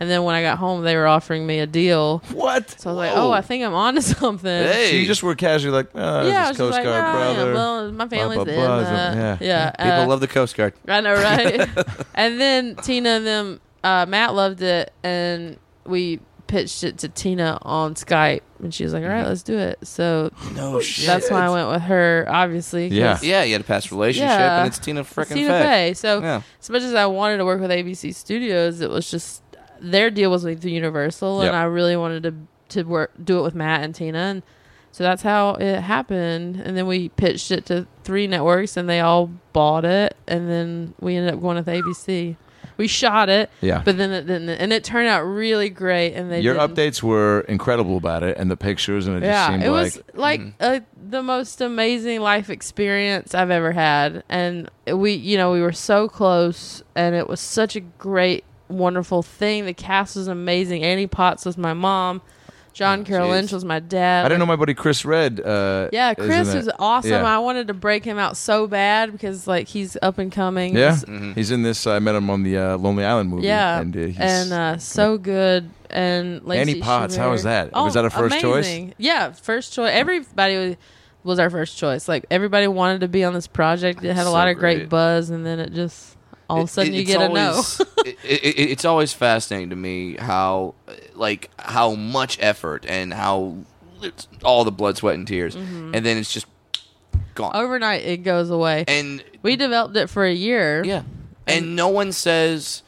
[SPEAKER 3] And then when I got home, they were offering me a deal.
[SPEAKER 1] What?
[SPEAKER 3] So I was like, Oh, I think I'm onto something.
[SPEAKER 4] Hey.
[SPEAKER 1] So you just were casually like, oh,
[SPEAKER 3] Yeah, I
[SPEAKER 1] this Coast
[SPEAKER 3] was just like,
[SPEAKER 1] Guard
[SPEAKER 3] "Nah, yeah,
[SPEAKER 1] brother.
[SPEAKER 3] well, my family's
[SPEAKER 1] blah,
[SPEAKER 3] in
[SPEAKER 1] blah,
[SPEAKER 3] that.
[SPEAKER 1] yeah.
[SPEAKER 3] Yeah,
[SPEAKER 4] People
[SPEAKER 3] uh,
[SPEAKER 4] love the Coast Guard.
[SPEAKER 3] I know, right? and then Tina and them, uh, Matt loved it, and we pitched it to Tina on Skype, and she was like, "All right, let's do it." So
[SPEAKER 4] No Mm-hmm. shit.
[SPEAKER 3] that's why I went with her, obviously. 'cause
[SPEAKER 1] Yeah.
[SPEAKER 4] Yeah, you had a past relationship,
[SPEAKER 3] Yeah.
[SPEAKER 4] and it's Tina
[SPEAKER 3] it's
[SPEAKER 4] freaking
[SPEAKER 3] Tina
[SPEAKER 4] Fey.
[SPEAKER 3] Fey. So
[SPEAKER 4] Yeah.
[SPEAKER 3] as much as I wanted to work with ABC Studios, it was just their deal was with Universal,
[SPEAKER 1] Yep.
[SPEAKER 3] and I really wanted to to work do it with Matt and Tina, and so that's how it happened. And then we pitched it to three networks, and they all bought it, and then we ended up going with ABC. We shot it,
[SPEAKER 1] Yeah.
[SPEAKER 3] but then it didn't, and it turned out really great. And they
[SPEAKER 1] Your
[SPEAKER 3] didn't-
[SPEAKER 1] updates were incredible about it, and the pictures, and it just
[SPEAKER 3] yeah,
[SPEAKER 1] seemed
[SPEAKER 3] it
[SPEAKER 1] like Mm.
[SPEAKER 3] was like uh, the most amazing life experience I've ever had, and we, you know, we were so close, and it was such a great, wonderful thing. The cast was amazing. Annie Potts was my mom, John Carroll
[SPEAKER 4] jeez.
[SPEAKER 3] Lynch was my dad.
[SPEAKER 1] I didn't know my buddy Chris Red. Uh,
[SPEAKER 3] Yeah,
[SPEAKER 1] is in
[SPEAKER 3] Chris
[SPEAKER 1] that.
[SPEAKER 3] was awesome.
[SPEAKER 1] Yeah.
[SPEAKER 3] I wanted to break him out so bad because like he's up and coming.
[SPEAKER 1] Yeah,
[SPEAKER 3] He's-
[SPEAKER 4] Mm-hmm.
[SPEAKER 1] he's in this. I met him on the uh, Lonely Island movie.
[SPEAKER 3] Yeah,
[SPEAKER 1] and, uh, he's,
[SPEAKER 3] and uh, so good. And Lacey
[SPEAKER 1] Annie Potts, how
[SPEAKER 3] Chabert.
[SPEAKER 1] was that? Was that a first choice?
[SPEAKER 3] amazing. Yeah, first choice. Everybody was, was our first choice. Like everybody wanted to be on this project. It had a
[SPEAKER 4] So
[SPEAKER 3] lot of great
[SPEAKER 4] great.
[SPEAKER 3] buzz, and then it just all of a sudden
[SPEAKER 4] It-
[SPEAKER 3] you
[SPEAKER 4] it's
[SPEAKER 3] get
[SPEAKER 4] always,
[SPEAKER 3] a no.
[SPEAKER 4] it, it, it- it's always fascinating to me how, uh, like, how much effort and how it's all the blood, sweat, and tears,
[SPEAKER 3] Mm-hmm.
[SPEAKER 4] and then it's just gone.
[SPEAKER 3] Overnight, it goes away.
[SPEAKER 4] And
[SPEAKER 3] we developed it for a year.
[SPEAKER 4] Yeah. And no one says,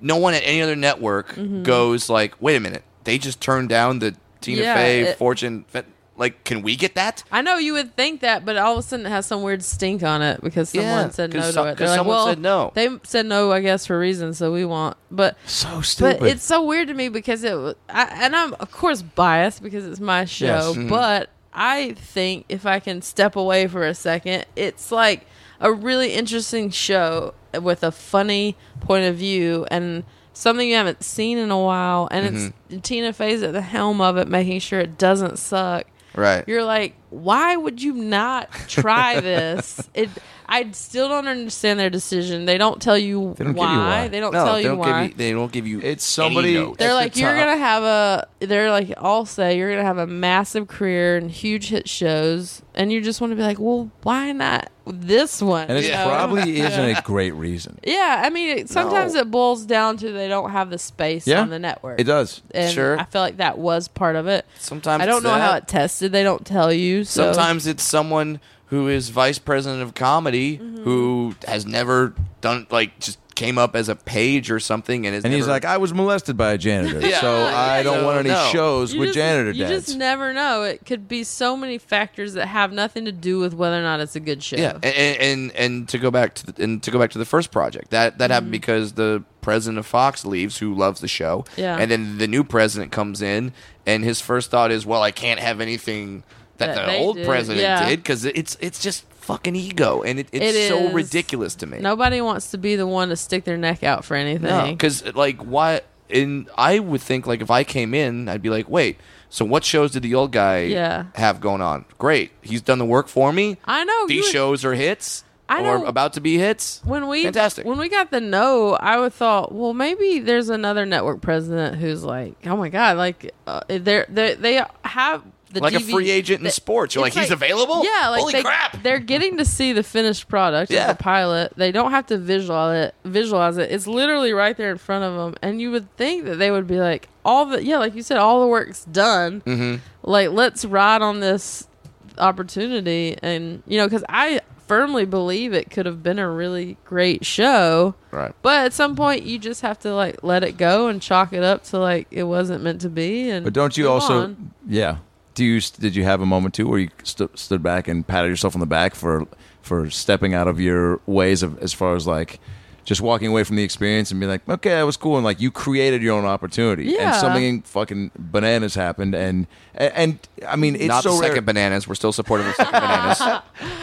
[SPEAKER 4] no one at any other network
[SPEAKER 3] Mm-hmm.
[SPEAKER 4] goes like, wait a minute, they just turned down the Tina
[SPEAKER 3] Yeah,
[SPEAKER 4] Fey
[SPEAKER 3] it-
[SPEAKER 4] Fortune. Fe- Like, can we get that?
[SPEAKER 3] I know you would think that, but all of a sudden it has some weird stink on it because someone
[SPEAKER 4] Yeah,
[SPEAKER 3] said
[SPEAKER 4] 'cause
[SPEAKER 3] no
[SPEAKER 4] so-
[SPEAKER 3] to it.
[SPEAKER 4] 'cause
[SPEAKER 3] They're like,
[SPEAKER 4] someone
[SPEAKER 3] well,
[SPEAKER 4] said no."
[SPEAKER 3] They said no, I guess, for reasons. So we want, but
[SPEAKER 1] so stupid.
[SPEAKER 3] But it's so weird to me because it, wa- I, and I'm of course biased because it's my show,
[SPEAKER 1] Yes. Mm-hmm.
[SPEAKER 3] but I think if I can step away for a second, it's like a really interesting show with a funny point of view and something you haven't seen in a while, and
[SPEAKER 1] Mm-hmm.
[SPEAKER 3] it's Tina Fey's at the helm of it, making sure it doesn't suck.
[SPEAKER 4] Right.
[SPEAKER 3] You're like, why would you not try this? it. I still don't understand their decision. They don't tell you,
[SPEAKER 1] They don't give
[SPEAKER 3] why.
[SPEAKER 1] you why.
[SPEAKER 3] They don't
[SPEAKER 4] no,
[SPEAKER 3] tell
[SPEAKER 4] they
[SPEAKER 3] you
[SPEAKER 4] don't
[SPEAKER 3] why.
[SPEAKER 4] give you. They don't give you.
[SPEAKER 1] It's somebody-
[SPEAKER 4] Any note.
[SPEAKER 1] at
[SPEAKER 3] They're
[SPEAKER 1] the
[SPEAKER 3] like, you're
[SPEAKER 1] top.
[SPEAKER 3] gonna have a. They're like, all say you're gonna have a massive career and huge hit shows, and you just want to be like, well, why not this one?
[SPEAKER 1] and it
[SPEAKER 3] you know?
[SPEAKER 1] probably isn't a great reason.
[SPEAKER 3] Yeah, I mean, it, sometimes
[SPEAKER 4] No.
[SPEAKER 3] it boils down to they don't have the space
[SPEAKER 1] Yeah,
[SPEAKER 3] on the network.
[SPEAKER 1] It does.
[SPEAKER 3] And
[SPEAKER 4] Sure.
[SPEAKER 3] I feel like that was part of it.
[SPEAKER 4] Sometimes
[SPEAKER 3] I don't
[SPEAKER 4] it's
[SPEAKER 3] know how
[SPEAKER 4] that.
[SPEAKER 3] it tested. They don't tell you. So.
[SPEAKER 4] Sometimes it's someone who is vice president of comedy
[SPEAKER 3] Mm-hmm.
[SPEAKER 4] who has never done like just came up as a page or something, and is
[SPEAKER 1] And he's
[SPEAKER 4] never-
[SPEAKER 1] like, I was molested by a janitor,
[SPEAKER 4] Yeah.
[SPEAKER 1] so I don't
[SPEAKER 4] So,
[SPEAKER 1] want any
[SPEAKER 4] no.
[SPEAKER 1] shows
[SPEAKER 3] You
[SPEAKER 1] with
[SPEAKER 3] just-
[SPEAKER 1] janitor
[SPEAKER 3] You
[SPEAKER 1] dads.
[SPEAKER 3] just never know. It could be so many factors that have nothing to do with whether or not it's a good show.
[SPEAKER 4] Yeah, and, and and- and to go back to the, and to go back to the first project that that
[SPEAKER 3] Mm-hmm.
[SPEAKER 4] happened because the president of Fox leaves, who loves the show,
[SPEAKER 3] Yeah.
[SPEAKER 4] and then the new president comes in, and his first thought is, well, I can't have anything that,
[SPEAKER 3] That
[SPEAKER 4] the
[SPEAKER 3] they
[SPEAKER 4] old
[SPEAKER 3] did,
[SPEAKER 4] president
[SPEAKER 3] yeah.
[SPEAKER 4] did because it's it's just fucking ego, and it, it's
[SPEAKER 3] It
[SPEAKER 4] so
[SPEAKER 3] is.
[SPEAKER 4] ridiculous to me.
[SPEAKER 3] Nobody wants to be the one to stick their neck out for anything.
[SPEAKER 4] because like why? And I would think like if I came in, I'd be like, wait, so what shows did the old guy
[SPEAKER 3] Yeah.
[SPEAKER 4] have going on? Great, he's done the work for me.
[SPEAKER 3] I know
[SPEAKER 4] These
[SPEAKER 3] Oh, you-
[SPEAKER 4] shows are hits.
[SPEAKER 3] I
[SPEAKER 4] or
[SPEAKER 3] know-
[SPEAKER 4] about to be hits.
[SPEAKER 3] when we
[SPEAKER 4] fantastic.
[SPEAKER 3] when we got the no, I would thought, well, maybe there's another network president who's like, oh my god, like uh, they're they they have the
[SPEAKER 4] like
[SPEAKER 3] DV
[SPEAKER 4] a free agent in
[SPEAKER 3] they-
[SPEAKER 4] sports. You're like,
[SPEAKER 3] it's
[SPEAKER 4] he's available.
[SPEAKER 3] Yeah, like
[SPEAKER 4] holy
[SPEAKER 3] they,
[SPEAKER 4] crap!
[SPEAKER 3] They're getting to see the finished product, yeah.
[SPEAKER 4] Yeah.
[SPEAKER 3] the pilot. They don't have to visualize it. Visualize it. It's literally right there in front of them, and you would think that they would be like, all the yeah, like you said, all the work's done.
[SPEAKER 1] Mm-hmm.
[SPEAKER 3] Like, let's ride on this opportunity, and you know, because I firmly believe it could have been a really great show.
[SPEAKER 4] Right.
[SPEAKER 3] But at some point, you just have to like let it go and chalk it up to like it wasn't meant to be. And
[SPEAKER 1] But don't you
[SPEAKER 3] move
[SPEAKER 1] also?
[SPEAKER 3] on.
[SPEAKER 1] Yeah. Do you? Did you have a moment too where you st- stood back and patted yourself on the back for for stepping out of your ways of as far as like just walking away from the experience and being like, okay, that was cool, and like you created your own opportunity, and
[SPEAKER 3] Yeah.
[SPEAKER 1] something fucking bananas happened, and and, and I mean, it's
[SPEAKER 4] Not
[SPEAKER 1] so
[SPEAKER 4] the
[SPEAKER 1] rare,
[SPEAKER 4] second bananas. We're still supportive of second bananas.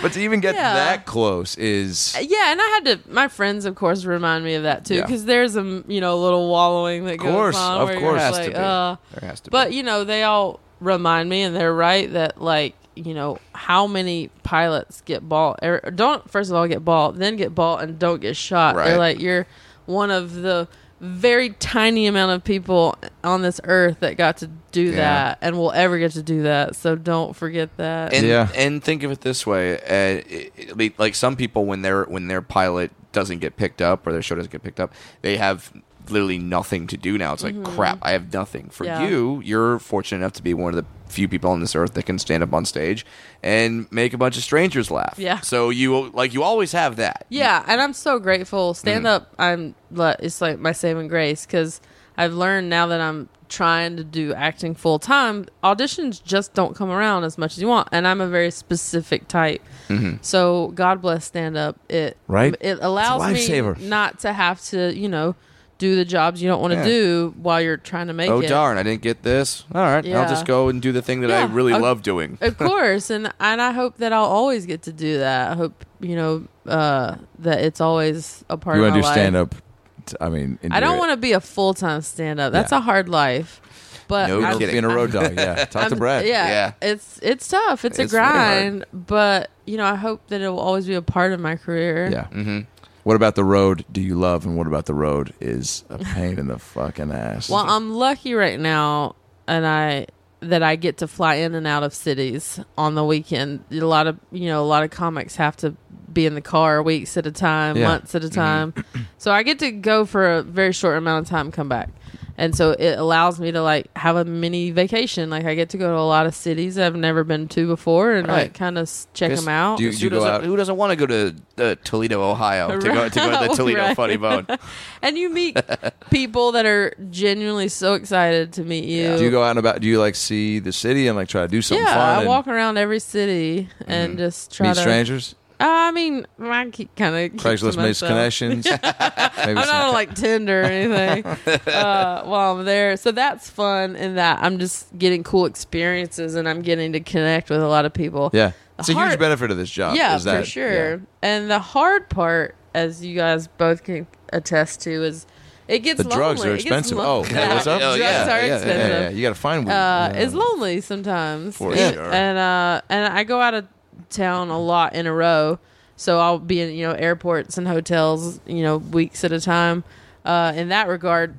[SPEAKER 1] but to even get
[SPEAKER 3] Yeah.
[SPEAKER 1] that close is
[SPEAKER 3] Uh, Yeah, and I had to. My friends, of course, remind me of that too,
[SPEAKER 1] Yeah.
[SPEAKER 3] because there's a m- you know little wallowing that
[SPEAKER 1] course,
[SPEAKER 3] goes on.
[SPEAKER 1] of
[SPEAKER 3] where you're
[SPEAKER 1] course.
[SPEAKER 3] just
[SPEAKER 1] Has
[SPEAKER 3] like,
[SPEAKER 1] to be.
[SPEAKER 3] uh,
[SPEAKER 4] There has to be.
[SPEAKER 3] but you know they all remind me, and they're right that like you know how many pilots get bought or don't first of all get bought, then get bought and don't get shot.
[SPEAKER 1] Right.
[SPEAKER 3] They're like you're one of the very tiny amount of people on this earth that got to do that and will ever get to do that. So don't forget that.
[SPEAKER 4] and
[SPEAKER 1] Yeah.
[SPEAKER 4] and think of it this way: uh, it- it- like- like some people, when their when their pilot doesn't get picked up or their show doesn't get picked up, they have literally nothing to do now. It's like crap, I have nothing. For
[SPEAKER 3] Mm-hmm. Yeah.
[SPEAKER 4] you, you're fortunate enough to be one of the few people on this earth that can stand up on stage and make a bunch of strangers laugh.
[SPEAKER 3] Yeah.
[SPEAKER 4] So you like you always have that.
[SPEAKER 3] Yeah, and I'm so grateful. Stand up, I'm li- it's like my saving grace because I've learned now that I'm trying to do acting full time. Auditions just don't come around as much as you want, and I'm a very specific type. So God bless stand up. It
[SPEAKER 1] Right?
[SPEAKER 3] It allows me
[SPEAKER 1] lifesaver.
[SPEAKER 3] not to have to you know do the jobs you don't want to
[SPEAKER 4] Yeah.
[SPEAKER 3] do while you're trying to make
[SPEAKER 4] Oh
[SPEAKER 3] it.
[SPEAKER 4] darn! I didn't get this. All right, I'll
[SPEAKER 3] Yeah.
[SPEAKER 4] just go and do the thing that I
[SPEAKER 3] Yeah.
[SPEAKER 4] really
[SPEAKER 3] Oh,
[SPEAKER 4] love doing.
[SPEAKER 3] of course and and i hope that i'll always get to do that i hope you know uh that it's always a part
[SPEAKER 1] you
[SPEAKER 3] of
[SPEAKER 1] want
[SPEAKER 3] my
[SPEAKER 1] to do
[SPEAKER 3] life
[SPEAKER 1] stand up. I mean,
[SPEAKER 3] I don't want to be a full time stand up. That's
[SPEAKER 1] Yeah.
[SPEAKER 3] a hard life. But
[SPEAKER 4] No
[SPEAKER 3] I'm-
[SPEAKER 1] to
[SPEAKER 4] kidding.
[SPEAKER 1] be in a road dog. Yeah, talk to
[SPEAKER 3] I'm-
[SPEAKER 1] Brad.
[SPEAKER 3] Yeah,
[SPEAKER 4] Yeah.
[SPEAKER 3] it's it's tough. It's,
[SPEAKER 4] It's
[SPEAKER 3] a
[SPEAKER 4] very hard.
[SPEAKER 3] grind. But you know, I hope that it will always be a part of my career.
[SPEAKER 1] Yeah. Mm-hmm. What about the road do you love, and what about the road is a pain in the fucking ass?
[SPEAKER 3] Well, I'm lucky right now, and I that I get to fly in and out of cities on the weekend. A lot of you know, a lot of comics have to be in the car weeks at a time,
[SPEAKER 1] Yeah. Mm-hmm.
[SPEAKER 3] months at a time. so I get to go for a very short amount of time, come back. And so it allows me to like have a mini vacation. Like I get to go to a lot of cities I've never been to before, and
[SPEAKER 4] Right.
[SPEAKER 3] like kind of check
[SPEAKER 4] Just
[SPEAKER 3] them out.
[SPEAKER 1] do you-
[SPEAKER 4] who,
[SPEAKER 1] go
[SPEAKER 4] doesn't,
[SPEAKER 1] out-
[SPEAKER 4] who doesn't want to go to uh, Toledo, Ohio, to go to go to the Toledo
[SPEAKER 3] Right.
[SPEAKER 4] Funny Bone?
[SPEAKER 3] and you meet people that are genuinely so excited to meet you.
[SPEAKER 1] do you go out and about? Do you like see the city and like try to do something
[SPEAKER 3] yeah,
[SPEAKER 1] fun?
[SPEAKER 3] I
[SPEAKER 1] and Mm-hmm.
[SPEAKER 3] walk around every city and just try
[SPEAKER 1] meet
[SPEAKER 3] to. Uh,
[SPEAKER 1] strangers.
[SPEAKER 3] I mean, I keep kind of
[SPEAKER 1] Craigslist makes connections. Maybe
[SPEAKER 3] I'm
[SPEAKER 1] some-
[SPEAKER 3] not on like Tinder or anything uh, while I'm there, so that's fun. In that I'm just getting cool experiences and I'm getting to connect with a lot of people.
[SPEAKER 1] yeah,
[SPEAKER 3] The
[SPEAKER 1] it's a huge
[SPEAKER 3] hard-
[SPEAKER 1] benefit of this job.
[SPEAKER 3] yeah,
[SPEAKER 1] is that,
[SPEAKER 3] for sure. And the hard part, as you guys both can attest to, is it gets
[SPEAKER 1] The drugs
[SPEAKER 3] lonely.
[SPEAKER 1] are
[SPEAKER 3] It gets
[SPEAKER 1] expensive.
[SPEAKER 3] lon-
[SPEAKER 1] Oh, yeah, what's up?
[SPEAKER 4] Oh,
[SPEAKER 3] drugs
[SPEAKER 4] yeah,
[SPEAKER 3] are
[SPEAKER 4] yeah, yeah,
[SPEAKER 1] Yeah, yeah,
[SPEAKER 3] expensive
[SPEAKER 1] yeah. you got to find one.
[SPEAKER 3] uh, it's lonely sometimes.
[SPEAKER 1] For
[SPEAKER 3] And-
[SPEAKER 1] sure.
[SPEAKER 3] And uh, and I go out of town a lot in a row, so I'll be in you know airports and hotels, you know, weeks at a time. Uh, in that regard,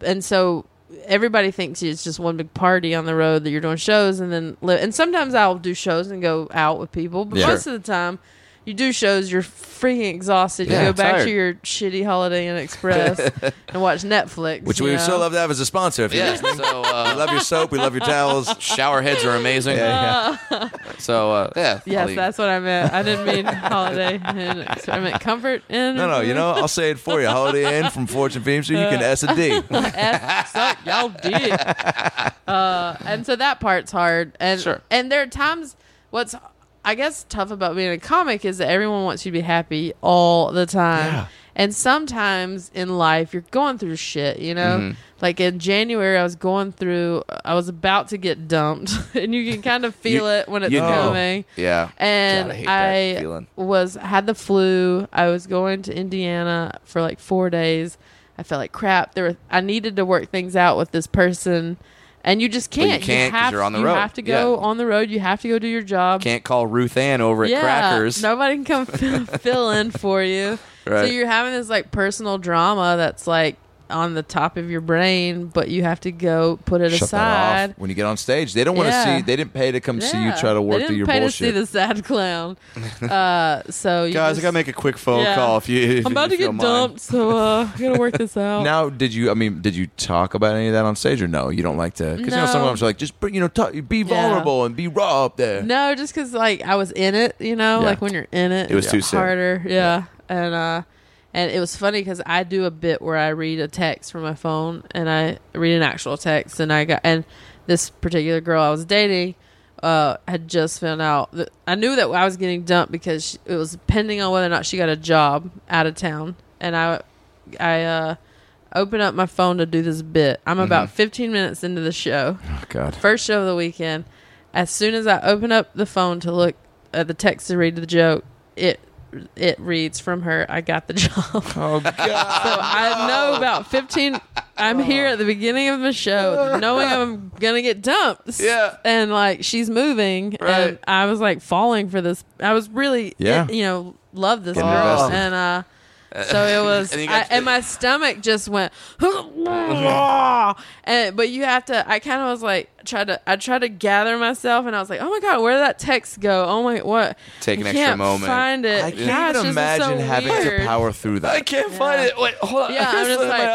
[SPEAKER 3] and so everybody thinks it's just one big party on the road that you're doing shows, and then li- and sometimes I'll do shows and go out with people, but
[SPEAKER 1] Yeah.
[SPEAKER 3] most of the time. You do shows, you're freaking exhausted.
[SPEAKER 4] Yeah,
[SPEAKER 3] you go back
[SPEAKER 4] tired.
[SPEAKER 3] to your shitty Holiday Inn Express and watch Netflix.
[SPEAKER 1] which
[SPEAKER 3] you
[SPEAKER 1] we would
[SPEAKER 3] know?
[SPEAKER 1] so love to have as a sponsor. If
[SPEAKER 4] Yeah.
[SPEAKER 1] you
[SPEAKER 4] So
[SPEAKER 1] we
[SPEAKER 4] uh,
[SPEAKER 1] love your soap, we love your towels.
[SPEAKER 4] shower heads are amazing.
[SPEAKER 3] Uh,
[SPEAKER 1] Yeah,
[SPEAKER 4] So uh, yeah.
[SPEAKER 3] Yes,
[SPEAKER 4] I'll eat.
[SPEAKER 3] that's what I meant. I didn't mean holiday. and so I meant comfort and
[SPEAKER 1] No, no, you know, I'll say it for you. Holiday Inn from Fortune Fame Street,
[SPEAKER 3] Uh,
[SPEAKER 1] you can S and D.
[SPEAKER 3] F suck, y'all did. Uh, and so that part's hard. And
[SPEAKER 4] Sure.
[SPEAKER 3] and there are times what's I guess tough about being a comic is that everyone wants you to be happy all the time. And sometimes in life you're going through shit, you know? Like in January I was going through I was about to get dumped and you can kind of feel
[SPEAKER 4] You-
[SPEAKER 3] it when it's
[SPEAKER 4] you know.
[SPEAKER 3] coming.
[SPEAKER 4] Yeah.
[SPEAKER 3] and
[SPEAKER 4] God, I hate that
[SPEAKER 3] I,
[SPEAKER 4] feeling.
[SPEAKER 3] was had the flu. I was going to Indiana for like four days. I felt like crap. There, were, I needed to work things out with this person, and you just
[SPEAKER 4] you
[SPEAKER 3] can't.
[SPEAKER 4] can't 'cause
[SPEAKER 3] have,
[SPEAKER 4] you're on the
[SPEAKER 3] you
[SPEAKER 4] road.
[SPEAKER 3] have to go
[SPEAKER 4] Yeah.
[SPEAKER 3] on the road. You have to go do your job.
[SPEAKER 4] Can't call Ruth Ann over at
[SPEAKER 3] yeah,
[SPEAKER 4] Crackers.
[SPEAKER 3] nobody can come fill, fill in for you. So
[SPEAKER 4] Right.
[SPEAKER 3] you're having this like personal drama that's like on the top of your brain, but you have to go put it
[SPEAKER 1] Shut that
[SPEAKER 3] aside.
[SPEAKER 1] off when you get on stage. They don't want to
[SPEAKER 3] Yeah.
[SPEAKER 1] see. They didn't pay to come see you
[SPEAKER 3] Yeah.
[SPEAKER 1] try to work
[SPEAKER 3] they didn't
[SPEAKER 1] through your
[SPEAKER 3] pay
[SPEAKER 1] bullshit.
[SPEAKER 3] to see the sad clown. Uh, so you
[SPEAKER 4] Guys, I
[SPEAKER 3] just-
[SPEAKER 4] gotta make a quick phone
[SPEAKER 3] Yeah.
[SPEAKER 4] call. If you, if
[SPEAKER 3] I'm about
[SPEAKER 4] you
[SPEAKER 3] to get
[SPEAKER 4] don't mind.
[SPEAKER 3] dumped, so uh, I gotta work this out.
[SPEAKER 1] Now, did you? I mean, did you talk about any of that on stage, or no? You don't like to because you know
[SPEAKER 3] No.
[SPEAKER 1] sometimes you're like just bring- you know talk, be vulnerable and be raw up there.
[SPEAKER 3] No, just because like I was in it, you know,
[SPEAKER 1] Yeah.
[SPEAKER 3] like when you're in it,
[SPEAKER 4] It was
[SPEAKER 3] it's
[SPEAKER 4] too soon.
[SPEAKER 3] harder. Yeah. and uh, and it was funny because I do a bit where I read a text from my phone and I read an actual text, and I got and this particular girl I was dating. Uh, had just found out that I knew that I was getting dumped because she, it was depending on whether or not she got a job out of town, and I, I uh, opened up my phone to do this bit. I'm
[SPEAKER 4] Mm-hmm.
[SPEAKER 3] about 15 minutes into the show,
[SPEAKER 1] Oh, God,
[SPEAKER 3] first show of the weekend. As soon as I open up the phone to look at the text to read the joke, it it reads from her, "I got the job."
[SPEAKER 1] oh God,
[SPEAKER 3] So I know about fifteen. I'm here at the beginning of the show, knowing I'm gonna get dumped.
[SPEAKER 4] Yeah.
[SPEAKER 3] and like she's moving,
[SPEAKER 4] Right.
[SPEAKER 3] and I was like falling for this. I was really,
[SPEAKER 1] Yeah.
[SPEAKER 3] you know, love this
[SPEAKER 1] Getting
[SPEAKER 3] girl,
[SPEAKER 1] invested.
[SPEAKER 3] and uh. So it was,
[SPEAKER 4] And
[SPEAKER 3] and,
[SPEAKER 4] you got-
[SPEAKER 3] I, and my stomach just went, and but you have to. I kind of was like, tried to, I tried to gather myself, and I was like, oh my god, where did that text go? Oh my, what?
[SPEAKER 4] Take an
[SPEAKER 3] I
[SPEAKER 4] extra
[SPEAKER 3] can't
[SPEAKER 4] moment.
[SPEAKER 3] Find it.
[SPEAKER 1] I can't
[SPEAKER 3] Gosh, this
[SPEAKER 1] even
[SPEAKER 3] is
[SPEAKER 1] imagine
[SPEAKER 3] so
[SPEAKER 1] having
[SPEAKER 3] weird.
[SPEAKER 1] to power through that.
[SPEAKER 4] I can't find it. Wait, hold on.
[SPEAKER 3] Yeah,
[SPEAKER 4] I
[SPEAKER 3] I'm
[SPEAKER 4] can't
[SPEAKER 3] just
[SPEAKER 4] find my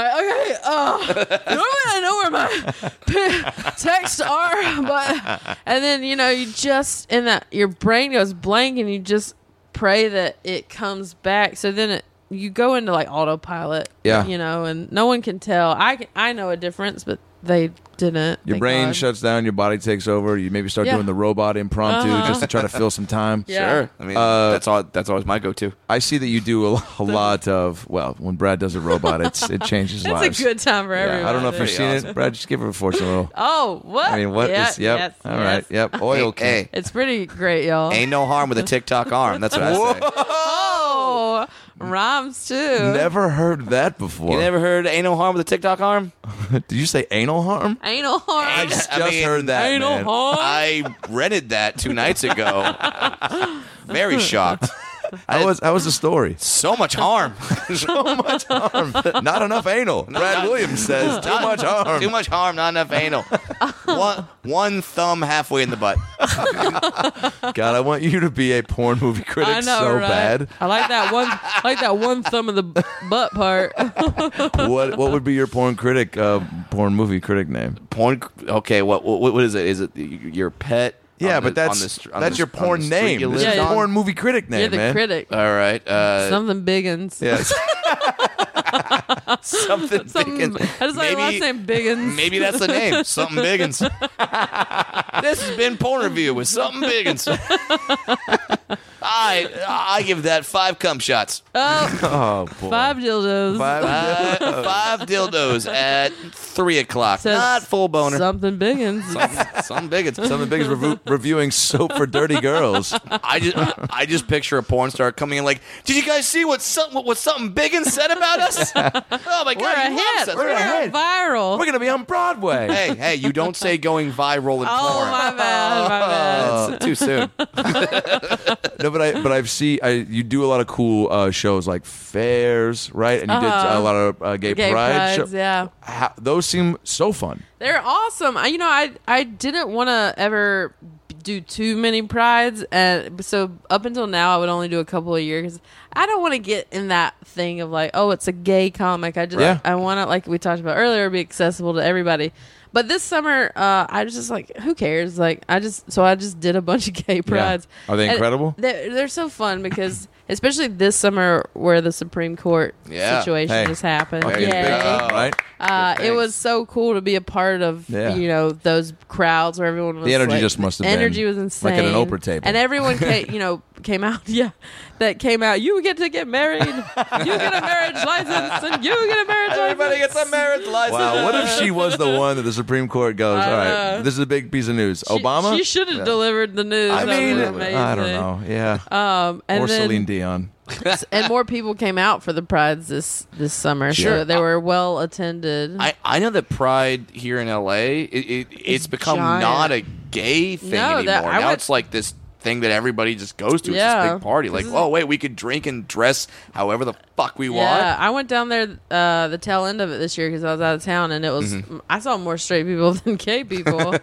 [SPEAKER 4] eye.
[SPEAKER 3] like, like, okay, uh, normally I know where my p- texts are, but and then you know you just and that your brain goes blank and you just pray that it comes back. So then it, you go into like autopilot.
[SPEAKER 1] Yeah.
[SPEAKER 3] you know, and no one can tell. I can, I know a difference, but they didn't.
[SPEAKER 1] Your
[SPEAKER 3] thank
[SPEAKER 1] brain
[SPEAKER 3] God.
[SPEAKER 1] shuts down. Your body takes over. You maybe start
[SPEAKER 3] Yeah.
[SPEAKER 1] doing the robot impromptu
[SPEAKER 3] Uh-huh.
[SPEAKER 1] just to try to fill some time.
[SPEAKER 3] Yeah.
[SPEAKER 4] Sure. I mean, that's all. That's always my go-to.
[SPEAKER 1] I see that you do a, a lot of well. When Brad does a robot, it's it changes
[SPEAKER 3] That's
[SPEAKER 1] lives.
[SPEAKER 3] a good time for everyone.
[SPEAKER 1] yeah, I don't know if
[SPEAKER 3] there.
[SPEAKER 1] you've seen
[SPEAKER 4] Pretty
[SPEAKER 1] it, Brad. Just give her a fortune roll.
[SPEAKER 3] Oh, what?
[SPEAKER 1] I mean, what is?
[SPEAKER 3] Yeah,
[SPEAKER 1] yep.
[SPEAKER 3] yes,
[SPEAKER 1] All right.
[SPEAKER 3] yes.
[SPEAKER 1] Yep. Oil
[SPEAKER 4] Hey, hey.
[SPEAKER 1] king.
[SPEAKER 3] It's pretty great, y'all.
[SPEAKER 4] Ain't no harm with a TikTok arm. That's what I say.
[SPEAKER 3] Oh, rhymes too.
[SPEAKER 1] Never heard that before.
[SPEAKER 4] You never heard "Ain't no harm with a TikTok arm"?
[SPEAKER 1] Did you say anal harm?
[SPEAKER 3] Anal harm.
[SPEAKER 4] Ain't-
[SPEAKER 1] just
[SPEAKER 4] I mean,
[SPEAKER 1] heard that.
[SPEAKER 3] Anal
[SPEAKER 1] man.
[SPEAKER 3] harm.
[SPEAKER 4] I rented that two nights ago. Very shocked.
[SPEAKER 1] How was how was the story?
[SPEAKER 4] So much harm.
[SPEAKER 1] Not enough anal. Brad
[SPEAKER 4] not-
[SPEAKER 1] Williams says too
[SPEAKER 4] not-
[SPEAKER 1] much harm.
[SPEAKER 4] Too much harm, not enough anal. One, one thumb halfway in the butt.
[SPEAKER 1] God, I want you to be a porn movie critic
[SPEAKER 3] I know,
[SPEAKER 1] so
[SPEAKER 3] right?
[SPEAKER 1] bad.
[SPEAKER 3] I like that one. I like that one thumb of the b- butt part.
[SPEAKER 1] What what would be your porn critic uh, porn movie critic name?
[SPEAKER 4] Porn. Okay, what what, what is it? Is it y- your pet?
[SPEAKER 1] Yeah,
[SPEAKER 4] on
[SPEAKER 1] but
[SPEAKER 4] the-
[SPEAKER 1] that's
[SPEAKER 4] on the str- on
[SPEAKER 1] that's
[SPEAKER 4] the-
[SPEAKER 1] your
[SPEAKER 4] on the
[SPEAKER 1] porn
[SPEAKER 4] street
[SPEAKER 1] name.
[SPEAKER 4] you
[SPEAKER 1] This
[SPEAKER 4] live
[SPEAKER 1] is
[SPEAKER 3] Yeah,
[SPEAKER 1] a
[SPEAKER 4] on?
[SPEAKER 1] porn movie critic name,
[SPEAKER 3] You're the
[SPEAKER 1] man.
[SPEAKER 3] critic.
[SPEAKER 4] All right. Uh,
[SPEAKER 3] Something Biggins.
[SPEAKER 1] Yes.
[SPEAKER 4] something.
[SPEAKER 3] Something.
[SPEAKER 4] Biggins.
[SPEAKER 3] I just like
[SPEAKER 4] Maybe-
[SPEAKER 3] last name Biggins.
[SPEAKER 4] Maybe that's the name. Something Biggins. this has been Porn Review with Something Biggins. I I give that five cum shots.
[SPEAKER 3] Oh,
[SPEAKER 1] oh boy.
[SPEAKER 3] five dildos.
[SPEAKER 1] Five-
[SPEAKER 4] Five, Uh, five dildos at three o'clock.
[SPEAKER 3] Says
[SPEAKER 4] Not full boner.
[SPEAKER 3] Something Biggins.
[SPEAKER 4] Something, something Biggins.
[SPEAKER 1] Something big is revu- reviewing soap for dirty girls.
[SPEAKER 4] I just I just picture a porn star coming in like, did you guys see what something what, what something Biggins said about us? Oh my god,
[SPEAKER 3] We're
[SPEAKER 4] he loves
[SPEAKER 3] ahead.
[SPEAKER 4] us.
[SPEAKER 3] We're
[SPEAKER 1] ahead.
[SPEAKER 3] viral.
[SPEAKER 1] We're gonna be on Broadway.
[SPEAKER 4] Hey, hey, you don't say going viral in
[SPEAKER 3] oh
[SPEAKER 4] porn.
[SPEAKER 3] my bad. My bad.
[SPEAKER 4] It's too soon.
[SPEAKER 1] Uh, No, but I but I've seen I you do a lot of cool uh, shows like fairs, right? And you did
[SPEAKER 3] Uh-huh.
[SPEAKER 1] a lot of uh, gay,
[SPEAKER 3] Gay
[SPEAKER 1] pride.
[SPEAKER 3] prides.
[SPEAKER 1] show-
[SPEAKER 3] Yeah.
[SPEAKER 1] How, those seem so fun.
[SPEAKER 3] They're awesome. I, you know, I I didn't want to ever do too many prides, and so up until now, I would only do a couple a year because I don't want to get in that thing of like, oh, it's a gay comic. I just
[SPEAKER 1] Right.
[SPEAKER 3] I want to like we talked about earlier, be accessible to everybody. But this summer, uh, I was just like, who cares? Like, I just so I just did a bunch of gay prides.
[SPEAKER 1] Are they
[SPEAKER 3] And
[SPEAKER 1] incredible?
[SPEAKER 3] They're, they're so fun because especially this summer where the Supreme Court
[SPEAKER 4] Yeah.
[SPEAKER 3] situation
[SPEAKER 1] Hey.
[SPEAKER 3] just happened.
[SPEAKER 4] Fucking big
[SPEAKER 3] Yay.
[SPEAKER 4] up.
[SPEAKER 1] Uh, right?
[SPEAKER 3] Uh,
[SPEAKER 4] Good
[SPEAKER 3] it
[SPEAKER 4] things.
[SPEAKER 3] was so cool to be a part of,
[SPEAKER 1] Yeah.
[SPEAKER 3] you know, those crowds where everyone was.
[SPEAKER 1] The energy
[SPEAKER 3] like-
[SPEAKER 1] just must have
[SPEAKER 3] the energy
[SPEAKER 1] been
[SPEAKER 3] was insane,
[SPEAKER 1] like at an Oprah table.
[SPEAKER 3] and everyone, ca- you know, came out. Yeah, that came out. You get to get married. you get a marriage license, and you get a marriage
[SPEAKER 4] Everybody
[SPEAKER 3] license.
[SPEAKER 4] gets a marriage license.
[SPEAKER 1] Wow, what if she was the one that the Supreme Court goes,
[SPEAKER 3] I
[SPEAKER 1] all right,
[SPEAKER 3] know.
[SPEAKER 1] this is a big piece of news.
[SPEAKER 3] She-
[SPEAKER 1] Obama?
[SPEAKER 3] She, should have delivered the news.
[SPEAKER 1] I
[SPEAKER 3] That
[SPEAKER 1] mean,
[SPEAKER 3] would've been amazing.
[SPEAKER 1] I don't know. Yeah.
[SPEAKER 3] Um, and
[SPEAKER 1] or
[SPEAKER 3] then, uh,
[SPEAKER 1] Celine Dion.
[SPEAKER 3] and more people came out for the prides this this summer,
[SPEAKER 1] Sure.
[SPEAKER 3] so they were well attended.
[SPEAKER 4] I, I know that Pride here in LA, it, it, it's become
[SPEAKER 3] giant.
[SPEAKER 4] not a gay thing
[SPEAKER 3] No,
[SPEAKER 4] anymore.
[SPEAKER 3] that- I
[SPEAKER 4] now
[SPEAKER 3] would-
[SPEAKER 4] it's like this thing that everybody just goes to. It's
[SPEAKER 3] Yeah.
[SPEAKER 4] this big party. Like,
[SPEAKER 3] This is-
[SPEAKER 4] oh wait, we could drink and dress however the fuck we
[SPEAKER 3] Yeah,
[SPEAKER 4] want.
[SPEAKER 3] I went down there uh, the tail end of it this year because I was out of town, and it was
[SPEAKER 4] Mm-hmm.
[SPEAKER 3] I saw more straight people than gay people,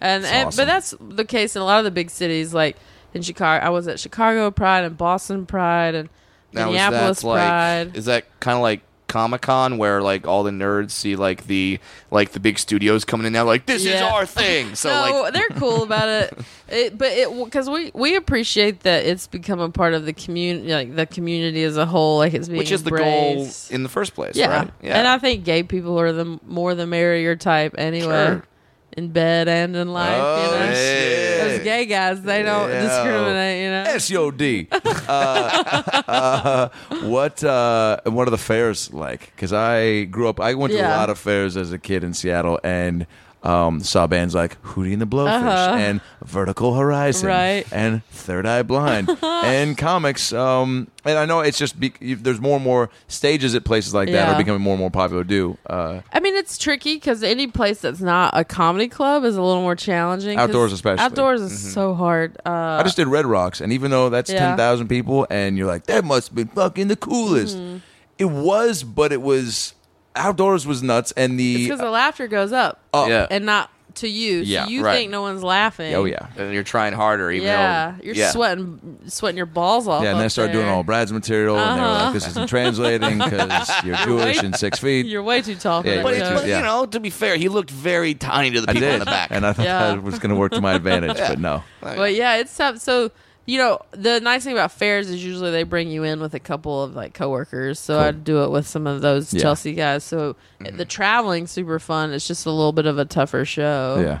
[SPEAKER 3] and, and
[SPEAKER 1] awesome.
[SPEAKER 3] but that's the case in a lot of the big cities, like in Chicago. I was at Chicago Pride and Boston Pride and
[SPEAKER 4] Now is
[SPEAKER 3] Minneapolis
[SPEAKER 4] that like
[SPEAKER 3] Pride.
[SPEAKER 4] is that kind of like Comic Con where like all the nerds see like the like the big studios coming in now like this is
[SPEAKER 3] Yeah.
[SPEAKER 4] our thing. So
[SPEAKER 3] no,
[SPEAKER 4] like
[SPEAKER 3] they're cool about it. it but it because we we appreciate that it's become a part of the community, like the community as a whole, like it's being
[SPEAKER 4] which is the goal
[SPEAKER 3] embraced.
[SPEAKER 4] in the first place,
[SPEAKER 3] yeah.
[SPEAKER 4] right?
[SPEAKER 3] and I think gay people are the more the merrier type anyway,
[SPEAKER 4] Sure.
[SPEAKER 3] in bed and in life.
[SPEAKER 1] Oh,
[SPEAKER 3] you know?
[SPEAKER 1] shit.
[SPEAKER 3] Those gay guys, they don't
[SPEAKER 1] Yeah.
[SPEAKER 3] discriminate. You know,
[SPEAKER 1] SOD. Uh, uh, what uh, what are the fairs like? Because I grew up, I went to a
[SPEAKER 3] Yeah.
[SPEAKER 1] lot of fairs as a kid in Seattle, and um, saw bands like Hootie and the Blowfish
[SPEAKER 3] Uh-huh.
[SPEAKER 1] and Vertical Horizon,
[SPEAKER 3] Right.
[SPEAKER 1] and Third Eye Blind, and comics. Um, and I know it's just be- there's more and more stages at places like that
[SPEAKER 3] Yeah.
[SPEAKER 1] are becoming more and more popular. Do uh,
[SPEAKER 3] I mean, it's tricky because any place that's not a comedy club is a little more challenging. 'cause
[SPEAKER 1] Outdoors especially. Mm-hmm.
[SPEAKER 3] Outdoors is so hard. Uh,
[SPEAKER 1] I just did Red Rocks, and even though that's
[SPEAKER 3] Yeah.
[SPEAKER 1] ten thousand people, and you're like, that must have been fucking the coolest.
[SPEAKER 3] Mm-hmm.
[SPEAKER 1] It was, but it was outdoors was nuts, and the uh,
[SPEAKER 3] because the laughter goes up
[SPEAKER 1] up.
[SPEAKER 4] Yeah.
[SPEAKER 3] and not to you.
[SPEAKER 1] Oh. Yeah,
[SPEAKER 3] so you
[SPEAKER 4] right.
[SPEAKER 3] think no one's laughing.
[SPEAKER 1] oh yeah,
[SPEAKER 4] and you're trying harder, even
[SPEAKER 3] yeah,
[SPEAKER 4] though
[SPEAKER 3] you're
[SPEAKER 4] yeah.
[SPEAKER 3] sweating, sweating your balls off.
[SPEAKER 1] yeah. And
[SPEAKER 3] up
[SPEAKER 1] they started doing
[SPEAKER 3] there.
[SPEAKER 1] all Brad's material, and they were
[SPEAKER 3] Uh-huh.
[SPEAKER 1] like, this isn't translating because you're Jewish and six feet.
[SPEAKER 3] You're way too tall for
[SPEAKER 1] Yeah,
[SPEAKER 3] that.
[SPEAKER 1] you're
[SPEAKER 4] But, it-
[SPEAKER 1] too-
[SPEAKER 3] joke.
[SPEAKER 4] but
[SPEAKER 1] yeah.
[SPEAKER 4] you know, to be fair, he looked very tiny to the
[SPEAKER 1] I
[SPEAKER 4] people
[SPEAKER 1] did,
[SPEAKER 4] in the back.
[SPEAKER 1] and I thought
[SPEAKER 3] Yeah.
[SPEAKER 1] that was going to work to my advantage, but no.
[SPEAKER 4] Oh,
[SPEAKER 3] But yeah, it's tough. So you know, the nice thing about fairs is usually they bring you in with a couple of like coworkers. So I'd do it with some of those
[SPEAKER 1] Yeah.
[SPEAKER 3] Chelsea guys. So the traveling super fun. It's just a little bit of a tougher show.
[SPEAKER 1] Yeah,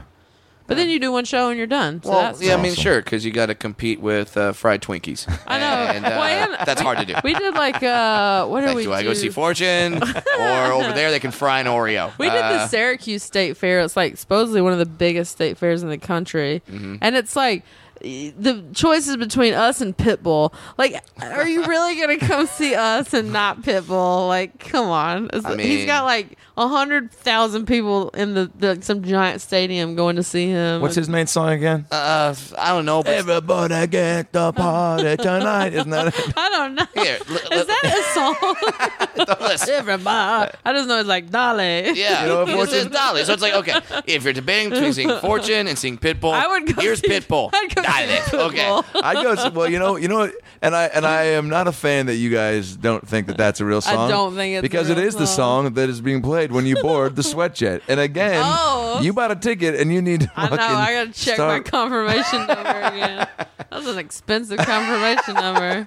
[SPEAKER 3] But then you do one show and you're done. So
[SPEAKER 4] well,
[SPEAKER 3] that's
[SPEAKER 4] yeah, I mean,
[SPEAKER 1] awesome.
[SPEAKER 4] sure, because you got to compete with uh, fried Twinkies.
[SPEAKER 3] I know.
[SPEAKER 4] And, uh,
[SPEAKER 3] Well, and-
[SPEAKER 4] that's hard to do.
[SPEAKER 3] we did like uh what
[SPEAKER 4] Like,
[SPEAKER 3] are we?
[SPEAKER 4] do I go
[SPEAKER 3] do?
[SPEAKER 4] see Fortune, or over there they can fry an Oreo?
[SPEAKER 3] We did
[SPEAKER 4] Uh,
[SPEAKER 3] the Syracuse State Fair. It's like supposedly one of the biggest state fairs in the country,
[SPEAKER 4] Mm-hmm.
[SPEAKER 3] and it's like e- the choices between us and Pitbull. Like, are you really gonna come see us and not Pitbull? Like, come on. It's-
[SPEAKER 4] I
[SPEAKER 3] he's got
[SPEAKER 4] mean-
[SPEAKER 3] like a hundred thousand people in the, the some giant stadium going to see him.
[SPEAKER 1] what's his main song again?
[SPEAKER 4] Uh, I don't know. But
[SPEAKER 1] Everybody get the party tonight, isn't that? It?
[SPEAKER 3] I don't know.
[SPEAKER 4] Here, l- l-
[SPEAKER 3] Is that a song?
[SPEAKER 4] listen,
[SPEAKER 3] Everybody. I just know it's like Dolly.
[SPEAKER 4] yeah,
[SPEAKER 1] You know what
[SPEAKER 4] This
[SPEAKER 1] Fortune-
[SPEAKER 4] is Dolly. So it's like, okay, if you're debating between seeing Fortune and seeing Pitbull,
[SPEAKER 3] I would go
[SPEAKER 4] here's
[SPEAKER 3] see-
[SPEAKER 4] Pitbull.
[SPEAKER 3] I'd go
[SPEAKER 4] Dial
[SPEAKER 3] see
[SPEAKER 4] it.
[SPEAKER 3] Pitbull.
[SPEAKER 4] Okay.
[SPEAKER 1] I go see- well, you know, you know, what? and I and I am not a fan that you guys don't think that that's a real
[SPEAKER 3] I
[SPEAKER 1] song.
[SPEAKER 3] don't think it's a
[SPEAKER 1] because it
[SPEAKER 3] real
[SPEAKER 1] is the
[SPEAKER 3] song.
[SPEAKER 1] song that is being played when you board the sweat jet. And again,
[SPEAKER 3] Oh.
[SPEAKER 1] you bought a ticket and you need to.
[SPEAKER 3] I know.
[SPEAKER 1] fucking
[SPEAKER 3] I gotta check
[SPEAKER 1] start-
[SPEAKER 3] my confirmation number again. That was an expensive confirmation number.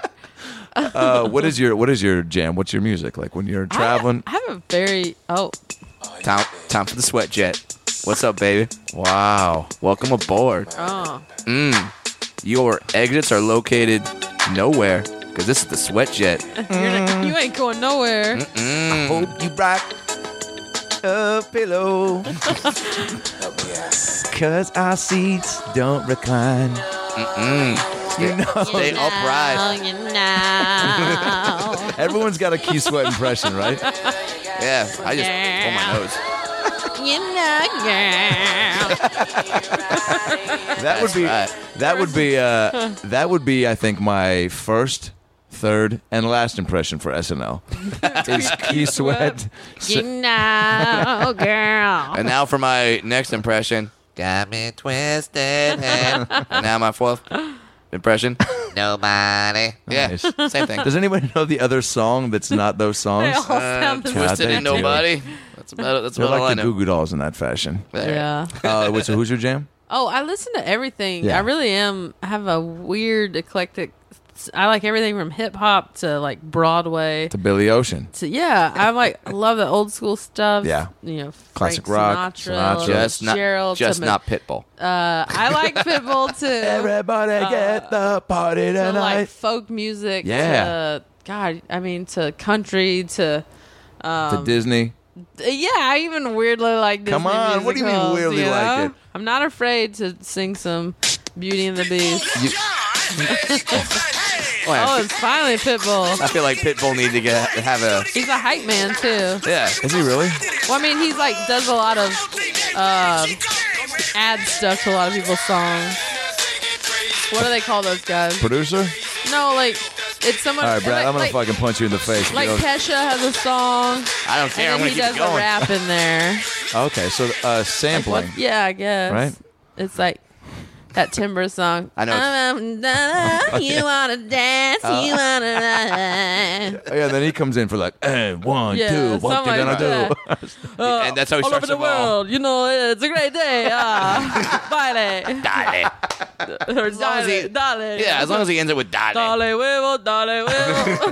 [SPEAKER 1] uh, what is your What is your jam? What's your music like when you're traveling?
[SPEAKER 3] I, I have a very oh
[SPEAKER 4] Time, time for the sweat jet. What's up, baby?
[SPEAKER 1] wow.
[SPEAKER 4] Welcome aboard.
[SPEAKER 3] oh
[SPEAKER 4] Your exits are located nowhere because this is the sweat jet.
[SPEAKER 3] you're
[SPEAKER 1] Mm.
[SPEAKER 3] not, you ain't going nowhere.
[SPEAKER 1] Hope you rock a pillow. Cause our seats don't recline. You know,
[SPEAKER 4] Stay upright.
[SPEAKER 3] you know.
[SPEAKER 1] everyone's got a key sweat impression, right?
[SPEAKER 4] Yeah, I just pull my nose.
[SPEAKER 3] you know, girl.
[SPEAKER 1] That would
[SPEAKER 4] That's
[SPEAKER 1] be
[SPEAKER 4] right.
[SPEAKER 1] that would be uh, that would be I think my first, third, and last impression for SNL is key sweat.
[SPEAKER 3] You know, girl.
[SPEAKER 4] And now for my next impression. Got me twisted. and now my fourth impression. Nobody. Yeah,
[SPEAKER 1] Nice.
[SPEAKER 4] same thing. Uh,
[SPEAKER 1] Does anybody know the other song that's not those
[SPEAKER 3] They
[SPEAKER 1] songs?
[SPEAKER 3] all sound the
[SPEAKER 1] twist-
[SPEAKER 3] same.
[SPEAKER 4] Twisted
[SPEAKER 1] they
[SPEAKER 4] in
[SPEAKER 1] do.
[SPEAKER 4] nobody. That's about it. That's
[SPEAKER 1] They're
[SPEAKER 4] about all I
[SPEAKER 1] like the Goo
[SPEAKER 4] know.
[SPEAKER 1] Goo Dolls in that fashion.
[SPEAKER 4] There.
[SPEAKER 3] Yeah.
[SPEAKER 1] Uh, wait, so who's your jam?
[SPEAKER 3] Oh, I listen to everything.
[SPEAKER 1] Yeah.
[SPEAKER 3] I really am. I have a weird eclectic. I like everything from hip hop to like Broadway.
[SPEAKER 1] To Billy Ocean.
[SPEAKER 3] So yeah, I like love the old school stuff.
[SPEAKER 1] Yeah.
[SPEAKER 3] you know,
[SPEAKER 1] Classic
[SPEAKER 3] Frank
[SPEAKER 1] rock,
[SPEAKER 3] Sinatra,
[SPEAKER 1] Sinatra.
[SPEAKER 4] Just not,
[SPEAKER 3] Gerald.
[SPEAKER 4] just
[SPEAKER 3] Tubman.
[SPEAKER 4] not Pitbull.
[SPEAKER 3] Uh, I like Pitbull too.
[SPEAKER 1] Everybody get the party
[SPEAKER 3] To Uh, like
[SPEAKER 1] tonight.
[SPEAKER 3] folk music.
[SPEAKER 1] Yeah.
[SPEAKER 3] To, God, I mean to country to um, uh,
[SPEAKER 1] to Disney.
[SPEAKER 3] yeah. I even weirdly like Disney
[SPEAKER 1] Come on, what do you mean
[SPEAKER 3] musicals,
[SPEAKER 1] weirdly like
[SPEAKER 3] know?
[SPEAKER 1] it?
[SPEAKER 3] I'm not afraid to sing some Beauty and the Beast.
[SPEAKER 4] Oh, yeah.
[SPEAKER 3] Oh, it's finally
[SPEAKER 4] I
[SPEAKER 3] Pitbull.
[SPEAKER 4] feel like Pitbull needs to get have a
[SPEAKER 3] He's a hype man too.
[SPEAKER 4] yeah.
[SPEAKER 1] Is he really?
[SPEAKER 3] Well, I mean, he's like does a lot of
[SPEAKER 2] Um,
[SPEAKER 3] ad stuff to a lot of people's songs. What do they call those guys?
[SPEAKER 1] Producer?
[SPEAKER 3] No, like it's someone.
[SPEAKER 1] All right, Brad,
[SPEAKER 3] like,
[SPEAKER 1] I'm going to
[SPEAKER 3] like,
[SPEAKER 1] fucking punch you in the face. if you
[SPEAKER 3] like
[SPEAKER 1] don't-
[SPEAKER 3] Kesha has a song,
[SPEAKER 4] I don't care. I'm gonna
[SPEAKER 3] and then he
[SPEAKER 4] keep
[SPEAKER 3] does
[SPEAKER 4] it going.
[SPEAKER 3] a rap in there.
[SPEAKER 1] okay, so uh, sampling.
[SPEAKER 3] What- yeah, I guess.
[SPEAKER 1] Right?
[SPEAKER 3] It's like that Timber song.
[SPEAKER 4] I know Uh.
[SPEAKER 3] Um, da- you wanna dance? You wanna?
[SPEAKER 1] Oh, yeah, then he comes in for like, eh, one,
[SPEAKER 3] Yeah,
[SPEAKER 1] two, what
[SPEAKER 3] something
[SPEAKER 1] you
[SPEAKER 3] like
[SPEAKER 1] gonna do?
[SPEAKER 3] Uh,
[SPEAKER 4] And that's how he
[SPEAKER 3] all
[SPEAKER 4] starts
[SPEAKER 3] over the
[SPEAKER 4] them all.
[SPEAKER 3] world. You know, it's a great day. Ah, Dale.
[SPEAKER 4] Dale.
[SPEAKER 3] Or
[SPEAKER 4] long as he-
[SPEAKER 3] Dale. Dale.
[SPEAKER 4] Yeah, as long as he ends it with Dale.
[SPEAKER 3] Dale huevo, dale huevo.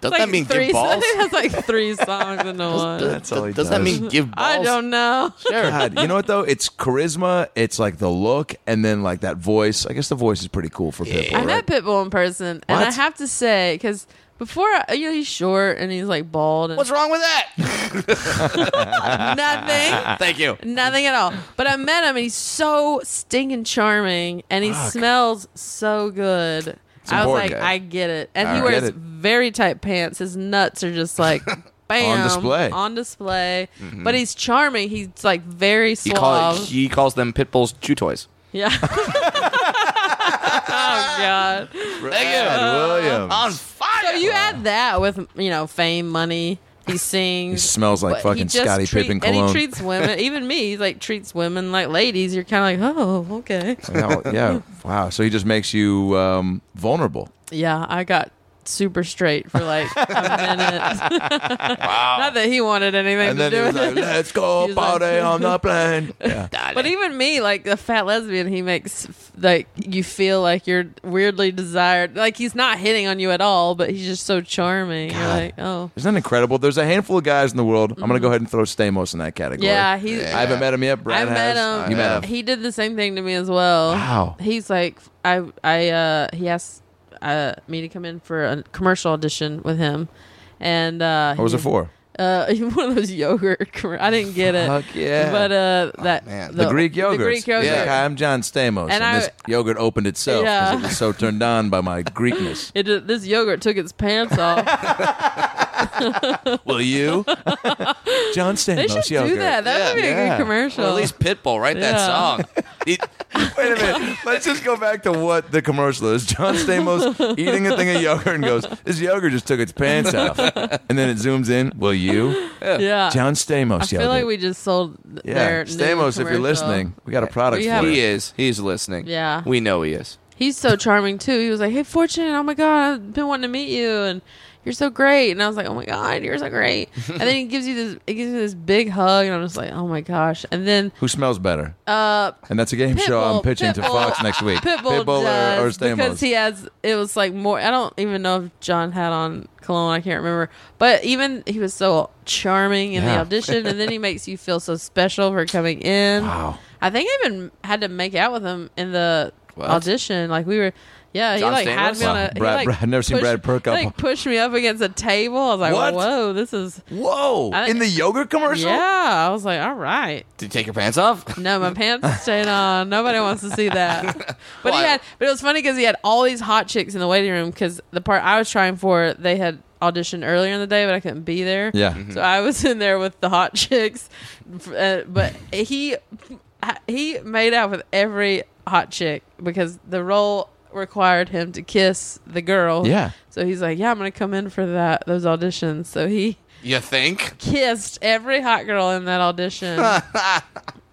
[SPEAKER 4] Does that mean give balls?
[SPEAKER 3] I think that's like three songs in the one.
[SPEAKER 1] That's all he
[SPEAKER 4] Does that
[SPEAKER 1] does.
[SPEAKER 4] mean give balls?
[SPEAKER 3] I don't know.
[SPEAKER 1] God, you know what though? It's charisma. It's like the look, and then like that voice. I guess the voice is pretty cool for Pitbull.
[SPEAKER 3] I met
[SPEAKER 1] right?
[SPEAKER 3] Pitbull in person, and I
[SPEAKER 1] What?
[SPEAKER 3] have to say, because before, I, you know, he's short and he's like bald and
[SPEAKER 4] What's wrong with that?
[SPEAKER 3] nothing,
[SPEAKER 4] Thank you.
[SPEAKER 3] nothing at all. But I met him, and he's so stinking charming, and he smells so good. I was like,
[SPEAKER 1] important.
[SPEAKER 3] I get it. And
[SPEAKER 1] I
[SPEAKER 3] he
[SPEAKER 1] get
[SPEAKER 3] wears
[SPEAKER 1] it.
[SPEAKER 3] very tight pants. His nuts are just like. Bam,
[SPEAKER 1] display. Mm-hmm.
[SPEAKER 3] on display. But he's charming. He's like very
[SPEAKER 4] He, call,
[SPEAKER 3] suave.
[SPEAKER 4] he calls them pit bulls chew toys.
[SPEAKER 3] Yeah. oh God.
[SPEAKER 4] Thank you.
[SPEAKER 3] uh,
[SPEAKER 1] Brad Williams.
[SPEAKER 4] On fire.
[SPEAKER 3] So you add that with you know fame, money. He
[SPEAKER 1] he
[SPEAKER 3] sings.
[SPEAKER 1] smells like
[SPEAKER 3] but he
[SPEAKER 1] fucking
[SPEAKER 3] just
[SPEAKER 1] Scotty
[SPEAKER 3] treat-
[SPEAKER 1] Pippen
[SPEAKER 3] And
[SPEAKER 1] cologne.
[SPEAKER 3] he treats women, even me. He's like treats women like ladies. You're kind of like, oh, okay.
[SPEAKER 1] yeah, well, yeah, wow. So he just makes you um, vulnerable.
[SPEAKER 3] Yeah, I got super straight for like a minute. Not that he wanted anything
[SPEAKER 1] And
[SPEAKER 3] to
[SPEAKER 1] then he
[SPEAKER 3] do
[SPEAKER 1] was
[SPEAKER 3] with
[SPEAKER 1] like,
[SPEAKER 3] it.
[SPEAKER 1] "Let's go
[SPEAKER 3] He's like-
[SPEAKER 1] party on the plane." Yeah.
[SPEAKER 3] But even me, like the fat lesbian, he makes f- like you feel like you're weirdly desired. Like he's not hitting on you at all, but he's just so charming. You're like, oh,
[SPEAKER 1] Isn't that incredible? There's a handful of guys in the world. I'm gonna go ahead and throw Stamos in that category.
[SPEAKER 3] Mm-hmm. yeah. He,
[SPEAKER 1] I haven't met him yet. Brad
[SPEAKER 3] I met
[SPEAKER 1] has.
[SPEAKER 3] him.
[SPEAKER 1] You met him.
[SPEAKER 3] He did the same thing to me as well.
[SPEAKER 1] Wow.
[SPEAKER 3] He's like, I, I, uh, he asked uh, me to come in for a commercial audition with him, and uh,
[SPEAKER 1] What Oh, was
[SPEAKER 3] he-
[SPEAKER 1] it for?
[SPEAKER 3] Uh, one of those yogurt. Commer- I didn't get it.
[SPEAKER 1] Fuck yeah. Oh,
[SPEAKER 3] But uh, that
[SPEAKER 4] man.
[SPEAKER 1] The, Greek yogurt.
[SPEAKER 3] The Greek yogurt.
[SPEAKER 1] Yeah. Hi, I'm John Stamos, and,
[SPEAKER 3] And I-
[SPEAKER 1] this yogurt opened itself because
[SPEAKER 3] Yeah.
[SPEAKER 1] it was so turned on by my Greekness.
[SPEAKER 3] It, did- this yogurt took its pants off.
[SPEAKER 1] Will you? John Stamos.
[SPEAKER 3] They should do
[SPEAKER 1] yogurt.
[SPEAKER 3] that. That would be a
[SPEAKER 1] Yeah.
[SPEAKER 3] good commercial.
[SPEAKER 4] Well, at least Pitbull, write that
[SPEAKER 3] Yeah.
[SPEAKER 4] song. It-
[SPEAKER 1] Wait a minute. Let's just go back to what the commercial is. John Stamos eating a thing of yogurt and goes, "This yogurt just took its pants off," and then it zooms in. Will you?
[SPEAKER 3] yeah.
[SPEAKER 1] John Stamos
[SPEAKER 3] I feel
[SPEAKER 1] yogurt.
[SPEAKER 3] like we just sold th-
[SPEAKER 1] yeah,
[SPEAKER 3] their new
[SPEAKER 1] Stamos. If you're
[SPEAKER 3] commercial.
[SPEAKER 1] listening, we got a product
[SPEAKER 3] We
[SPEAKER 1] for
[SPEAKER 3] have-
[SPEAKER 1] you.
[SPEAKER 4] he is. He's listening.
[SPEAKER 3] Yeah.
[SPEAKER 4] We know he is.
[SPEAKER 3] he's so charming too. He was like, "Hey, Fortune, oh my god, I've been wanting to meet you, and you're so great." And I was like, "Oh my god, you're so great." And then he gives you this, he gives you this big hug, and I'm just like, "Oh my gosh!" And then
[SPEAKER 1] Who smells better?
[SPEAKER 3] uh,
[SPEAKER 1] And that's a game show I'm
[SPEAKER 3] Pitbull-
[SPEAKER 1] pitching to
[SPEAKER 3] Pitbull-
[SPEAKER 1] Fox next week.
[SPEAKER 3] Pitbull,
[SPEAKER 1] Pitbull
[SPEAKER 3] does,
[SPEAKER 1] or, or Stamos.
[SPEAKER 3] because he has it was like more. I don't even know if John had on cologne. I can't remember, but even he was so charming in
[SPEAKER 1] Yeah.
[SPEAKER 3] the audition, and then he makes you feel so special for coming in.
[SPEAKER 1] wow.
[SPEAKER 3] I think I even had to make out with him in the
[SPEAKER 4] What?
[SPEAKER 3] audition. Like we were, yeah,
[SPEAKER 4] John
[SPEAKER 3] he like had
[SPEAKER 4] Stamos?
[SPEAKER 3] me on
[SPEAKER 1] Wow.
[SPEAKER 3] a. he,
[SPEAKER 1] Brad-
[SPEAKER 3] like,
[SPEAKER 1] Brad- I've never seen
[SPEAKER 3] pushed-
[SPEAKER 1] Brad perk
[SPEAKER 3] he,
[SPEAKER 1] up.
[SPEAKER 3] Like pushed me up against a table. I was like,
[SPEAKER 1] What?
[SPEAKER 3] whoa, this is.
[SPEAKER 1] Whoa!
[SPEAKER 3] I-
[SPEAKER 1] In the yogurt commercial?
[SPEAKER 3] Yeah, I was like, all right.
[SPEAKER 4] Did you take your pants off?
[SPEAKER 3] No, my pants stayed on. Nobody wants to see that. But
[SPEAKER 4] Well, I-
[SPEAKER 3] he had, but it was funny because he had all these hot chicks in the waiting room because the part I was trying for, they had auditioned earlier in the day, but I couldn't be there.
[SPEAKER 1] Yeah.
[SPEAKER 3] So I was in there with the hot chicks, f- uh, but he he made out with every hot chick because the role required him to kiss the girl.
[SPEAKER 1] Yeah.
[SPEAKER 3] So he's like, "Yeah, I'm gonna come in for that those auditions." So he
[SPEAKER 4] You think?
[SPEAKER 3] kissed every hot girl in that audition.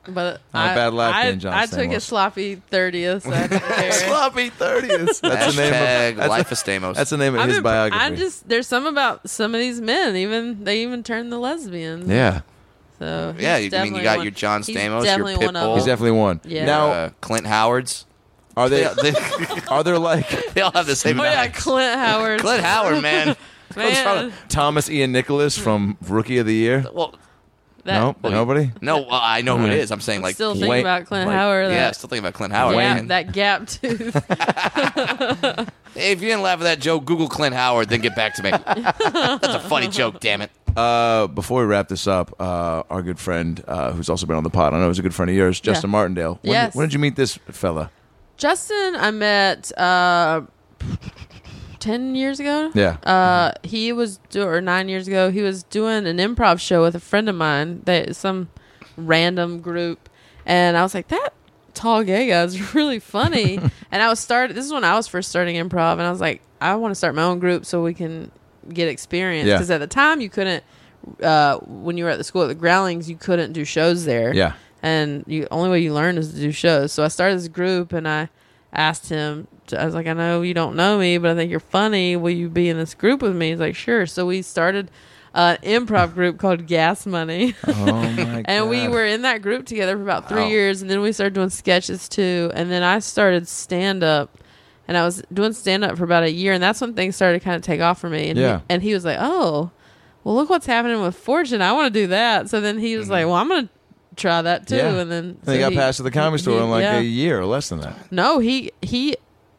[SPEAKER 3] But
[SPEAKER 1] Not a
[SPEAKER 3] I,
[SPEAKER 1] bad laugh
[SPEAKER 3] I,
[SPEAKER 1] being John
[SPEAKER 3] I took
[SPEAKER 1] Stamos.
[SPEAKER 3] a sloppy 30th. So I had to prepare.
[SPEAKER 1] Sloppy 30th. That's the
[SPEAKER 4] Hashtag
[SPEAKER 1] name of that's
[SPEAKER 4] Life
[SPEAKER 1] the-
[SPEAKER 4] of Stamos.
[SPEAKER 1] That's the name of
[SPEAKER 3] I'm
[SPEAKER 1] his
[SPEAKER 3] imp-
[SPEAKER 1] biography.
[SPEAKER 3] I'm just there's some about some of these men. Even they even turn the lesbians.
[SPEAKER 1] yeah,
[SPEAKER 3] So
[SPEAKER 4] Yeah,
[SPEAKER 3] he's
[SPEAKER 4] you- I mean, you
[SPEAKER 3] definitely
[SPEAKER 4] got
[SPEAKER 3] one-
[SPEAKER 4] your John
[SPEAKER 3] he's
[SPEAKER 4] Stamos, your
[SPEAKER 3] definitely one of
[SPEAKER 4] Pitbull.
[SPEAKER 1] he's
[SPEAKER 3] them.
[SPEAKER 1] definitely one.
[SPEAKER 3] Yeah.
[SPEAKER 1] Now,
[SPEAKER 4] Uh, Clint Howard's.
[SPEAKER 1] are they
[SPEAKER 4] Yeah, they,
[SPEAKER 1] are there like
[SPEAKER 4] they all have the same
[SPEAKER 3] Oh yeah,
[SPEAKER 4] name.
[SPEAKER 3] Clint Howard.
[SPEAKER 4] Clint Howard, man.
[SPEAKER 3] Man,
[SPEAKER 1] Thomas Ian Nicholas from Rookie of the Year?
[SPEAKER 4] Well,
[SPEAKER 3] that,
[SPEAKER 1] no,
[SPEAKER 4] Wait.
[SPEAKER 1] nobody.
[SPEAKER 4] no, well, I know who it
[SPEAKER 1] Alright.
[SPEAKER 4] is. I'm saying like,
[SPEAKER 3] still thinking
[SPEAKER 1] Wayne-
[SPEAKER 3] about Clint
[SPEAKER 1] like,
[SPEAKER 3] Howard.
[SPEAKER 4] yeah,
[SPEAKER 3] that,
[SPEAKER 4] still thinking about Clint Howard.
[SPEAKER 3] gap,
[SPEAKER 4] man.
[SPEAKER 3] that gap tooth.
[SPEAKER 4] Hey, if you didn't laugh at that joke, Google Clint Howard, then get back to me. That's a funny joke, damn it.
[SPEAKER 1] Uh, before we wrap this up, uh, our good friend uh, who's also been on the pod, I know he's a good friend of yours, Justin Martindale. When,
[SPEAKER 3] Yes.
[SPEAKER 1] When did you meet this fella?
[SPEAKER 3] Justin, I met uh, ten years ago.
[SPEAKER 1] Yeah.
[SPEAKER 3] Uh, he was do- or nine years ago. He was doing an improv show with a friend of mine. They some random group, and I was like, that tall gay guy is really funny. and I was started. This is when I was first starting improv, and I was like, I want to start my own group so we can get experience.
[SPEAKER 1] Yeah.
[SPEAKER 3] Because at the time, you couldn't. Uh, when you were at the school at the Growlings, you couldn't do shows there.
[SPEAKER 1] Yeah.
[SPEAKER 3] And you only way you learn is to do shows. So I started this group, and I asked him. To, I was like, I know you don't know me, but I think you're funny. Will you be in this group with me? He's like, sure. So we started an improv group called Gas Money.
[SPEAKER 1] Oh my
[SPEAKER 3] And we were in that group together for about three
[SPEAKER 4] Wow.
[SPEAKER 3] years, and then we started doing sketches too. And then I started stand up, and I was doing stand up for about a year, and that's when things started to kind of take off for me. And
[SPEAKER 1] Yeah.
[SPEAKER 3] he, and he was like, "Oh, well, look what's happening with Fortune. I want to do that." So then he was like, "Well, I'm gonna try that too."
[SPEAKER 1] Mm-hmm. Yeah.
[SPEAKER 3] And then
[SPEAKER 1] They
[SPEAKER 3] so
[SPEAKER 1] got
[SPEAKER 3] he-
[SPEAKER 1] passed at the comedy store
[SPEAKER 3] he-
[SPEAKER 1] in like
[SPEAKER 3] yeah.
[SPEAKER 1] a year or less than that.
[SPEAKER 3] No, he he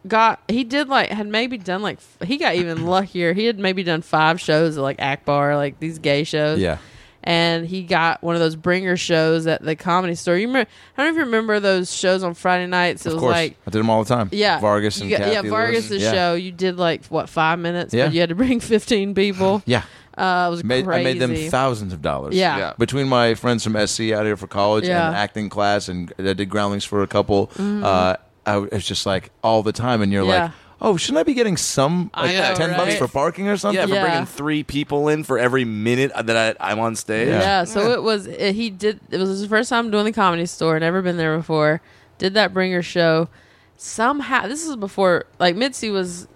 [SPEAKER 3] got he did like had maybe done like f- he got even luckier. He had maybe done five shows at like Akbar, like these gay shows
[SPEAKER 1] Yeah.
[SPEAKER 3] and he got one of those bringer shows at the comedy store. You remember? I don't know if you remember those shows on Friday nights. It
[SPEAKER 1] Of
[SPEAKER 3] was
[SPEAKER 1] course.
[SPEAKER 3] like.
[SPEAKER 1] I did them all the time.
[SPEAKER 3] Yeah,
[SPEAKER 1] Vargas
[SPEAKER 3] You
[SPEAKER 1] and
[SPEAKER 3] got-
[SPEAKER 1] Kathy
[SPEAKER 3] yeah,
[SPEAKER 1] Lewis.
[SPEAKER 3] Vargas'
[SPEAKER 1] yeah.
[SPEAKER 3] show. You did like what five minutes,
[SPEAKER 1] Yeah.
[SPEAKER 3] but you had to bring fifteen people.
[SPEAKER 1] Yeah.
[SPEAKER 3] uh, it was
[SPEAKER 1] Made,
[SPEAKER 3] crazy.
[SPEAKER 1] I made them thousands of dollars.
[SPEAKER 3] Yeah.
[SPEAKER 4] Yeah.
[SPEAKER 1] Between my friends from SC out here for college
[SPEAKER 3] Yeah. Mm-hmm.
[SPEAKER 1] and acting class, and I did groundlings for a couple. Uh, I was just like all the time, and you're like,
[SPEAKER 3] Yeah.
[SPEAKER 1] oh, shouldn't I be getting some
[SPEAKER 3] I
[SPEAKER 1] like
[SPEAKER 4] know,
[SPEAKER 1] ten bucks
[SPEAKER 3] right?
[SPEAKER 1] for parking or something?
[SPEAKER 4] Yeah, for
[SPEAKER 3] Yeah.
[SPEAKER 4] bringing three people in for every minute that I, I'm on stage.
[SPEAKER 1] Yeah.
[SPEAKER 3] yeah. so it was it, he did it was his first time doing the comedy store never been there before did that bringer show somehow this is before like mitzi was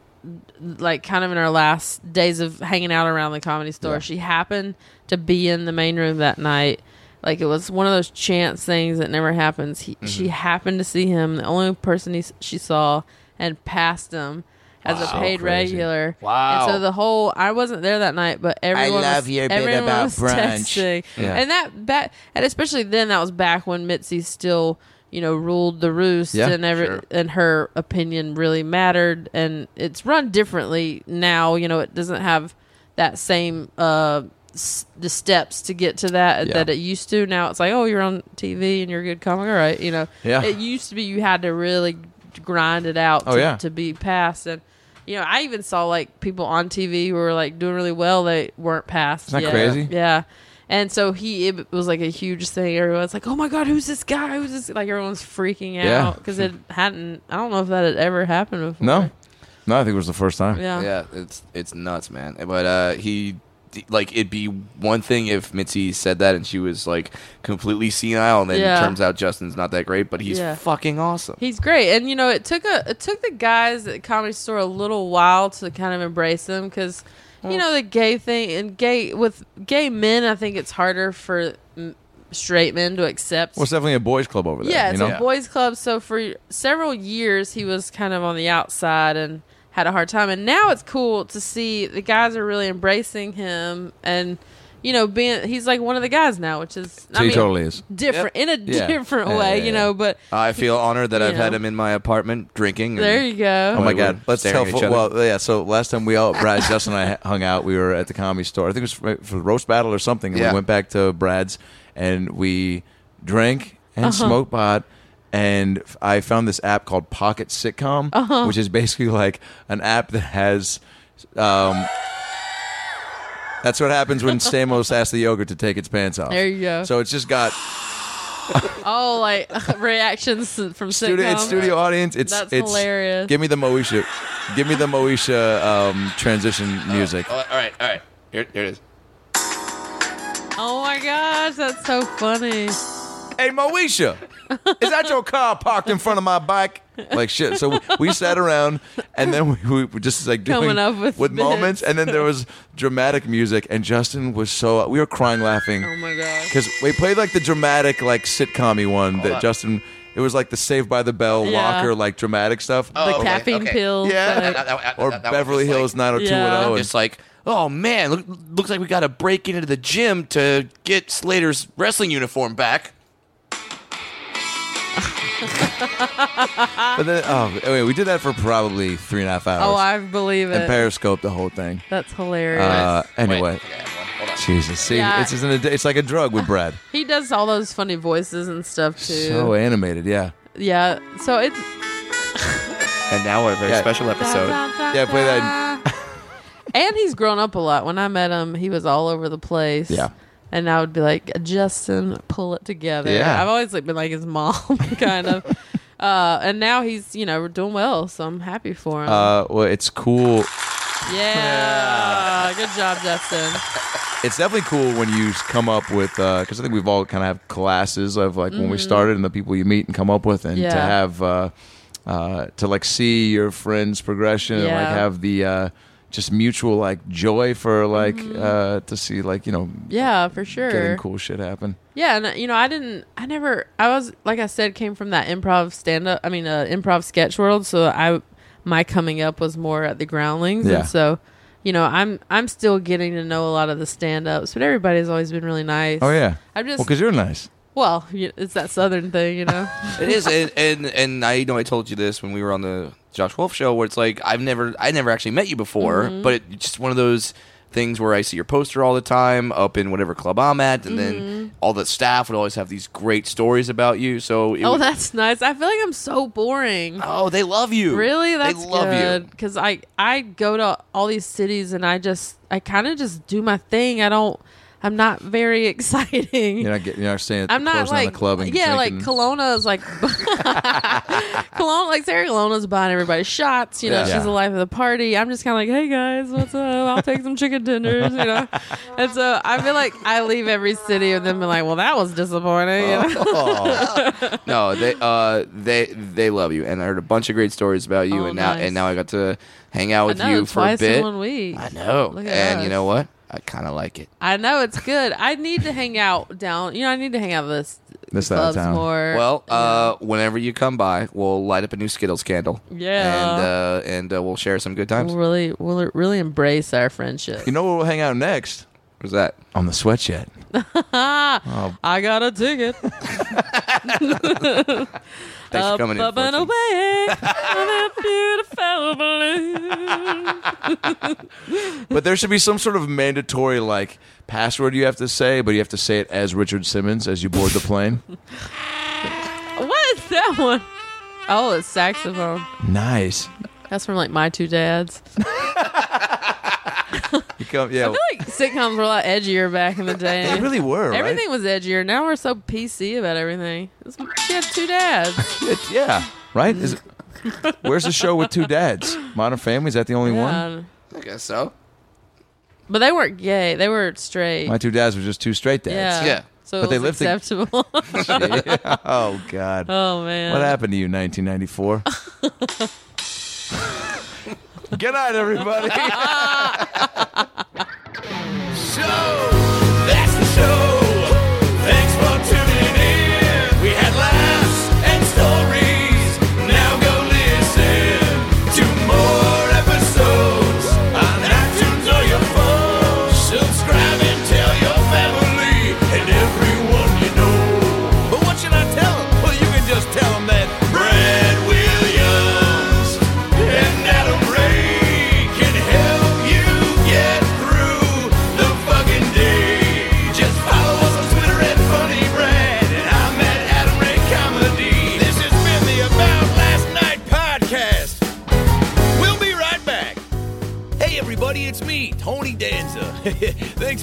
[SPEAKER 3] like kind of in her last days of hanging out around the comedy store she happened to be in the main room that night like it was one of those chance things that never happens he,
[SPEAKER 1] Mm-hmm.
[SPEAKER 3] she happened to see him the only person he, s- she saw and passed him as a paid
[SPEAKER 1] crazy.
[SPEAKER 3] regular
[SPEAKER 4] Wow.
[SPEAKER 3] and so the whole i wasn't there that night but everyone
[SPEAKER 1] love
[SPEAKER 3] was,
[SPEAKER 1] your bit
[SPEAKER 3] everyone
[SPEAKER 1] about
[SPEAKER 3] was
[SPEAKER 1] brunch.
[SPEAKER 3] texting
[SPEAKER 1] Yeah.
[SPEAKER 3] and that back, and especially then, that was back when Mitzi still, you know, ruled the roost,
[SPEAKER 1] Yeah,
[SPEAKER 3] and every
[SPEAKER 4] sure.
[SPEAKER 3] and her opinion really mattered. And it's run differently now. You know, it doesn't have that same uh s- the steps to get to that
[SPEAKER 1] Yeah.
[SPEAKER 3] that it used to. Now it's like, oh, you're on TV and you're a good comic, all right. You know,
[SPEAKER 1] Yeah.
[SPEAKER 3] It used to be you had to really grind it out.
[SPEAKER 1] Oh,
[SPEAKER 3] to,
[SPEAKER 1] yeah.
[SPEAKER 3] to be passed and. You know, I even saw like people on TV who were like doing really well. They weren't passed.
[SPEAKER 1] Isn't that
[SPEAKER 3] yet.
[SPEAKER 1] crazy?
[SPEAKER 3] Yeah. And so he it was like a huge thing. Everyone's like, "Oh my god, who's this guy? Who's this?" Like everyone's freaking out
[SPEAKER 1] Yeah.
[SPEAKER 3] because it hadn't. I don't know if that had ever happened before.
[SPEAKER 1] No, no, I think it was the first time.
[SPEAKER 3] Yeah.
[SPEAKER 4] Yeah, it's it's nuts, man. But uh, he like it'd be one thing if Mitzi said that and she was like completely senile, and then
[SPEAKER 3] Yeah.
[SPEAKER 4] it turns out Justin's not that great, but he's
[SPEAKER 3] Yeah.
[SPEAKER 4] fucking awesome.
[SPEAKER 3] He's great, and you know it took a it took the guys at Comedy Store a little while to kind of embrace him because you know the gay thing and gay with gay men. I think it's harder for mm, straight men to accept.
[SPEAKER 1] Well, it's definitely a boys' club over there.
[SPEAKER 3] Yeah,
[SPEAKER 1] you
[SPEAKER 3] it's
[SPEAKER 1] know?
[SPEAKER 3] a boys' club. So for several years, he was kind of on the outside and had a hard time. And now it's cool to see the guys are really embracing him and. You know, being he's like one of the guys now, which is
[SPEAKER 1] So he totally is.
[SPEAKER 3] different in a
[SPEAKER 1] Yeah.
[SPEAKER 3] different
[SPEAKER 1] Yeah,
[SPEAKER 3] way,
[SPEAKER 1] yeah,
[SPEAKER 3] you
[SPEAKER 1] yeah.
[SPEAKER 3] know. But
[SPEAKER 4] I feel honored that I've
[SPEAKER 3] Yeah.
[SPEAKER 4] had him in my apartment drinking.
[SPEAKER 3] there
[SPEAKER 4] and
[SPEAKER 3] you go.
[SPEAKER 1] Oh my
[SPEAKER 4] Like, we're
[SPEAKER 1] god! Let's
[SPEAKER 4] staring
[SPEAKER 1] tell.
[SPEAKER 4] at each
[SPEAKER 1] fo-
[SPEAKER 4] other.
[SPEAKER 1] Well, yeah. So last time we all, Brad, Justin, and I hung out. We were at the comedy store. I think it was for, for the roast battle or something. And
[SPEAKER 4] Yeah.
[SPEAKER 1] we went back to Brad's and we drank and
[SPEAKER 3] Uh-huh.
[SPEAKER 1] smoked pot. And f- I found this app called Pocket Sitcom,
[SPEAKER 3] Uh-huh.
[SPEAKER 1] which is basically like an app that has. Um, that's what happens when Stamos asks the yogurt to take its pants off.
[SPEAKER 3] There you go.
[SPEAKER 1] So it's just got
[SPEAKER 3] Oh, like reactions from
[SPEAKER 1] studio.
[SPEAKER 3] sitcom.
[SPEAKER 1] It's studio audience. It's
[SPEAKER 3] That's
[SPEAKER 1] it's,
[SPEAKER 3] hilarious.
[SPEAKER 1] Give me the Moesha. Give me the Moesha um, transition music.
[SPEAKER 4] all right, all right. Here, here it is.
[SPEAKER 3] Oh my gosh, that's so funny.
[SPEAKER 1] Hey, Moesha, is that your car parked in front of my bike? Like shit. So we, we sat around, and then we, we were just like doing
[SPEAKER 3] Coming up with bits.
[SPEAKER 1] moments, and then there was dramatic music, and Justin was so we were crying laughing
[SPEAKER 3] Oh my gosh.
[SPEAKER 1] because we played like the dramatic like sitcom-y one that
[SPEAKER 4] on.
[SPEAKER 1] Justin. It was like the Saved by the Bell
[SPEAKER 3] Yeah.
[SPEAKER 1] locker like dramatic stuff.
[SPEAKER 3] The
[SPEAKER 4] Oh, okay,
[SPEAKER 3] caffeine
[SPEAKER 4] okay.
[SPEAKER 3] pills.
[SPEAKER 1] Yeah.
[SPEAKER 3] like-
[SPEAKER 1] or Beverly Hills 90210.
[SPEAKER 3] Yeah.
[SPEAKER 1] and-
[SPEAKER 4] It's like, oh man, look, looks like we got to break into the gym to get Slater's wrestling uniform back.
[SPEAKER 1] But then, oh, anyway, we did that for probably three and a half hours.
[SPEAKER 3] oh, I believe
[SPEAKER 1] and
[SPEAKER 3] it.
[SPEAKER 1] Periscope the whole thing.
[SPEAKER 3] that's hilarious.
[SPEAKER 1] Uh,
[SPEAKER 4] Wait,
[SPEAKER 1] anyway,
[SPEAKER 4] I think I have one. Hold on.
[SPEAKER 1] Jesus, see,
[SPEAKER 3] Yeah.
[SPEAKER 1] it's just an, add- it's like a drug with Brad.
[SPEAKER 3] He does all those funny voices and stuff too.
[SPEAKER 1] So animated, yeah,
[SPEAKER 3] yeah. So it's
[SPEAKER 4] And now a very
[SPEAKER 1] Yeah.
[SPEAKER 4] special episode.
[SPEAKER 1] Yeah, play
[SPEAKER 3] that. and he's grown up a lot. When I met him, he was all over the place.
[SPEAKER 1] Yeah.
[SPEAKER 3] And I would be like, Justin, pull it together.
[SPEAKER 1] Yeah.
[SPEAKER 3] I've always like been like his mom, kind of. Uh, and now he's you know doing well, so I'm happy for him.
[SPEAKER 1] Uh, well, it's cool.
[SPEAKER 3] yeah. good job, Justin.
[SPEAKER 1] It's definitely cool when you come up with because I think we've all kind of have classes of like when we started and the people you meet and come up with, and to
[SPEAKER 3] Mm-hmm. Yeah.
[SPEAKER 1] have uh, uh, to like see your friend's progression and like
[SPEAKER 3] Yeah.
[SPEAKER 1] have the uh, just mutual like joy for like uh, to see like you know
[SPEAKER 3] Yeah, for Mm-hmm. sure.
[SPEAKER 1] getting cool shit happen.
[SPEAKER 3] Yeah, and uh, you know, I didn't, I never, I was like I said, came from that improv stand up, I mean, uh, improv sketch world. So I, my coming up was more at the groundlings,
[SPEAKER 1] Yeah.
[SPEAKER 3] and so, you know, I'm I'm still getting to know a lot of the stand ups, but everybody's always been really nice.
[SPEAKER 1] Oh yeah,
[SPEAKER 3] I'm just
[SPEAKER 1] well because you're nice.
[SPEAKER 3] well, you- it's that southern thing, you know.
[SPEAKER 4] It is, and, and and I know I told you this when we were on the Josh Wolf show, where it's like I've never, I never actually met you before,
[SPEAKER 3] Mm-hmm.
[SPEAKER 4] but it, it's just one of those things where I see your poster all the time up in whatever club I'm at, and
[SPEAKER 3] Mm-hmm.
[SPEAKER 4] then all the staff would always have these great stories about you. So, it
[SPEAKER 3] oh,
[SPEAKER 4] would-
[SPEAKER 3] that's nice. I feel like I'm so boring.
[SPEAKER 4] oh, they love you.
[SPEAKER 3] Really, that's
[SPEAKER 4] they love you.
[SPEAKER 3] Because I I go to all these cities and I just I kind of just do my thing. I don't. I'm not very exciting.
[SPEAKER 1] You're not getting, you're not staying. At
[SPEAKER 3] I'm not
[SPEAKER 1] closing down
[SPEAKER 3] like
[SPEAKER 1] the club and
[SPEAKER 3] yeah,
[SPEAKER 1] drinking.
[SPEAKER 3] like Kelowna is like Kelowna, like Sarah Kelowna's buying everybody shots. You know,
[SPEAKER 4] Yeah.
[SPEAKER 3] she's the life of the party. I'm just kind of like, hey guys, what's up? I'll take some chicken tenders. You know, and so I feel like I leave every city and then be like, well, that was disappointing.
[SPEAKER 1] Oh,
[SPEAKER 3] you know?
[SPEAKER 4] no, they uh, they they love you, and I heard a bunch of great stories about you,
[SPEAKER 3] Oh,
[SPEAKER 4] and now
[SPEAKER 3] nice.
[SPEAKER 4] and now I got to hang out with
[SPEAKER 3] I know,
[SPEAKER 4] you for a
[SPEAKER 3] twice
[SPEAKER 4] bit.
[SPEAKER 3] in one week.
[SPEAKER 4] I know,
[SPEAKER 3] Look at
[SPEAKER 4] and you
[SPEAKER 3] us.
[SPEAKER 4] know what? I kind of like it.
[SPEAKER 3] I know it's good. I need to hang out down. You know, I need to hang out with
[SPEAKER 1] This side of
[SPEAKER 3] clubs
[SPEAKER 1] town.
[SPEAKER 3] more.
[SPEAKER 4] Well, uh, whenever you come by, we'll light up a new Skittles candle.
[SPEAKER 3] Yeah.
[SPEAKER 4] and uh, and uh, we'll share some good times.
[SPEAKER 3] we'll really, we'll really embrace our friendship.
[SPEAKER 1] you know where we'll hang out next
[SPEAKER 4] What's that?
[SPEAKER 1] on the sweat shed.
[SPEAKER 3] I got a ticket.
[SPEAKER 4] Thanks for coming in.
[SPEAKER 3] up and
[SPEAKER 4] Fortune.
[SPEAKER 3] away on that beautiful balloon.
[SPEAKER 1] But there should be some sort of mandatory like password you have to say, but you have to say it as Richard Simmons as you board the plane.
[SPEAKER 3] What is that one? Oh, it's saxophone.
[SPEAKER 1] nice.
[SPEAKER 3] That's from like my two dads.
[SPEAKER 1] You come, yeah.
[SPEAKER 3] I feel like sitcoms were a lot edgier back in the day.
[SPEAKER 1] they really were. right?
[SPEAKER 3] Everything was edgier. Now we're so PC about everything. It's- She had two dads.
[SPEAKER 1] It- yeah. Right. Is it, where's the show with two dads? Modern Family is that the only one?
[SPEAKER 3] Um,
[SPEAKER 4] I guess so.
[SPEAKER 3] but they weren't gay. They were straight.
[SPEAKER 1] My two dads were just two straight dads.
[SPEAKER 3] yeah.
[SPEAKER 4] Yeah.
[SPEAKER 3] So
[SPEAKER 1] But
[SPEAKER 3] it
[SPEAKER 1] they lived
[SPEAKER 3] was
[SPEAKER 1] to-
[SPEAKER 3] acceptable.
[SPEAKER 1] Yeah. Oh God.
[SPEAKER 3] oh man.
[SPEAKER 1] What happened to you, 1994? Good night, everybody.
[SPEAKER 2] show. That's the show. Thanks for tuning in. We had laughs and stories. Now go listen to more episodes on iTunes or your phone. Subscribe and tell your family and everyone you know. But what should I tell 'em? Well, you can just tell 'em that Brad Williams and Adam Ray can help you get through the fucking day. Just follow us on Twitter at Funny Brad, and I'm at Adam Ray Comedy. This has been the About Last Night podcast. We'll be right back. Hey, everybody, it's me, Tony Danza. Thanks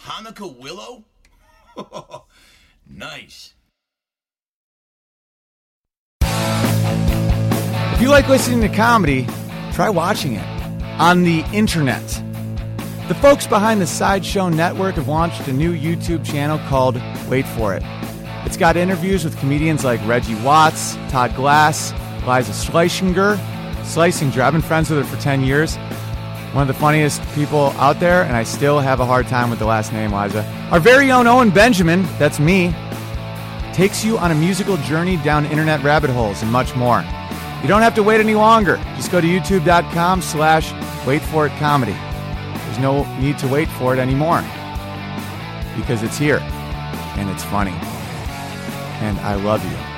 [SPEAKER 2] Hanukkah willow? nice.
[SPEAKER 5] If you like listening to comedy, try watching it on the internet. The folks behind the Sideshow Network have launched a new YouTube channel called Wait For It. It's got interviews with comedians like Reggie Watts, Todd Glass, Liza Schleichinger. Schleichinger. I've been friends with her for 10 years. One of the funniest people out there, and I still have a hard time with the last name, Liza. Our very own Owen Benjamin, that's me, takes you on a musical journey down internet rabbit holes and much more. You don't have to wait any longer. Just go to youtube.com slash wait for it comedy. There's no need to wait for it anymore because it's here and it's funny. And I love you.